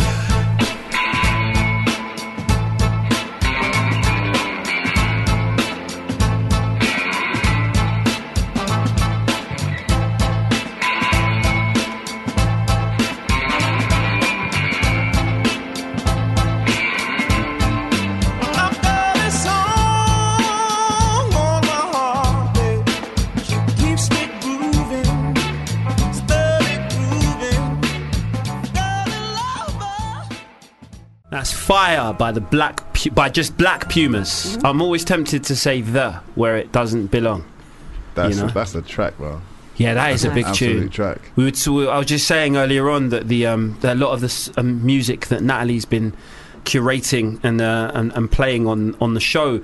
Speaker 7: I've got a song on my heart, babe. She keeps me grooving, steady grooving. Got a lover.
Speaker 4: That's fire by the black Pu- by just black pumas.
Speaker 6: Mm-hmm.
Speaker 4: I'm always tempted to say the where it doesn't belong.
Speaker 6: that's,
Speaker 4: you know.
Speaker 6: a, that's a track, bro.
Speaker 4: Yeah, that is a big
Speaker 6: Absolute
Speaker 4: tune.
Speaker 6: track.
Speaker 4: We were t- I was just saying earlier on that the um, that a lot of the s- um, music that Natalie's been curating and, uh, and and playing on on the show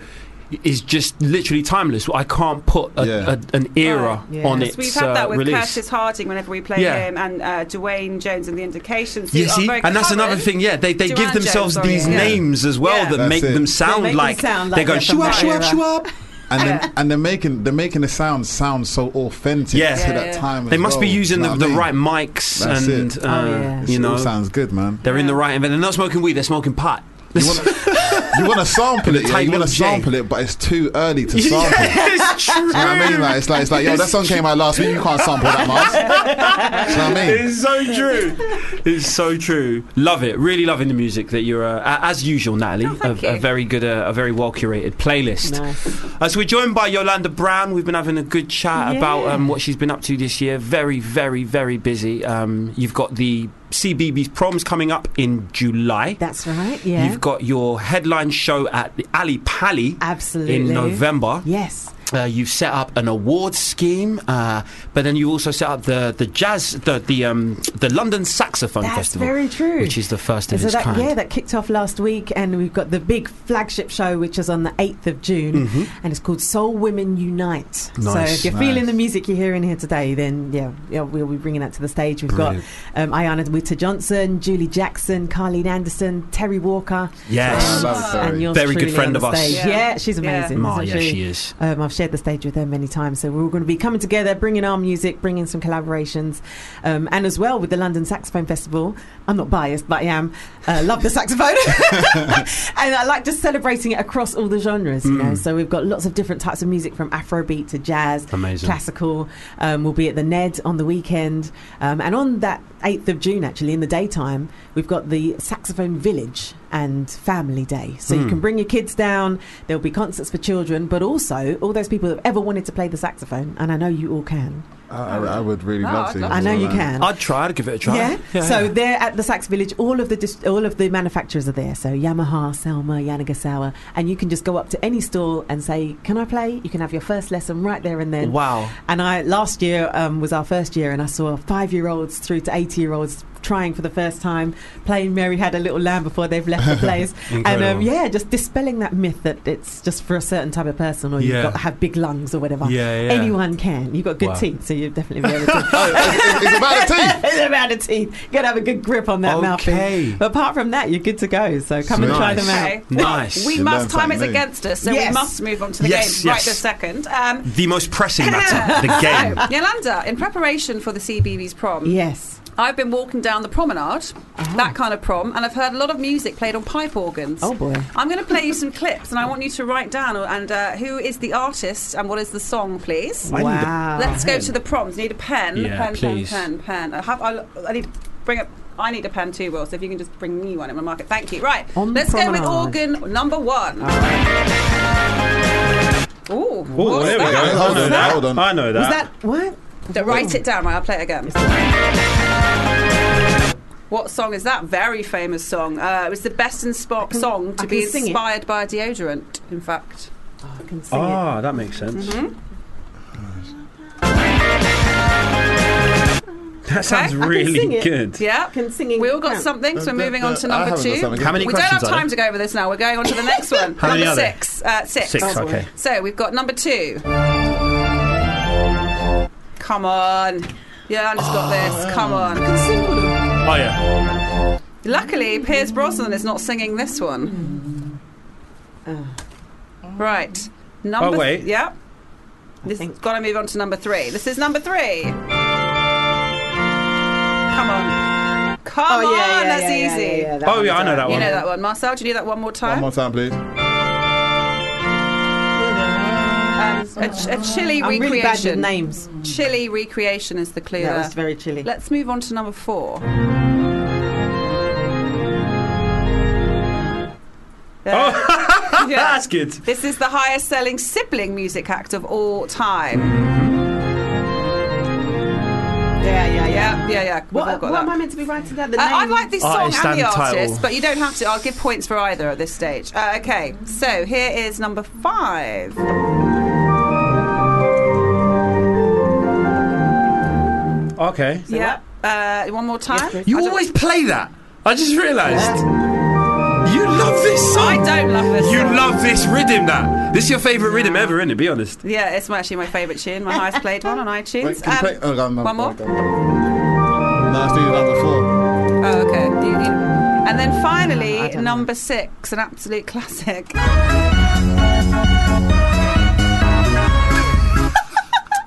Speaker 4: is just literally timeless. I can't put a,
Speaker 6: Yeah.
Speaker 4: a, an era
Speaker 11: Right, yeah.
Speaker 4: on
Speaker 11: Yes,
Speaker 4: its
Speaker 5: We've had
Speaker 4: uh,
Speaker 5: that with
Speaker 4: release.
Speaker 5: Curtis Harding whenever we play
Speaker 4: Yeah.
Speaker 5: him, and uh, Dwayne Jones and the Indications. who
Speaker 4: You
Speaker 5: are
Speaker 4: see,
Speaker 5: very
Speaker 4: and that's another
Speaker 5: current.
Speaker 4: thing. Yeah, they, they give
Speaker 5: Duran Jones,
Speaker 4: themselves
Speaker 5: sorry,
Speaker 4: these
Speaker 5: yeah.
Speaker 4: names as well
Speaker 5: Yeah.
Speaker 4: that
Speaker 6: That's
Speaker 4: make
Speaker 6: it.
Speaker 4: them
Speaker 6: They
Speaker 4: sound
Speaker 11: make them
Speaker 4: like
Speaker 11: sound like
Speaker 4: they go
Speaker 11: they're from
Speaker 4: shoo up,
Speaker 11: that
Speaker 4: shoo up,
Speaker 11: era.
Speaker 4: shoo up.
Speaker 6: And
Speaker 5: Yeah.
Speaker 6: then, and they're making they're making the sound sound so authentic
Speaker 4: Yeah.
Speaker 6: to
Speaker 4: Yeah,
Speaker 6: that
Speaker 5: yeah.
Speaker 6: time.
Speaker 4: They
Speaker 6: as
Speaker 4: must be
Speaker 6: well,
Speaker 4: using
Speaker 6: you
Speaker 4: the,
Speaker 6: know what
Speaker 4: the
Speaker 6: I mean?
Speaker 4: right mics
Speaker 6: That's
Speaker 4: and
Speaker 6: it.
Speaker 4: uh,
Speaker 11: Oh, yeah.
Speaker 6: It's-
Speaker 4: you
Speaker 6: it all
Speaker 4: know
Speaker 6: sounds good, man.
Speaker 4: they're in the right. And they're not smoking weed. They're smoking pot.
Speaker 6: You wanna- you want to sample it, yeah, you want to sample it, but it's too early to sample.
Speaker 4: it's true.
Speaker 6: You know what I mean? Like, it's like, it's like, yo, that song came out last week. You can't sample that, Mars. You know what I mean?
Speaker 4: It's so true. It's so true. Love it. Really loving the music that you're, uh, a- as usual, Natalie.
Speaker 5: thank
Speaker 4: a, a
Speaker 5: you.
Speaker 4: very good, uh, a very well curated playlist.
Speaker 11: Nice.
Speaker 4: Uh, so we're joined by Yolanda Brown. We've been having a good chat about um, what she's been up to this year. Very, very, very busy. Um, you've got the CBB's proms coming up in July.
Speaker 11: That's right. Yeah.
Speaker 4: You've got your headline show at the Ali Pali
Speaker 11: Absolutely.
Speaker 4: in November.
Speaker 11: Yes.
Speaker 4: Uh, you've set up an award scheme, uh, but then you also set up the, the jazz, the the, um, the London Saxophone
Speaker 11: That's
Speaker 4: Festival,
Speaker 11: very true.
Speaker 4: which is the first of
Speaker 11: so
Speaker 4: its
Speaker 11: that,
Speaker 4: kind.
Speaker 11: yeah, that kicked off last week, and we've got the big flagship show, which is on the 8th of June, and it's called Soul Women Unite. so
Speaker 4: Mm-hmm. Nice.
Speaker 11: if you're
Speaker 6: Nice.
Speaker 11: feeling the music you're hearing here today, then yeah, yeah we'll be bringing that to the stage. We've got um, Ayana Witter Johnson, Julie Jackson, Carleen Anderson, Terry Walker. um,
Speaker 4: Yes.
Speaker 6: I love Terry.
Speaker 11: and yours
Speaker 4: Very good
Speaker 11: truly
Speaker 4: friend
Speaker 11: on
Speaker 4: of
Speaker 11: the
Speaker 4: us.
Speaker 11: stage.
Speaker 5: Yeah.
Speaker 11: Yeah. she's
Speaker 5: Yeah.
Speaker 11: amazing.
Speaker 4: Ma,
Speaker 11: isn't
Speaker 4: yeah, she is.
Speaker 11: um, I've shared the stage with her many times, so we're all going to be coming together, bringing our music, bringing some collaborations, um, and as well with the London Saxophone Festival. I'm not biased, but I am. Uh, love the saxophone, and I like just celebrating it across all the genres. You know, so we've got lots of different types of music from Afrobeat to jazz,
Speaker 4: Amazing.
Speaker 11: classical. Um, we'll be at the Ned on the weekend, um, and on that 8th of June, actually in the daytime, we've got the Saxophone Village and Family Day. So you can bring your kids down. There'll be concerts for children, but also all those people who've ever wanted to play the saxophone, and I know you all can.
Speaker 6: I, I I would really
Speaker 5: No,
Speaker 6: love
Speaker 5: I'd
Speaker 6: to.
Speaker 5: love
Speaker 11: Oh, I know you can.
Speaker 4: I'd try. I'd give it a try.
Speaker 11: Yeah? So they're at the Sax Village. All of the dis- all of the manufacturers are there. So Yamaha, Selma, Yanagisawa, and you can just go up to any stall and say, "Can I play?" You can have your first lesson right there and then.
Speaker 4: Wow.
Speaker 11: And I last year um, was our first year, and I saw five-year-olds through to eighty-year-olds trying for the first time playing Mary Had a Little Lamb before they've left the place. and um,
Speaker 4: Incredible.
Speaker 11: yeah, just dispelling that myth that it's just for a certain type of person, or
Speaker 4: Yeah.
Speaker 11: you've got to have big lungs or whatever.
Speaker 4: Yeah, yeah.
Speaker 11: Anyone can. You've got good
Speaker 4: Wow.
Speaker 11: teeth, so you'll definitely be able to.
Speaker 6: Oh, It's, it's about the teeth.
Speaker 11: It's about the teeth. You gotta have a good grip on that
Speaker 4: Okay.
Speaker 11: mouthpiece. But apart from that, you're good to go. So come and try
Speaker 4: Nice.
Speaker 11: them out.
Speaker 5: Okay. well,
Speaker 4: Nice.
Speaker 5: we
Speaker 4: You
Speaker 6: learn
Speaker 5: must. Time
Speaker 6: something
Speaker 5: is
Speaker 6: new.
Speaker 5: against us, so
Speaker 11: Yes.
Speaker 5: we must move on to the
Speaker 4: Yes,
Speaker 5: game right
Speaker 4: yes.
Speaker 5: this second. Um,
Speaker 4: the most pressing matter, the game.
Speaker 5: so, Yolanda, in preparation for the CBBS prom,
Speaker 11: Yes.
Speaker 5: I've been walking down the promenade,
Speaker 11: Uh-huh.
Speaker 5: that kind of prom, and I've heard a lot of music played on pipe organs.
Speaker 11: Oh, boy.
Speaker 5: I'm going to play you some clips, and I want you to write down uh, and uh, who is the artist and what is the song, please.
Speaker 11: Wow.
Speaker 5: Let's go to the proms. Need a pen.
Speaker 4: Yeah,
Speaker 5: pen,
Speaker 4: please.
Speaker 5: pen, pen, pen. I have. I'll, I need. Bring up. I need a pen too, Will. So if you can just bring me one in my market, thank you. Right.
Speaker 11: On the
Speaker 5: Let's go with
Speaker 11: promenade.
Speaker 5: organ number one. Ooh. what's
Speaker 4: there we go. I
Speaker 5: that?
Speaker 6: Hold
Speaker 4: know
Speaker 6: on,
Speaker 4: that.
Speaker 6: hold on.
Speaker 4: I know
Speaker 11: Was
Speaker 4: that.
Speaker 11: that what?
Speaker 5: D- Write it down. Right. I'll play it again. What song is that? Very famous song. Uh, it was the best in spot song to
Speaker 11: I
Speaker 5: be
Speaker 11: can sing it.
Speaker 5: inspired by a deodorant. In fact,
Speaker 11: I can sing it.
Speaker 4: Ah, that makes sense.
Speaker 5: Mm-hmm.
Speaker 4: That sounds
Speaker 11: can
Speaker 5: I
Speaker 11: sing
Speaker 4: really
Speaker 11: it.
Speaker 4: good.
Speaker 5: yeah.
Speaker 11: Can singing
Speaker 5: We all got
Speaker 11: count?
Speaker 4: Uh,
Speaker 5: something, so we're moving on to
Speaker 6: I
Speaker 5: number
Speaker 6: haven't got
Speaker 5: two.
Speaker 6: something.
Speaker 4: How many
Speaker 5: we don't have
Speaker 4: questions are
Speaker 5: time
Speaker 4: there?
Speaker 5: to go over this now. We're going on to the next one.
Speaker 4: How many
Speaker 5: number
Speaker 4: are there?
Speaker 5: six. Uh, six.
Speaker 4: Six,
Speaker 11: Oh, boy.
Speaker 4: okay.
Speaker 5: So we've got number two. Come on. Yeah, I just got this. Come on.
Speaker 4: Oh, yeah.
Speaker 5: Luckily, Piers Brosnan is not singing this one. Right. Number
Speaker 4: Oh, wait.
Speaker 5: Th- yeah. This
Speaker 11: think-
Speaker 5: got to move on to number three. This is number three. Come on. Come
Speaker 11: Oh,
Speaker 5: on.
Speaker 11: yeah, yeah,
Speaker 5: that's
Speaker 11: yeah, yeah,
Speaker 5: easy.
Speaker 11: yeah, yeah, that
Speaker 4: Oh,
Speaker 11: one's
Speaker 4: yeah, I
Speaker 11: all
Speaker 4: know that
Speaker 11: right.
Speaker 5: You
Speaker 4: one.
Speaker 5: know that one. Marcel, do you do that one more
Speaker 6: One
Speaker 5: time?
Speaker 6: more time, please.
Speaker 5: Um, a, ch- a chilly
Speaker 11: I'm really bad with
Speaker 5: recreation.
Speaker 11: names.
Speaker 5: chilly recreation is the clue
Speaker 11: That
Speaker 5: there.
Speaker 11: was very chilly.
Speaker 5: Let's move on to number four.
Speaker 4: Oh.
Speaker 5: Yeah.
Speaker 4: That's good.
Speaker 5: This is the highest selling sibling music act of all time.
Speaker 11: yeah, yeah, yeah.
Speaker 5: Yeah, yeah, yeah. We've
Speaker 11: What,
Speaker 5: all
Speaker 11: what
Speaker 5: got that.
Speaker 11: am I meant to be writing down? The
Speaker 5: Uh,
Speaker 11: name?
Speaker 5: I like
Speaker 6: Oh,
Speaker 5: this song
Speaker 4: Artist
Speaker 5: and the
Speaker 4: and
Speaker 5: artist,
Speaker 4: title.
Speaker 5: but you don't have to. I'll give points for either at this stage. Uh, okay, so here is number five.
Speaker 4: Okay.
Speaker 5: yeah. Uh, one more time.
Speaker 11: please.
Speaker 4: You
Speaker 5: I don't-
Speaker 4: always play that. I just realised. You love this
Speaker 5: I
Speaker 4: song.
Speaker 5: don't love this.
Speaker 4: You
Speaker 5: song.
Speaker 4: love this rhythm. That this is your favourite rhythm ever, isn't it? Be honest.
Speaker 5: Yeah, it's actually my favourite tune, my highest played one on iTunes. Um,
Speaker 11: um,
Speaker 6: Wait, can you play? Oh, God, no,
Speaker 5: one more.
Speaker 6: no, no. No, let's do number four.
Speaker 5: Oh, okay. You- you- And then
Speaker 11: I
Speaker 5: finally,
Speaker 11: don't know.
Speaker 5: number six, an absolute classic.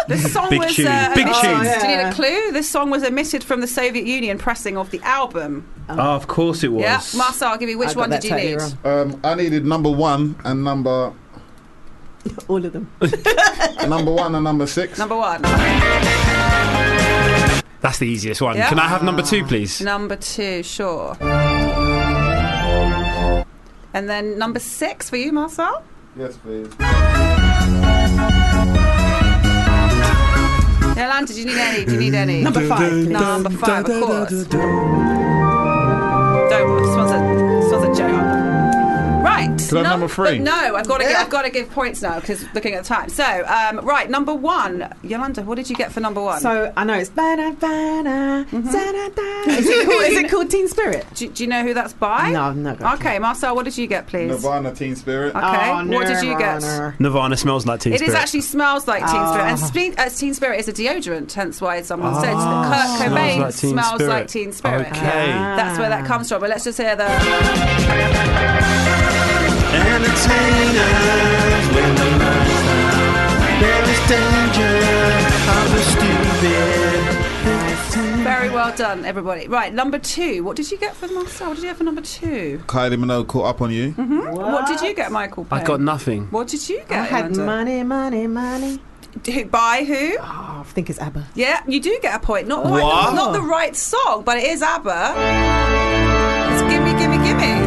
Speaker 5: This song
Speaker 4: Big
Speaker 5: was
Speaker 4: tune.
Speaker 5: Uh,
Speaker 4: Big
Speaker 5: omitted-
Speaker 4: tune.
Speaker 5: Do you need
Speaker 11: Yeah.
Speaker 5: a clue? This song was omitted from the Soviet Union pressing of the album.
Speaker 4: Ah, of course it was.
Speaker 5: Oh. Yeah, Marcel, I'll give you
Speaker 11: I
Speaker 5: which
Speaker 11: got
Speaker 5: one
Speaker 11: that
Speaker 5: did you
Speaker 11: totally
Speaker 5: need?
Speaker 11: wrong.
Speaker 6: Um, I needed number one and number
Speaker 11: All of them.
Speaker 6: number one and number six.
Speaker 5: Number one.
Speaker 4: That's the easiest one.
Speaker 5: Yeah.
Speaker 4: Can I have number two, please?
Speaker 5: Number two, sure. And then number six for you, Marcel.
Speaker 6: yes, please.
Speaker 5: Yolan, did you need any? Do you need any?
Speaker 11: Number five. please.
Speaker 5: Number five, of course. Don't. This one's a, this one's a joke. Right.
Speaker 6: Could I have
Speaker 5: num-
Speaker 6: number three?
Speaker 5: but No, I've got to. I've got to give points now because looking at the time. So, um, right, number one, Yolanda. What did you get for number one?
Speaker 11: So I know it's bana bana
Speaker 5: Mm-hmm.
Speaker 11: da-da-da. Is it called? Is it called Teen Spirit?
Speaker 5: do, do you know who that's by?
Speaker 11: No, I've not got a clue.
Speaker 5: Okay, Marcel. What did you get, please?
Speaker 6: Nirvana, Teen Spirit.
Speaker 5: Okay.
Speaker 11: Oh,
Speaker 5: what did you get?
Speaker 11: Nirvana.
Speaker 4: Nirvana smells like teen
Speaker 5: It
Speaker 4: spirit.
Speaker 5: is actually smells like Teen Spirit, and
Speaker 11: Ah.
Speaker 5: Spleen, uh, Teen Spirit is a deodorant, hence why someone said
Speaker 4: Ah,
Speaker 5: that Kurt
Speaker 4: smells
Speaker 5: Cobain
Speaker 4: like
Speaker 5: smells,
Speaker 4: Teen Spirit.
Speaker 5: like Teen Spirit.
Speaker 4: Okay.
Speaker 11: Ah.
Speaker 5: That's where that comes from. But let's just hear the.
Speaker 2: Entertainers when they rise up. There is danger of the stupid.
Speaker 5: Very well done, everybody. Right, number two. What did you get for Marcel? What did you get for number two?
Speaker 6: Kylie Minogue caught up on you.
Speaker 5: What, did you get, Michael?
Speaker 10: I
Speaker 5: Payne?
Speaker 10: got nothing.
Speaker 5: What did you get?
Speaker 11: I had
Speaker 5: Amanda?
Speaker 11: money, money, money.
Speaker 5: Who- by who?
Speaker 11: Oh, I think it's ABBA.
Speaker 5: Yeah, you do get a point. Not quite
Speaker 4: What?
Speaker 5: the, not the right song, but it is ABBA. It's Gimme, Gimme, Gimme.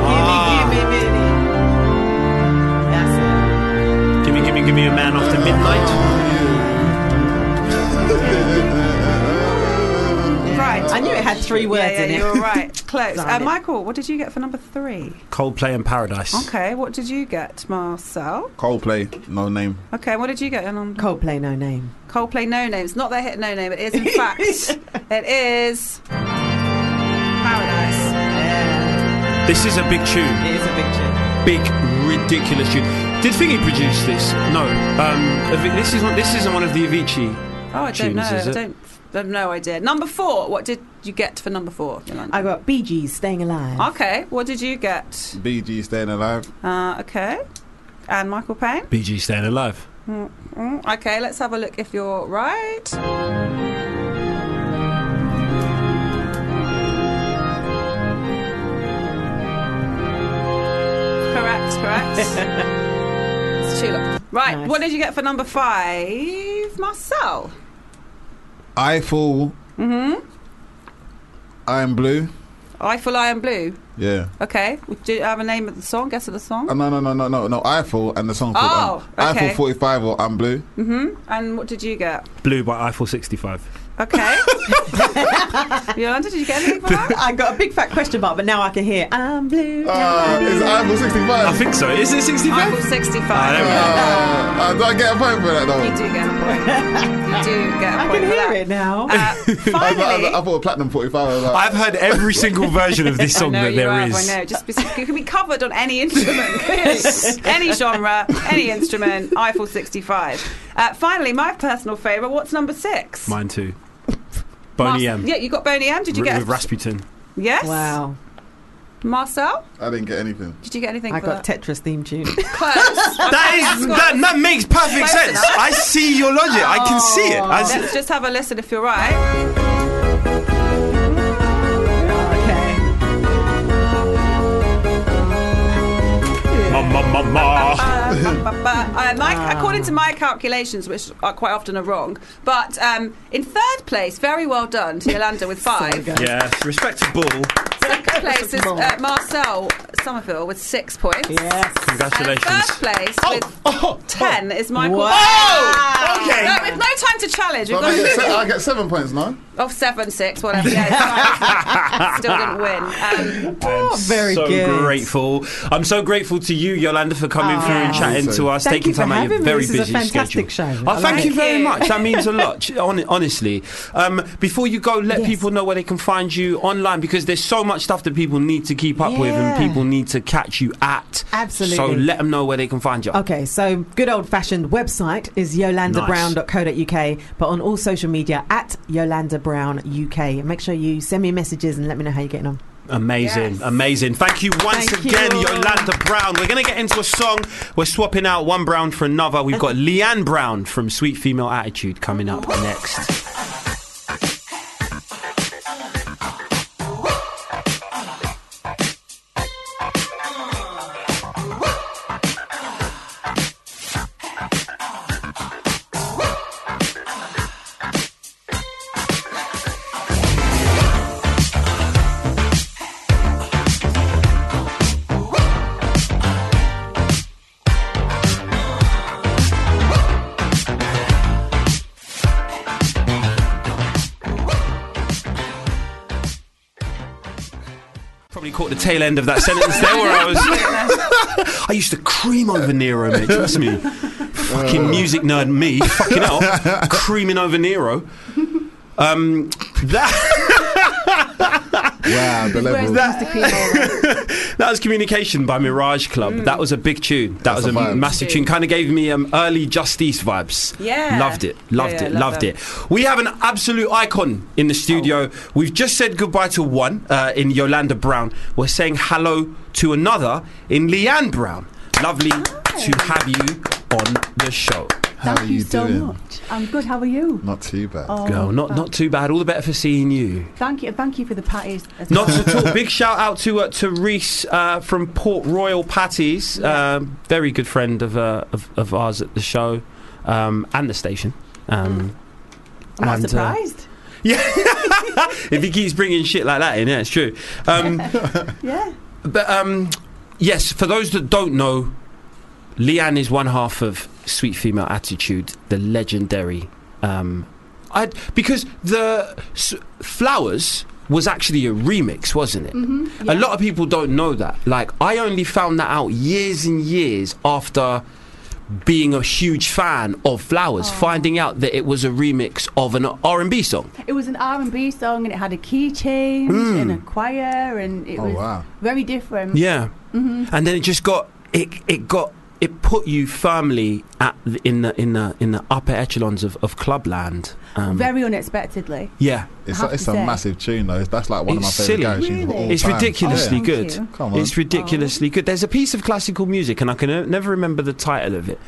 Speaker 11: That's
Speaker 4: Gimme, gimme, gimme a man after midnight.
Speaker 5: Right.
Speaker 11: it. I knew it had three words
Speaker 5: yeah, yeah,
Speaker 11: in it.
Speaker 5: you were right. Close.
Speaker 11: Darn
Speaker 5: Uh,
Speaker 11: it.
Speaker 5: Michael, what did you get for number three?
Speaker 4: Coldplay and Paradise.
Speaker 5: Okay, what did you get, Marcel?
Speaker 6: Coldplay, no name.
Speaker 5: Okay, what did you get? Um,
Speaker 11: Coldplay, no name.
Speaker 5: Coldplay No Name. It's not their hit No Name. It is, in fact, it is Paradise.
Speaker 4: This is a big tune.
Speaker 11: It is a big tune.
Speaker 4: Big, ridiculous tune. Did Thingy produce this? No. Um, Avi- this is one, this isn't one of the Avicii.
Speaker 5: Oh, I don't
Speaker 4: Tunes,
Speaker 5: know.
Speaker 4: is
Speaker 5: I
Speaker 4: it?
Speaker 5: don't. I have no idea. Number four. What did you get for number four? Yolanda?
Speaker 11: I got Bee Gees, Staying Alive.
Speaker 5: okay. What did you get?
Speaker 6: BG staying alive.
Speaker 5: Uh, okay. And Michael Payne.
Speaker 4: BG staying alive.
Speaker 5: Mm, okay. Let's have a look if you're right. Correct. Correct. it's Sheila. Right.
Speaker 11: Nice.
Speaker 5: What did you get for number five, Marcel?
Speaker 6: I fall. Mm-hmm. I am blue.
Speaker 5: I Feel I Am Blue.
Speaker 6: Yeah.
Speaker 5: Okay. Do you have a name of the song? Guess of the song.
Speaker 6: Oh, no, no, no, no, no, no. I fall and the song called
Speaker 5: Oh,
Speaker 6: I'm- I
Speaker 5: okay.
Speaker 6: fall 45 or I'm blue.
Speaker 5: Mm-hmm, and what did you get?
Speaker 4: Blue by Eiffel 65.
Speaker 5: Okay. Yolanda, did you get anything for that?
Speaker 11: I got a big fat question mark, but now I can hear I'm blue.
Speaker 5: Ah,
Speaker 6: Uh, is I fall 65?
Speaker 4: I think so. Is it 65?
Speaker 5: Michael, 65.
Speaker 4: Ah, there we go.
Speaker 6: Uh, do I get a point for that
Speaker 5: You
Speaker 6: though?
Speaker 5: do get a point. You do get a
Speaker 11: I can
Speaker 5: point for
Speaker 11: hear
Speaker 5: that.
Speaker 11: it now.
Speaker 5: Uh,
Speaker 6: I, I, I,
Speaker 5: finally,
Speaker 6: thought platinum 45. I was like,
Speaker 4: I've heard every single version of this
Speaker 5: I
Speaker 4: song
Speaker 5: know
Speaker 4: that
Speaker 5: you
Speaker 4: there
Speaker 5: have,
Speaker 4: is.
Speaker 5: I know. Just because it can be covered on any instrument, clearly. any genre, any instrument. Eiffel 65. Uh, finally, my personal favourite. What's number six?
Speaker 4: Mine too. Boney
Speaker 5: Marce-
Speaker 4: M.
Speaker 5: Yeah, you got Boney M. Did you
Speaker 4: Ri-
Speaker 5: get
Speaker 4: with Rasputin.
Speaker 5: Yes.
Speaker 11: wow.
Speaker 5: Marcel,
Speaker 6: I didn't get anything.
Speaker 5: did you get anything
Speaker 11: I
Speaker 5: for
Speaker 11: got
Speaker 5: that?
Speaker 11: Tetris theme tune.
Speaker 5: Close.
Speaker 4: That is that, that makes perfect
Speaker 5: Close
Speaker 4: sense.
Speaker 5: enough.
Speaker 4: I see your logic. I can see it. I see-
Speaker 5: Let's just have a listen if you're right.
Speaker 11: okay.
Speaker 4: Ma, ma, ma, ma.
Speaker 5: Uh, but- but, uh, my,
Speaker 4: Um.
Speaker 5: according to my calculations, which are quite often are wrong, but um, in third place, very well done to Yolanda with five.
Speaker 4: Yes, respectable.
Speaker 5: Second place is uh, Marcel Somerville with six points.
Speaker 11: Yes.
Speaker 5: And
Speaker 4: Congratulations.
Speaker 5: first place with
Speaker 4: Oh,
Speaker 5: ten is Michael.
Speaker 11: Wow.
Speaker 4: Oh, okay.
Speaker 5: No, with no time to challenge. We've
Speaker 6: But I, get
Speaker 5: got
Speaker 6: se- I get seven points, no?
Speaker 5: off seven, six, whatever. Yeah, it's fine. Still didn't win. Um,
Speaker 4: I'm
Speaker 11: Oh, very
Speaker 4: so
Speaker 11: good.
Speaker 4: grateful. I'm so grateful to you, Yolanda, for coming through and
Speaker 11: Ah.
Speaker 4: chatting to us,
Speaker 11: Thank
Speaker 4: taking
Speaker 11: you for
Speaker 4: time out of your
Speaker 11: having me.
Speaker 4: very
Speaker 11: This is a
Speaker 4: busy
Speaker 11: fantastic
Speaker 4: schedule.
Speaker 11: show.
Speaker 4: Oh,
Speaker 11: I
Speaker 4: thank
Speaker 11: like
Speaker 4: you very
Speaker 5: it.
Speaker 4: much. That means a lot. Hon- honestly, um, before you go, let
Speaker 11: Yes.
Speaker 4: people know where they can find you online because there's so much stuff that people need to keep up with and
Speaker 11: Yeah.
Speaker 4: people need to catch you at. So
Speaker 11: Absolutely.
Speaker 4: let them know where they can find you.
Speaker 11: Okay, so good old fashioned website is yolandabrown.co.uk, but on all social media at yolandabrownuk. Make sure you send me messages and let me know how you're getting on.
Speaker 4: Amazing,
Speaker 5: Yes.
Speaker 4: amazing. Thank you once
Speaker 11: Thank
Speaker 4: again,
Speaker 11: you.
Speaker 4: Yolanda Brown. We're going to get into a song. We're swapping out one Brown for another. We've got Leanne Brown from Sweet Female Attitude coming up next. Probably caught the tail end of that sentence there where I was. I used to cream over Nero, mate. Trust me.
Speaker 6: Uh.
Speaker 4: Fucking music nerd me. Fucking hell. Creaming over Nero. Um, that.
Speaker 6: Wow, the level.
Speaker 4: That was Communication by Mirage Club.
Speaker 5: Mm.
Speaker 4: That was a big tune. That was
Speaker 6: a
Speaker 4: a,
Speaker 6: vibe.
Speaker 4: massive tune. Kind of gave me um, early Justice vibes.
Speaker 5: Yeah.
Speaker 4: Loved it. Loved
Speaker 5: Yeah, yeah,
Speaker 4: it.
Speaker 5: love
Speaker 4: Loved
Speaker 5: that.
Speaker 4: it. We have an absolute icon in the studio.
Speaker 5: Oh.
Speaker 4: We've just said goodbye to one uh, in Yolanda Brown. We're saying hello to another in Leanne Brown. Lovely to have you on the show.
Speaker 6: How are you
Speaker 13: so
Speaker 6: doing?
Speaker 13: much. I'm good. How are you?
Speaker 6: Not too bad.
Speaker 13: Oh,
Speaker 4: Girl, not,
Speaker 5: uh,
Speaker 4: not too bad. All the better for seeing you.
Speaker 13: Thank you. Thank you for the patties. as
Speaker 4: Not
Speaker 13: well.
Speaker 4: to talk. Big shout out to uh, to Reese uh, from Port Royal Patties, um, very good friend of, uh, of of ours at the show um, and the station. Um,
Speaker 11: I'm not
Speaker 4: and, uh,
Speaker 11: surprised.
Speaker 4: if he keeps bringing shit like that in, yeah, it's true. Um,
Speaker 13: yeah.
Speaker 4: but um, yes, for those that don't know, Leanne is one half of Sweet Female Attitude, the legendary. Um, I because the s- flowers was actually a remix, wasn't it?
Speaker 13: hmm
Speaker 4: A lot of people don't know that. Like, I only found that out years and years after being a huge fan of
Speaker 13: Oh.
Speaker 4: Flowers, finding out that it was a remix of an R&B song.
Speaker 13: It was an R and B song, and it had a key change
Speaker 4: Mm.
Speaker 13: and a choir, and it
Speaker 6: Oh,
Speaker 13: was
Speaker 6: wow.
Speaker 13: very different.
Speaker 4: Yeah.
Speaker 13: hmm
Speaker 4: And then it just got it it got it put you firmly at the, in the in the in the upper echelons of of clubland. Um,
Speaker 13: Very unexpectedly.
Speaker 4: yeah.
Speaker 6: It's,
Speaker 13: I have
Speaker 6: a, it's
Speaker 13: to
Speaker 6: a
Speaker 13: say.
Speaker 6: massive tune though. That's like one
Speaker 4: It's
Speaker 6: of my favorite
Speaker 4: silly.
Speaker 6: garage tunes of
Speaker 13: Really?
Speaker 6: all
Speaker 4: It's
Speaker 6: time. Oh,
Speaker 4: ridiculously
Speaker 13: Oh, Thank
Speaker 4: good.
Speaker 13: you.
Speaker 6: Come on.
Speaker 4: It's ridiculously good. There's a piece of classical music, and I can uh, never remember the title of it,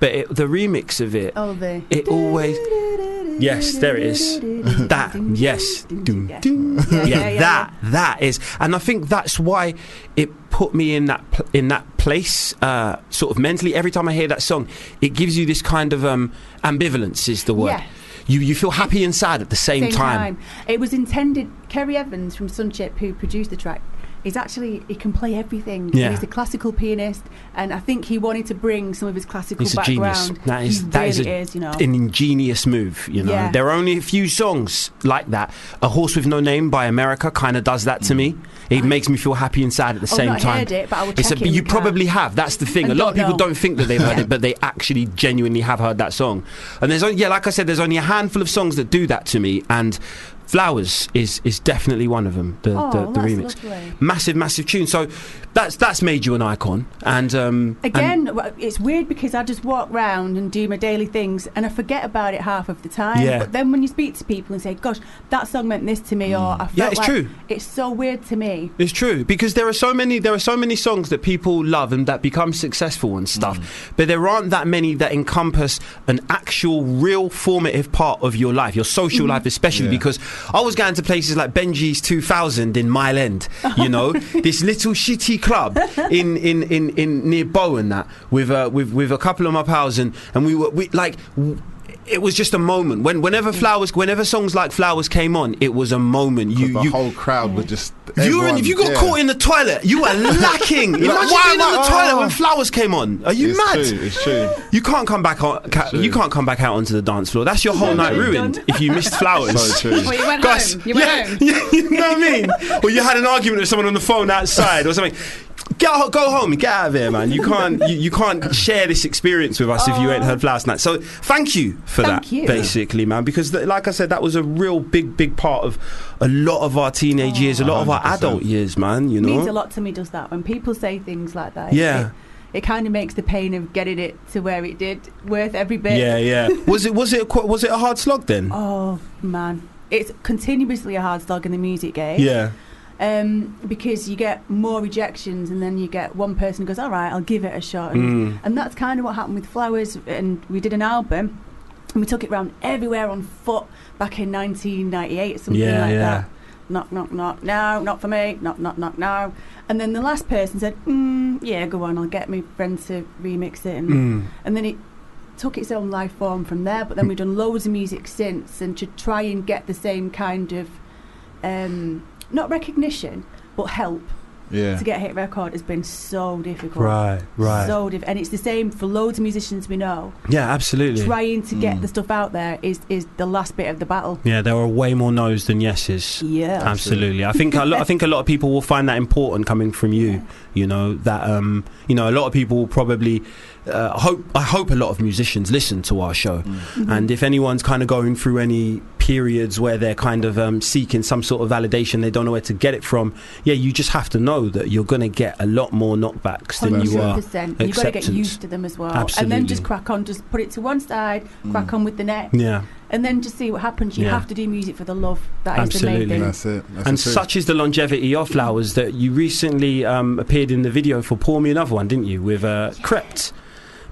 Speaker 4: but it, the remix of it
Speaker 13: Oh, the.
Speaker 4: It always- Yes, there it is. That yes, Dun, dun.
Speaker 13: Yeah,
Speaker 4: yeah,
Speaker 13: yeah, yeah,
Speaker 4: that that is, and I think that's why it put me in that pl- in that place, uh, sort of mentally. Every time I hear that song, it gives you this kind of um, ambivalence. Is the word
Speaker 13: Yeah.
Speaker 4: you you feel happy and sad at the same, time.
Speaker 13: It was intended. Kerry Evans from Sunchip, who produced the track, is actually he can play everything.
Speaker 4: Yeah.
Speaker 13: He's a classical pianist, and I think he wanted to bring some of his classical
Speaker 4: He's a genius.
Speaker 13: background.
Speaker 4: That is
Speaker 13: he
Speaker 4: that
Speaker 13: really
Speaker 4: is a
Speaker 13: is, you know.
Speaker 4: an ingenious move, you know.
Speaker 13: Yeah.
Speaker 4: There are only a few songs like that. A Horse with No Name by America kind of does that to me. It makes me feel happy and sad at the
Speaker 13: I've
Speaker 4: same
Speaker 13: Mm. Oh, not
Speaker 4: time.
Speaker 13: heard it, but I will
Speaker 4: It's a-
Speaker 13: check it when
Speaker 4: you
Speaker 13: we can.
Speaker 4: probably have. That's the thing. A
Speaker 13: And
Speaker 4: lot of
Speaker 13: don't
Speaker 4: people
Speaker 13: know.
Speaker 4: don't think that they've heard
Speaker 13: Yeah.
Speaker 4: it, but they actually genuinely have heard that song. And there's only, yeah, like I said, there's only a handful of songs that do that to me, and Flowers is is definitely one of them. The
Speaker 13: oh,
Speaker 4: the, the
Speaker 13: that's
Speaker 4: remix,
Speaker 13: lovely.
Speaker 4: massive, massive tune. So that's that's made you an icon, and um, and-
Speaker 13: Again, w it's weird because I just walk round and do my daily things and I forget about it half of the time.
Speaker 4: Yeah.
Speaker 13: But then when you speak to people and say, gosh, that song meant this to me, or I felt
Speaker 4: yeah, it's
Speaker 13: like
Speaker 4: true.
Speaker 13: it's so weird to me.
Speaker 4: It's true because there are so many there are so many songs that people love and that become successful and stuff,
Speaker 6: Mm.
Speaker 4: but there aren't that many that encompass an actual real formative part of your life, your social life especially
Speaker 6: Mm-hmm. Yeah.
Speaker 4: because I was going to places like Benji's 2000 in Mile End, you know, this little shitty club in in in, in near Bowen that with uh, with with a couple of my pals and and we were we like w- it was just a moment when whenever
Speaker 6: Mm.
Speaker 4: flowers whenever songs like flowers came on it was a moment you
Speaker 6: the
Speaker 4: you
Speaker 6: whole crowd was just.
Speaker 4: you were in,
Speaker 6: everyone,
Speaker 4: if you got
Speaker 6: yeah.
Speaker 4: caught in the toilet, you were lacking. Imagine
Speaker 6: You're like, why
Speaker 4: being
Speaker 6: am
Speaker 4: in the
Speaker 6: I-
Speaker 4: toilet when
Speaker 6: oh.
Speaker 4: flowers came on. Are you
Speaker 6: it's
Speaker 4: mad?
Speaker 6: True, it's true.
Speaker 4: You can't come back on. Ca-
Speaker 6: true.
Speaker 4: you can't come back out onto the dance floor. That's your whole
Speaker 6: Yeah,
Speaker 4: night
Speaker 6: it's
Speaker 4: ruined if you missed flowers.
Speaker 6: So true.
Speaker 5: Well, you went home. You went
Speaker 4: yeah,
Speaker 5: home.
Speaker 4: yeah, you know what I mean. Or you had an argument with someone on the phone outside or something. Get ho- go home and get out of here, man. You can't you, you can't share this experience with us if you
Speaker 5: Oh.
Speaker 4: ain't heard flowers night. So thank you for
Speaker 13: Thank
Speaker 4: that,
Speaker 13: you.
Speaker 4: basically, man. Because th- like I said, that was a real big big part of a lot of our teenage years, a lot of our
Speaker 6: 100%.
Speaker 4: adult years, man. You
Speaker 13: It
Speaker 4: know,
Speaker 13: means a lot to me, does that? When people say things like that. it-
Speaker 4: Yeah.
Speaker 13: It, it kind of makes the pain of getting it to where it did worth every bit.
Speaker 4: Yeah, yeah. was it was it qu- was it a hard slog then?
Speaker 13: Oh, man. It's continuously a hard slog in the music game.
Speaker 4: yeah,
Speaker 5: um, because you get more rejections, and then you get one person who goes, "All right, I'll give it a shot," and,
Speaker 14: Mm.
Speaker 5: and that's kind of what happened with Flowers. And we did an album, and we took it round everywhere on foot back in 1998, something
Speaker 14: Yeah,
Speaker 5: like
Speaker 14: yeah.
Speaker 5: that. Knock, knock, knock. No, not for me. Knock, knock, knock, no. And then the last person said, mm, "Yeah, go on. I'll get my friend to remix it." And,
Speaker 14: Mm.
Speaker 5: and then it took its own life form from there. But then we've done loads of music since, and to try and get the same kind of um, not recognition but help
Speaker 6: Yeah.
Speaker 5: to get a hit record has been so difficult.
Speaker 4: Right, right.
Speaker 5: So diff- and it's the same for loads of musicians we know.
Speaker 4: Yeah, absolutely.
Speaker 5: Trying to get
Speaker 4: Mm.
Speaker 5: the stuff out there is is the last bit of the battle.
Speaker 4: Yeah, there are way more no's than yeses.
Speaker 5: Yeah.
Speaker 4: absolutely. I think a lot. I think a lot of people will find that important coming from you. You know that. Um, you know, a lot of people will probably uh, hope. I hope a lot of musicians listen to our show,
Speaker 5: Mm-hmm.
Speaker 15: Mhm.
Speaker 4: and if anyone's kind of going through any periods where they're kind of um, seeking some sort of validation, they don't know where to get it from. Yeah, you just have to know that you're going to get a lot more knockbacks than you are.
Speaker 5: 100%. You've got to get
Speaker 4: acceptance.
Speaker 5: used to them as well. And
Speaker 4: Absolutely.
Speaker 5: then just crack on, just put it to one side, crack
Speaker 4: Mm.
Speaker 5: on with the next.
Speaker 4: Yeah.
Speaker 5: And then just see what happens. You
Speaker 4: Yeah.
Speaker 5: have to do music for the love. That is the main
Speaker 4: Absolutely,
Speaker 5: thing.
Speaker 4: and such is the longevity of flowers that you recently um, appeared in the video for "Pour Me Another One," didn't you, with uh, Crept?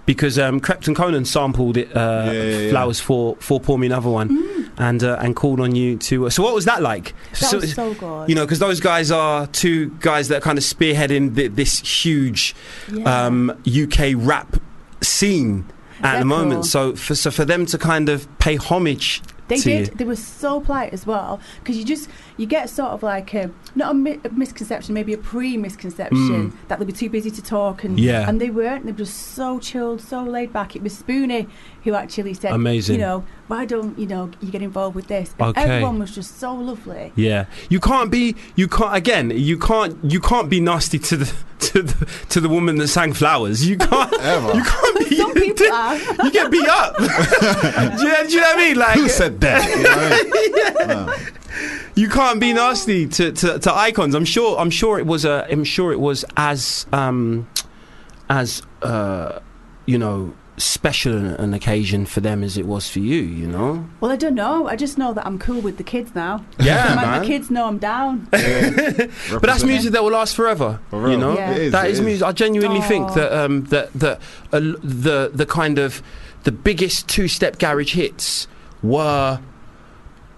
Speaker 4: Because um, Crept and Conan sampled it, uh, flowers for for "Pour Me Another One," and uh, and called on you to. so, what was that like?
Speaker 5: That was so good.
Speaker 4: You know, because those guys are two guys that are kind of spearheading th- this huge
Speaker 5: Yeah.
Speaker 4: um, UK rap scene at the
Speaker 5: They're
Speaker 4: moment. So,
Speaker 5: cool.
Speaker 4: for, so for them to kind of pay homage
Speaker 5: They
Speaker 4: to
Speaker 5: did.
Speaker 4: you,
Speaker 5: They were so polite as well because you just you get sort of like a not a, mi- a misconception, maybe a pre-misconception
Speaker 14: Mm.
Speaker 5: that they'll be too busy to talk and
Speaker 14: Yeah.
Speaker 5: and they weren't. They were just so chilled, so laid back. It was Spoonie who actually said,
Speaker 4: Amazing.
Speaker 5: You know, why don't you know you get involved with this? And
Speaker 4: Okay.
Speaker 5: Everyone was just so lovely.
Speaker 4: Yeah, you can't be. You can't again. You can't. You can't be nasty to the to the, to the woman that sang flowers. You can't. You can't be. Some people
Speaker 5: are.
Speaker 4: You get beat up. do, you, do you know what I mean? Like
Speaker 6: Who said that? You know what I mean?
Speaker 4: you can't be nasty to, to, to icons. I'm sure. I'm sure it was. i I'm sure it was as um, as uh, you know, special an, an occasion for them as it was for you. You know.
Speaker 5: Well, I don't know. I just know that I'm cool with the kids now.
Speaker 4: Yeah,
Speaker 5: my,
Speaker 4: man.
Speaker 5: my kids know I'm down.
Speaker 4: But that's music that will last forever. You know,
Speaker 5: Yeah. It is,
Speaker 4: that
Speaker 5: it
Speaker 4: is,
Speaker 5: is.
Speaker 4: music. I genuinely think
Speaker 5: Aw.
Speaker 4: that um, that that uh, the the kind of the biggest two-step garage hits were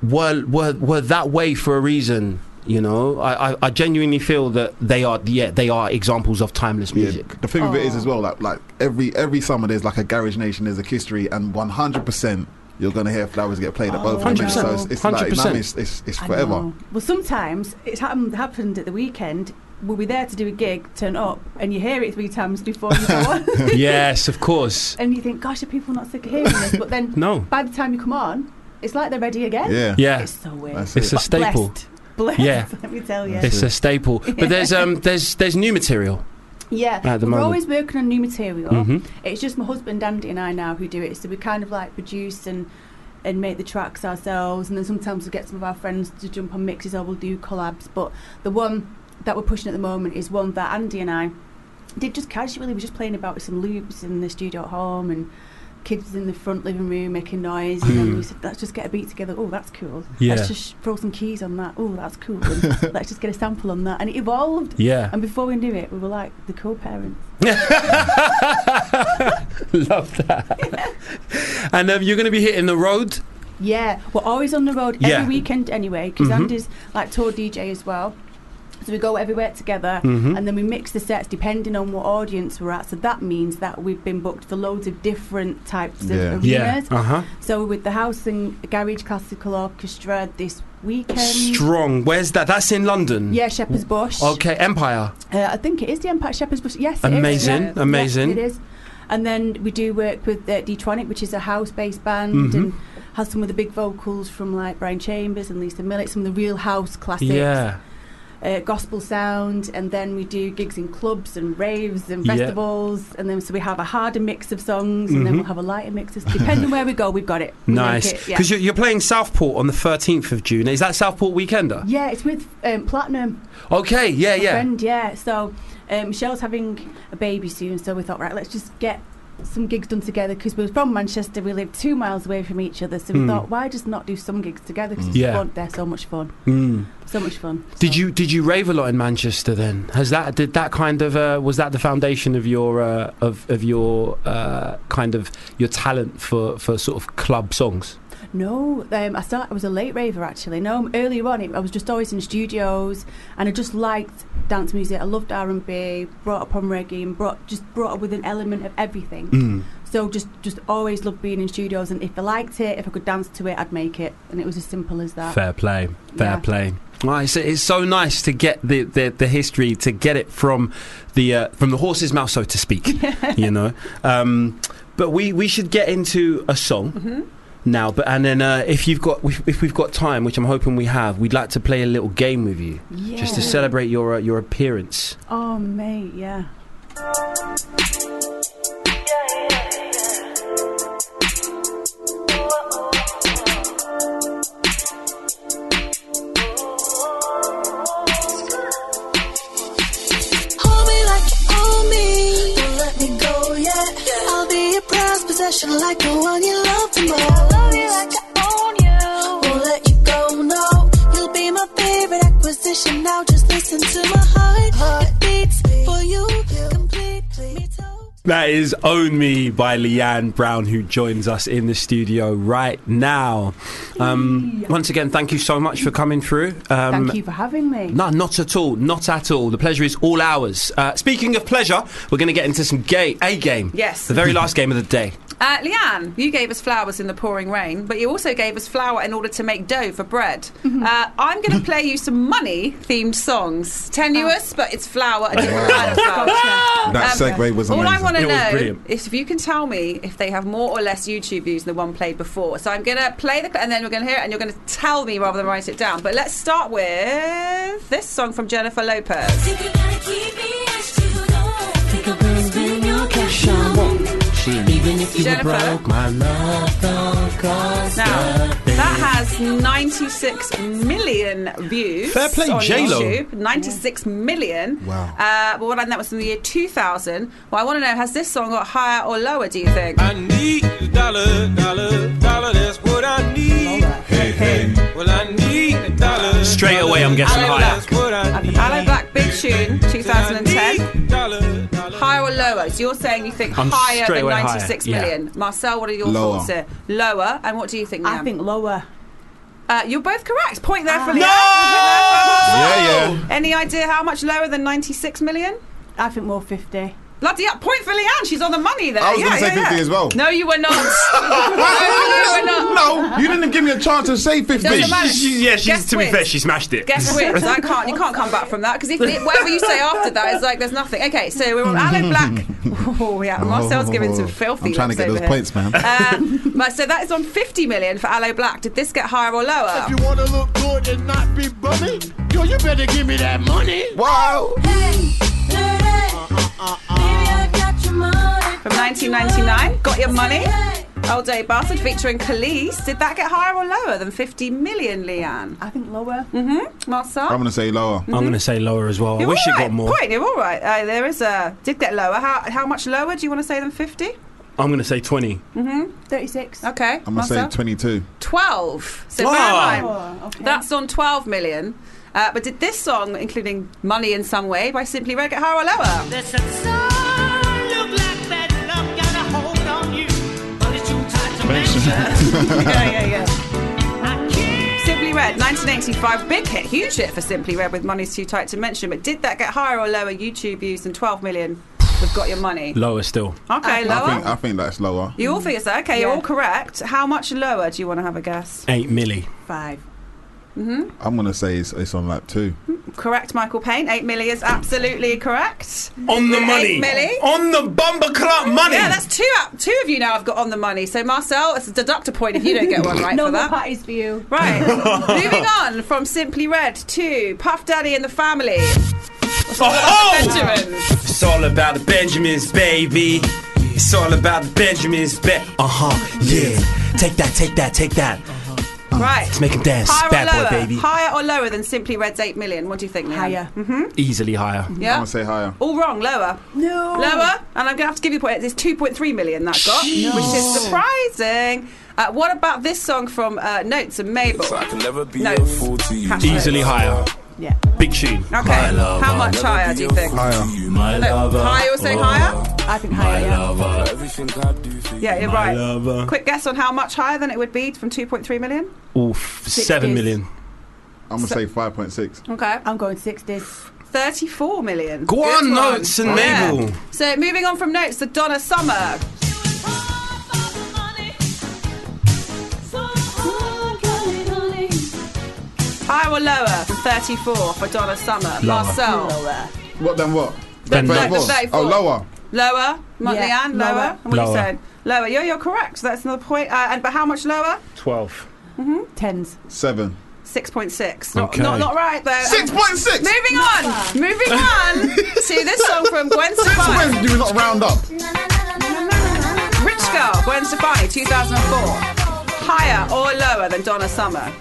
Speaker 4: were were were that way for a reason. You know, I, I, I genuinely feel that they are yeah they are examples of timeless music.
Speaker 6: The thing with it is as well, like like every every summer there's like a garage nation, there's a history, and 100 percent you're gonna hear flowers get played at both of them.
Speaker 5: 100%.
Speaker 6: So it's, it's like you know what I mean? it's, it's, it's
Speaker 5: Oh. I
Speaker 6: forever.
Speaker 5: know. Well, sometimes it's happened, happened at the weekend. We'll be there to do a gig, turn up, and you hear it three times before you go on.
Speaker 4: yes, of course.
Speaker 5: and you think, gosh, are people not sick of hearing this? But then
Speaker 4: No.
Speaker 5: by the time you come on, it's like they're ready again.
Speaker 4: Yeah. Yeah.
Speaker 5: It's so weird.
Speaker 4: That's It's it. a
Speaker 5: But
Speaker 4: staple.
Speaker 5: Blessed. blessed
Speaker 4: Yeah.
Speaker 5: Let me tell you.
Speaker 4: It's a staple. But there's um there's there's new material.
Speaker 5: Yeah,
Speaker 4: at the
Speaker 5: we're
Speaker 4: moment.
Speaker 5: always working on new material.
Speaker 4: Mhm.
Speaker 5: It's just my husband Andy and I now who do it, so we kind of like produce and and make the tracks ourselves, and then sometimes we get some of our friends to jump on mixes or we'll do collabs. But the one that we're pushing at the moment is one that Andy and I did just casually. We were just playing about with some loops in the studio at home and. Kids in the front living room making noise, and then
Speaker 14: Hmm.
Speaker 5: we said, "Let's just get a beat together. Oh, that's cool.
Speaker 14: Yeah.
Speaker 5: Let's just throw some keys on that. Oh, that's cool. And let's just get a sample on that." And it evolved.
Speaker 4: Yeah.
Speaker 5: And before we knew it, we were like the cool parents.
Speaker 4: Love that. and um, you're going to be hitting the road.
Speaker 5: Yeah, we're always on the road every
Speaker 4: Yeah.
Speaker 5: weekend anyway because
Speaker 4: Mhm.
Speaker 5: Andy's like tour DJ as well. So we go everywhere together
Speaker 4: Mm-hmm.
Speaker 14: Mhm.
Speaker 5: and then we mix the sets depending on what audience we're at. So that means that we've been booked for loads of different types of arenas.
Speaker 4: Yeah. Uh-huh.
Speaker 5: So with the House and Garage Classical Orchestra this weekend.
Speaker 4: Strong. Where's that? That's in London.
Speaker 5: Yeah, Shepherd's Bush.
Speaker 4: Okay, Empire.
Speaker 5: Uh, I think it is the Empire Shepherd's Bush. Yes, it is.
Speaker 4: Amazing,
Speaker 5: Yes,
Speaker 4: amazing.
Speaker 5: it is. And then we do work with uh, Detronic, which is a house-based band
Speaker 4: Mhm.
Speaker 5: and has some of the big vocals from like Brian Chambers and Lisa Millet, some of the real house classics.
Speaker 4: Yeah.
Speaker 5: Uh, gospel sound, and then we do gigs in clubs and raves and
Speaker 14: Yeah.
Speaker 5: festivals, and then so we have a harder mix of songs, and
Speaker 6: Mm-hmm.
Speaker 4: Mhm.
Speaker 5: then we'll have a lighter mix. Of, depending where we go, we've got it. We make
Speaker 4: nice.
Speaker 5: it,
Speaker 4: Because
Speaker 5: yeah.
Speaker 4: you're, you're playing Southport on the 13th of June. Is that Southport Weekender?
Speaker 5: Yeah, it's with um, Platinum.
Speaker 4: Okay, yeah,
Speaker 5: My
Speaker 4: yeah.
Speaker 5: friend, yeah. So um, Michelle's having a baby soon, so we thought, right, let's just get
Speaker 11: some gigs done together because we were from Manchester. We lived two miles away from each other, so we
Speaker 4: Mm.
Speaker 11: thought, why just not do some gigs together? Because
Speaker 4: Yeah.
Speaker 11: they're so much fun,
Speaker 4: Mm.
Speaker 11: so much fun.
Speaker 4: Did you did you rave a lot in Manchester then? Has that did that kind of uh, was that the foundation of your uh, of of your uh, kind of your talent for, for sort of club songs?
Speaker 11: No, um, I start. I was a late raver actually. No, earlier on, it, I was just always in studios, and I just liked dance music. I loved R and B. Brought up on reggae and brought just brought up with an element of everything. So just just always loved being in studios, and if I liked it, if I could dance to it, I'd make it, and it was as simple as that.
Speaker 4: Fair play, fair
Speaker 11: Yeah.
Speaker 4: play. Well, it's, it's so nice to get the, the, the history to get it from the uh, from the horse's mouth, so to speak. you know, um, but we, we should get into a song
Speaker 11: Mm-hmm.
Speaker 4: now. But and then uh, if you've got if, if we've got time, which I'm hoping we have, we'd like to play a little game with you, just to
Speaker 11: Yeah.
Speaker 4: celebrate your uh, your appearance.
Speaker 11: Oh mate, yeah.
Speaker 16: Hold me like you owe me. Don't let me go yet. I'll be your prized possession like the one you love the most. I love you like I own you. Won't let you go, no. You'll be my favorite acquisition. Now just listen to my heart. It beats for you. Complete me
Speaker 4: That is Own Me by Leanne Brown, who joins us in the studio right now. Um, once again, thank you so much for coming through. Um,
Speaker 11: Thank you for having me.
Speaker 4: No, not at all. Not at all. The pleasure is all ours. Uh, speaking of pleasure, we're going to get into some gay a game.
Speaker 5: Yes.
Speaker 4: the very last game of the day.
Speaker 5: Uh, Leanne, you gave us flowers in the pouring rain, but you also gave us flour in order to make dough for bread.
Speaker 6: Mm-hmm.
Speaker 5: Uh, I'm going to play you some money themed songs. Tenuous, but it's flour, a different kind of flour.
Speaker 6: Oh. That
Speaker 5: Um,
Speaker 6: segue was amazing.
Speaker 5: All I want to know
Speaker 6: brilliant.
Speaker 5: is if you can tell me if they have more or less YouTube views than the one played before. So I'm going to play the clip and then we're going to hear it and you're going to tell me rather than write it down. But let's start with this song from Jennifer Lopez.
Speaker 16: Even if
Speaker 5: you were Jennifer. broke,
Speaker 16: my love don't cost
Speaker 5: Now, that has 96 million views.
Speaker 16: Fair play,
Speaker 5: on
Speaker 16: J-Lo.
Speaker 5: YouTube. 96 million.
Speaker 16: Wow.
Speaker 5: Uh, well, and that was in the year 2000. Well, I want to know has this song got higher or lower, do you think?
Speaker 2: I need a dollar, dollar, dollar. That's what I need. Hey, hey. Well, I need a dollar.
Speaker 4: Straight away, I'm guessing
Speaker 2: Aloe
Speaker 4: higher.
Speaker 2: Black. What I need.
Speaker 5: Hello Black Big Tune, 2010.
Speaker 2: Dollar.
Speaker 5: Higher or lower? So you're saying you think
Speaker 4: I'm
Speaker 5: higher
Speaker 4: straight
Speaker 5: than
Speaker 4: away higher,
Speaker 5: 96
Speaker 4: yeah.
Speaker 5: million. Marcel, what are your
Speaker 4: Lower.
Speaker 5: thoughts here? Lower. And what do you think, I think Ah.
Speaker 11: lower.
Speaker 5: Uh, you're both correct. Point there for Leanne.
Speaker 6: Yeah,
Speaker 5: yeah. Any idea how much lower than 96 million?
Speaker 11: I think more 50.
Speaker 5: Bloody up. Point for Leanne. She's on the money there.
Speaker 6: I was
Speaker 5: yeah,
Speaker 6: gonna say
Speaker 5: yeah,
Speaker 6: 50
Speaker 5: yeah.
Speaker 6: as well.
Speaker 5: No, you were not. no, you were not.
Speaker 6: No, Oh, you didn't give me a chance to say 50.
Speaker 5: Doesn't matter.
Speaker 4: yeah, she's,
Speaker 5: Guess
Speaker 4: to be
Speaker 5: whiz.
Speaker 4: fair, she smashed it.
Speaker 5: Guess which? I can't. You can't come back from that because if it, whatever you say after that is like there's nothing. Okay, so we're on Alan Black. Oh yeah, Marcel's giving some filthy.
Speaker 6: Oh, I'm trying to
Speaker 5: looks
Speaker 6: get those
Speaker 5: over here.
Speaker 6: points, man.
Speaker 5: Uh, right, so that is on 50 million for Aloe Black. Did this get higher or lower?
Speaker 17: If you wanna look good and not be bummy, yo, you better give me that money.
Speaker 6: Wow.
Speaker 5: From 1999, Got Your Money, Old Day Bastard featuring Khalees. Did that get higher or lower than 50 million, Leanne?
Speaker 11: I think lower.
Speaker 5: Mm-hmm. Marcel?
Speaker 6: I'm going to say lower.
Speaker 5: I'm gonna
Speaker 4: say lower as well.
Speaker 5: You're all right. Point, you're all right. Uh, there is a did get lower. How how much lower do you want to say than 50?
Speaker 4: I'm going to say 20.
Speaker 5: Mm-hmm.
Speaker 11: 36.
Speaker 5: Okay.
Speaker 6: I'm going to say
Speaker 5: Marcel?
Speaker 6: 22.
Speaker 5: 12. So
Speaker 6: Wow.
Speaker 5: bear
Speaker 4: Ah.
Speaker 5: in mind,
Speaker 11: Oh,
Speaker 5: that's on 12 million. Uh, but did this song, including Money in Some Way by Simply Red, get higher or lower? yeah, yeah, yeah. Simply Red, 1985, big hit, huge hit for Simply Red with Money's Too Tight to Mention. But did that get higher or lower YouTube views than 12 million? We've got your money.
Speaker 4: Lower still.
Speaker 5: Okay,
Speaker 6: I
Speaker 5: lower.
Speaker 6: think, I think that's lower.
Speaker 5: You all think it's okay. You're all correct. How much lower do you want to have a guess?
Speaker 4: Eight milli.
Speaker 5: Five. Mm-hmm.
Speaker 6: I'm going to say it's, it's on lap two.
Speaker 5: Correct, Michael Payne. Eight milli is absolutely correct.
Speaker 4: On the
Speaker 5: Eight
Speaker 4: money.
Speaker 5: milli.
Speaker 4: On the bumper club money.
Speaker 5: Yeah, that's two. out- Two of you now have got on the money. So Marcel, it's a deduct a point if you don't get one right
Speaker 11: no
Speaker 5: for
Speaker 11: more
Speaker 5: that.
Speaker 11: parties for you.
Speaker 5: Right. Moving on from Simply Red to Puff Daddy and the Family.
Speaker 4: Oh!
Speaker 5: Benjamin.
Speaker 4: It's all about the Benjamins, baby. Uh-huh, It's all about the Benjamins, ba- Uh huh, yeah. Take that, take that, take that.
Speaker 5: Right.
Speaker 4: Let's make him dance.
Speaker 5: Higher
Speaker 4: Bad
Speaker 5: or
Speaker 4: boy,
Speaker 5: lower?
Speaker 4: baby.
Speaker 5: Higher or lower than Simply Red's 8 million? What do you think, Leanne? Higher. hmm
Speaker 4: Easily higher.
Speaker 5: Yeah. I'm gonna
Speaker 6: say higher.
Speaker 5: All wrong, lower.
Speaker 13: No.
Speaker 5: Lower, and I'm going to have to give you a point. It's 2.3 million that got,
Speaker 13: Jeez.
Speaker 5: which is surprising. Uh, what about this song from uh, Notes and Mabel?
Speaker 9: I can never be
Speaker 5: No.
Speaker 9: a fool to you.
Speaker 5: Cash Easily flow. higher.
Speaker 9: Yeah.
Speaker 4: Big Sheen.
Speaker 5: Okay, how much higher do you think?
Speaker 9: Higher. My
Speaker 5: Look,
Speaker 9: lover.
Speaker 5: higher or say higher? I think
Speaker 9: My lover. Everything I do for you.
Speaker 5: Yeah, you're
Speaker 9: My
Speaker 5: right.
Speaker 9: lover.
Speaker 5: Quick guess on how much higher than it would be from 2.3 million?
Speaker 4: Oof,
Speaker 5: Six
Speaker 4: seven
Speaker 5: days.
Speaker 4: million.
Speaker 6: I'm gonna say five point six.
Speaker 5: Okay. I'm going 60. 34 million.
Speaker 4: Go
Speaker 5: Good
Speaker 4: on,
Speaker 5: one.
Speaker 4: Notes and
Speaker 5: Yeah.
Speaker 4: Mabel.
Speaker 5: So moving on from notes, the Donna Summer. Higher or lower than 34 for Donna Summer?
Speaker 6: Lower.
Speaker 5: Marcel.
Speaker 6: What then? What?
Speaker 5: Then
Speaker 6: Thirty
Speaker 5: lower.
Speaker 6: four.
Speaker 5: Thirty four.
Speaker 6: Oh, lower.
Speaker 5: Lower? Mont
Speaker 13: Yeah,
Speaker 5: Leanne, lower?
Speaker 13: lower.
Speaker 5: And what are you
Speaker 6: Lower.
Speaker 5: saying? Lower. Yeah, you're correct. That's another point. Uh, and But how much lower?
Speaker 6: 12.
Speaker 5: hmm Tens.
Speaker 6: Seven.
Speaker 5: 6.6. Not,
Speaker 6: Okay.
Speaker 5: not, not right, though.
Speaker 6: 6.6.
Speaker 5: Moving on. Moving on to this song from Gwen Stefani.
Speaker 6: Since when do we not round up?
Speaker 5: Rich Girl, Gwen Stefani, 2004. Higher or lower than Donna Summer?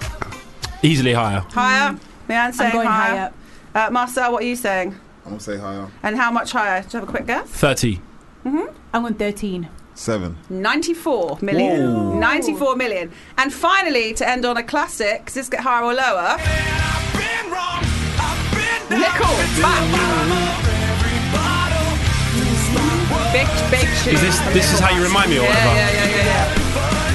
Speaker 4: Easily higher.
Speaker 5: Higher? Leanne saying
Speaker 13: going
Speaker 5: higher. Uh, Marcel, what are you saying?
Speaker 6: I'm gonna say higher.
Speaker 5: And how much higher? Do you have a quick guess?
Speaker 4: 30.
Speaker 5: Mm-hmm. I'm on 13.
Speaker 6: Seven.
Speaker 5: 94 million.
Speaker 6: Whoa.
Speaker 5: 94 million. And finally, to end on a classic, does this get higher or lower? Nickel, back. Big, big shoes.
Speaker 4: Is this this is how you remind me or whatever?
Speaker 5: Yeah, yeah, yeah,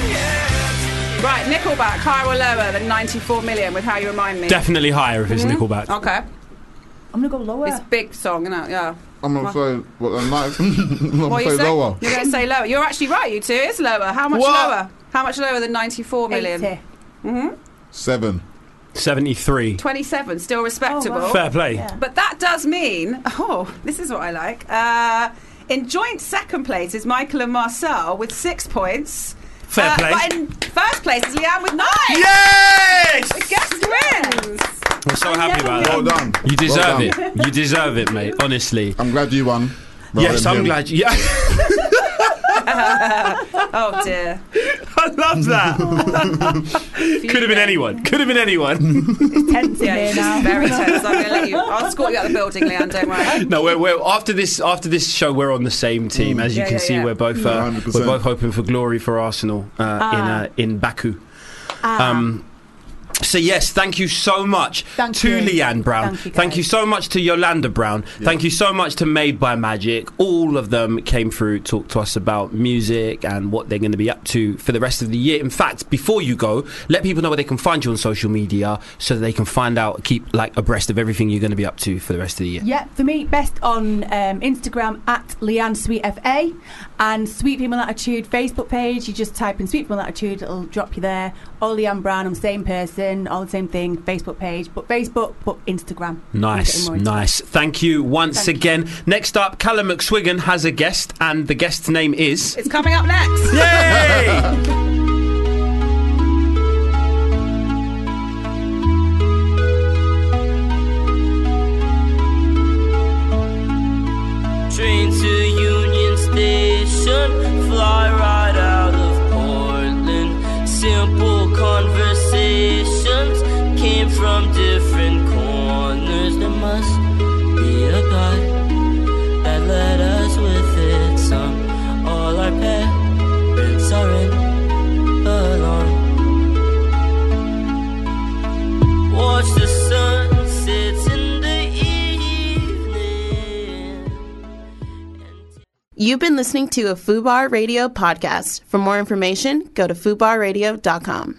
Speaker 5: yeah, yeah. Right, Nickelback, higher or lower than 94 million with How You Remind Me?
Speaker 4: Definitely higher if it's
Speaker 5: Mhm.
Speaker 4: Nickelback.
Speaker 5: Okay. I'm going to go lower. It's a big song, is Yeah.
Speaker 6: I'm gonna
Speaker 5: Well-
Speaker 6: say what? I'm not- I'm
Speaker 5: What
Speaker 6: gonna
Speaker 5: you
Speaker 6: say
Speaker 5: say?
Speaker 6: lower.
Speaker 5: You're going to say lower. You're actually right, you two. It's lower. How much
Speaker 6: What?
Speaker 5: lower? How much lower than 94 million? Mm-hmm.
Speaker 6: Seven.
Speaker 4: 73.
Speaker 5: 27, still respectable.
Speaker 4: Fair play. Yeah.
Speaker 5: But that does mean, oh, this is what I like. Uh, in joint second place is Michael and Marcel with six points.
Speaker 4: Fair
Speaker 5: Uh,
Speaker 4: play.
Speaker 5: But in first place is Leanne with nine.
Speaker 4: Yes!
Speaker 5: The guest wins.
Speaker 4: I'm so happy about that.
Speaker 6: Well done.
Speaker 4: You deserve
Speaker 6: Well
Speaker 4: it. You deserve it, mate. Honestly.
Speaker 6: I'm glad you won. rather
Speaker 4: yes,
Speaker 6: than
Speaker 4: I'm
Speaker 6: him.
Speaker 4: glad. You, yeah,
Speaker 5: oh dear.
Speaker 4: I love that. Could have been anyone. Could have been anyone.
Speaker 5: Tense yeah, it's just very tense. I'm going to let you. I'll escort you out of the building, Leanne. Don't worry.
Speaker 4: no, we're, we're after this after this show. We're on the same team,
Speaker 5: Mm.
Speaker 4: as you
Speaker 5: Yeah,
Speaker 4: can
Speaker 5: yeah,
Speaker 4: see.
Speaker 5: yeah.
Speaker 4: We're both
Speaker 5: Yeah,
Speaker 4: uh,
Speaker 5: 100%.
Speaker 4: we're both hoping for glory for Arsenal uh,
Speaker 5: Ah.
Speaker 4: in uh, in Baku. Um, so yes, thank you so much to
Speaker 10: you.
Speaker 4: Leanne Brown.
Speaker 10: Thank you,
Speaker 4: so much to Yolanda Brown. Thank you so much to Made by Magic. All of them came through, talked to us about music and what they're going to be up to for the rest of the year. In fact, before you go, let people know where they can find you on social media so that they can find out, keep like abreast of everything you're going to be up to for the rest of the year.
Speaker 13: Yeah, for me, best on um, Instagram at Leanne Sweet FA and Sweet Female Attitude Facebook page. You just type in Sweet Female Attitude, it'll drop you there. Or Leanne Brown, I'm the same person, all the same thing, Facebook page, but Facebook, but Instagram.
Speaker 4: Nice,
Speaker 13: You'll get more
Speaker 4: nice. Thank you once again. Next up, Callum McSwiggan has a guest, and the guest's name is.
Speaker 5: It's coming up next.
Speaker 4: Yay!
Speaker 16: Train to Union Station, fly right out of Portland. Simple conversations came from different corners. There must be a God that led us with it. Some all our parents are in alarm. Watch the sun sets in the evening.
Speaker 1: You've been listening to a FUBAR Radio podcast. For more information, go to fubarradio.com.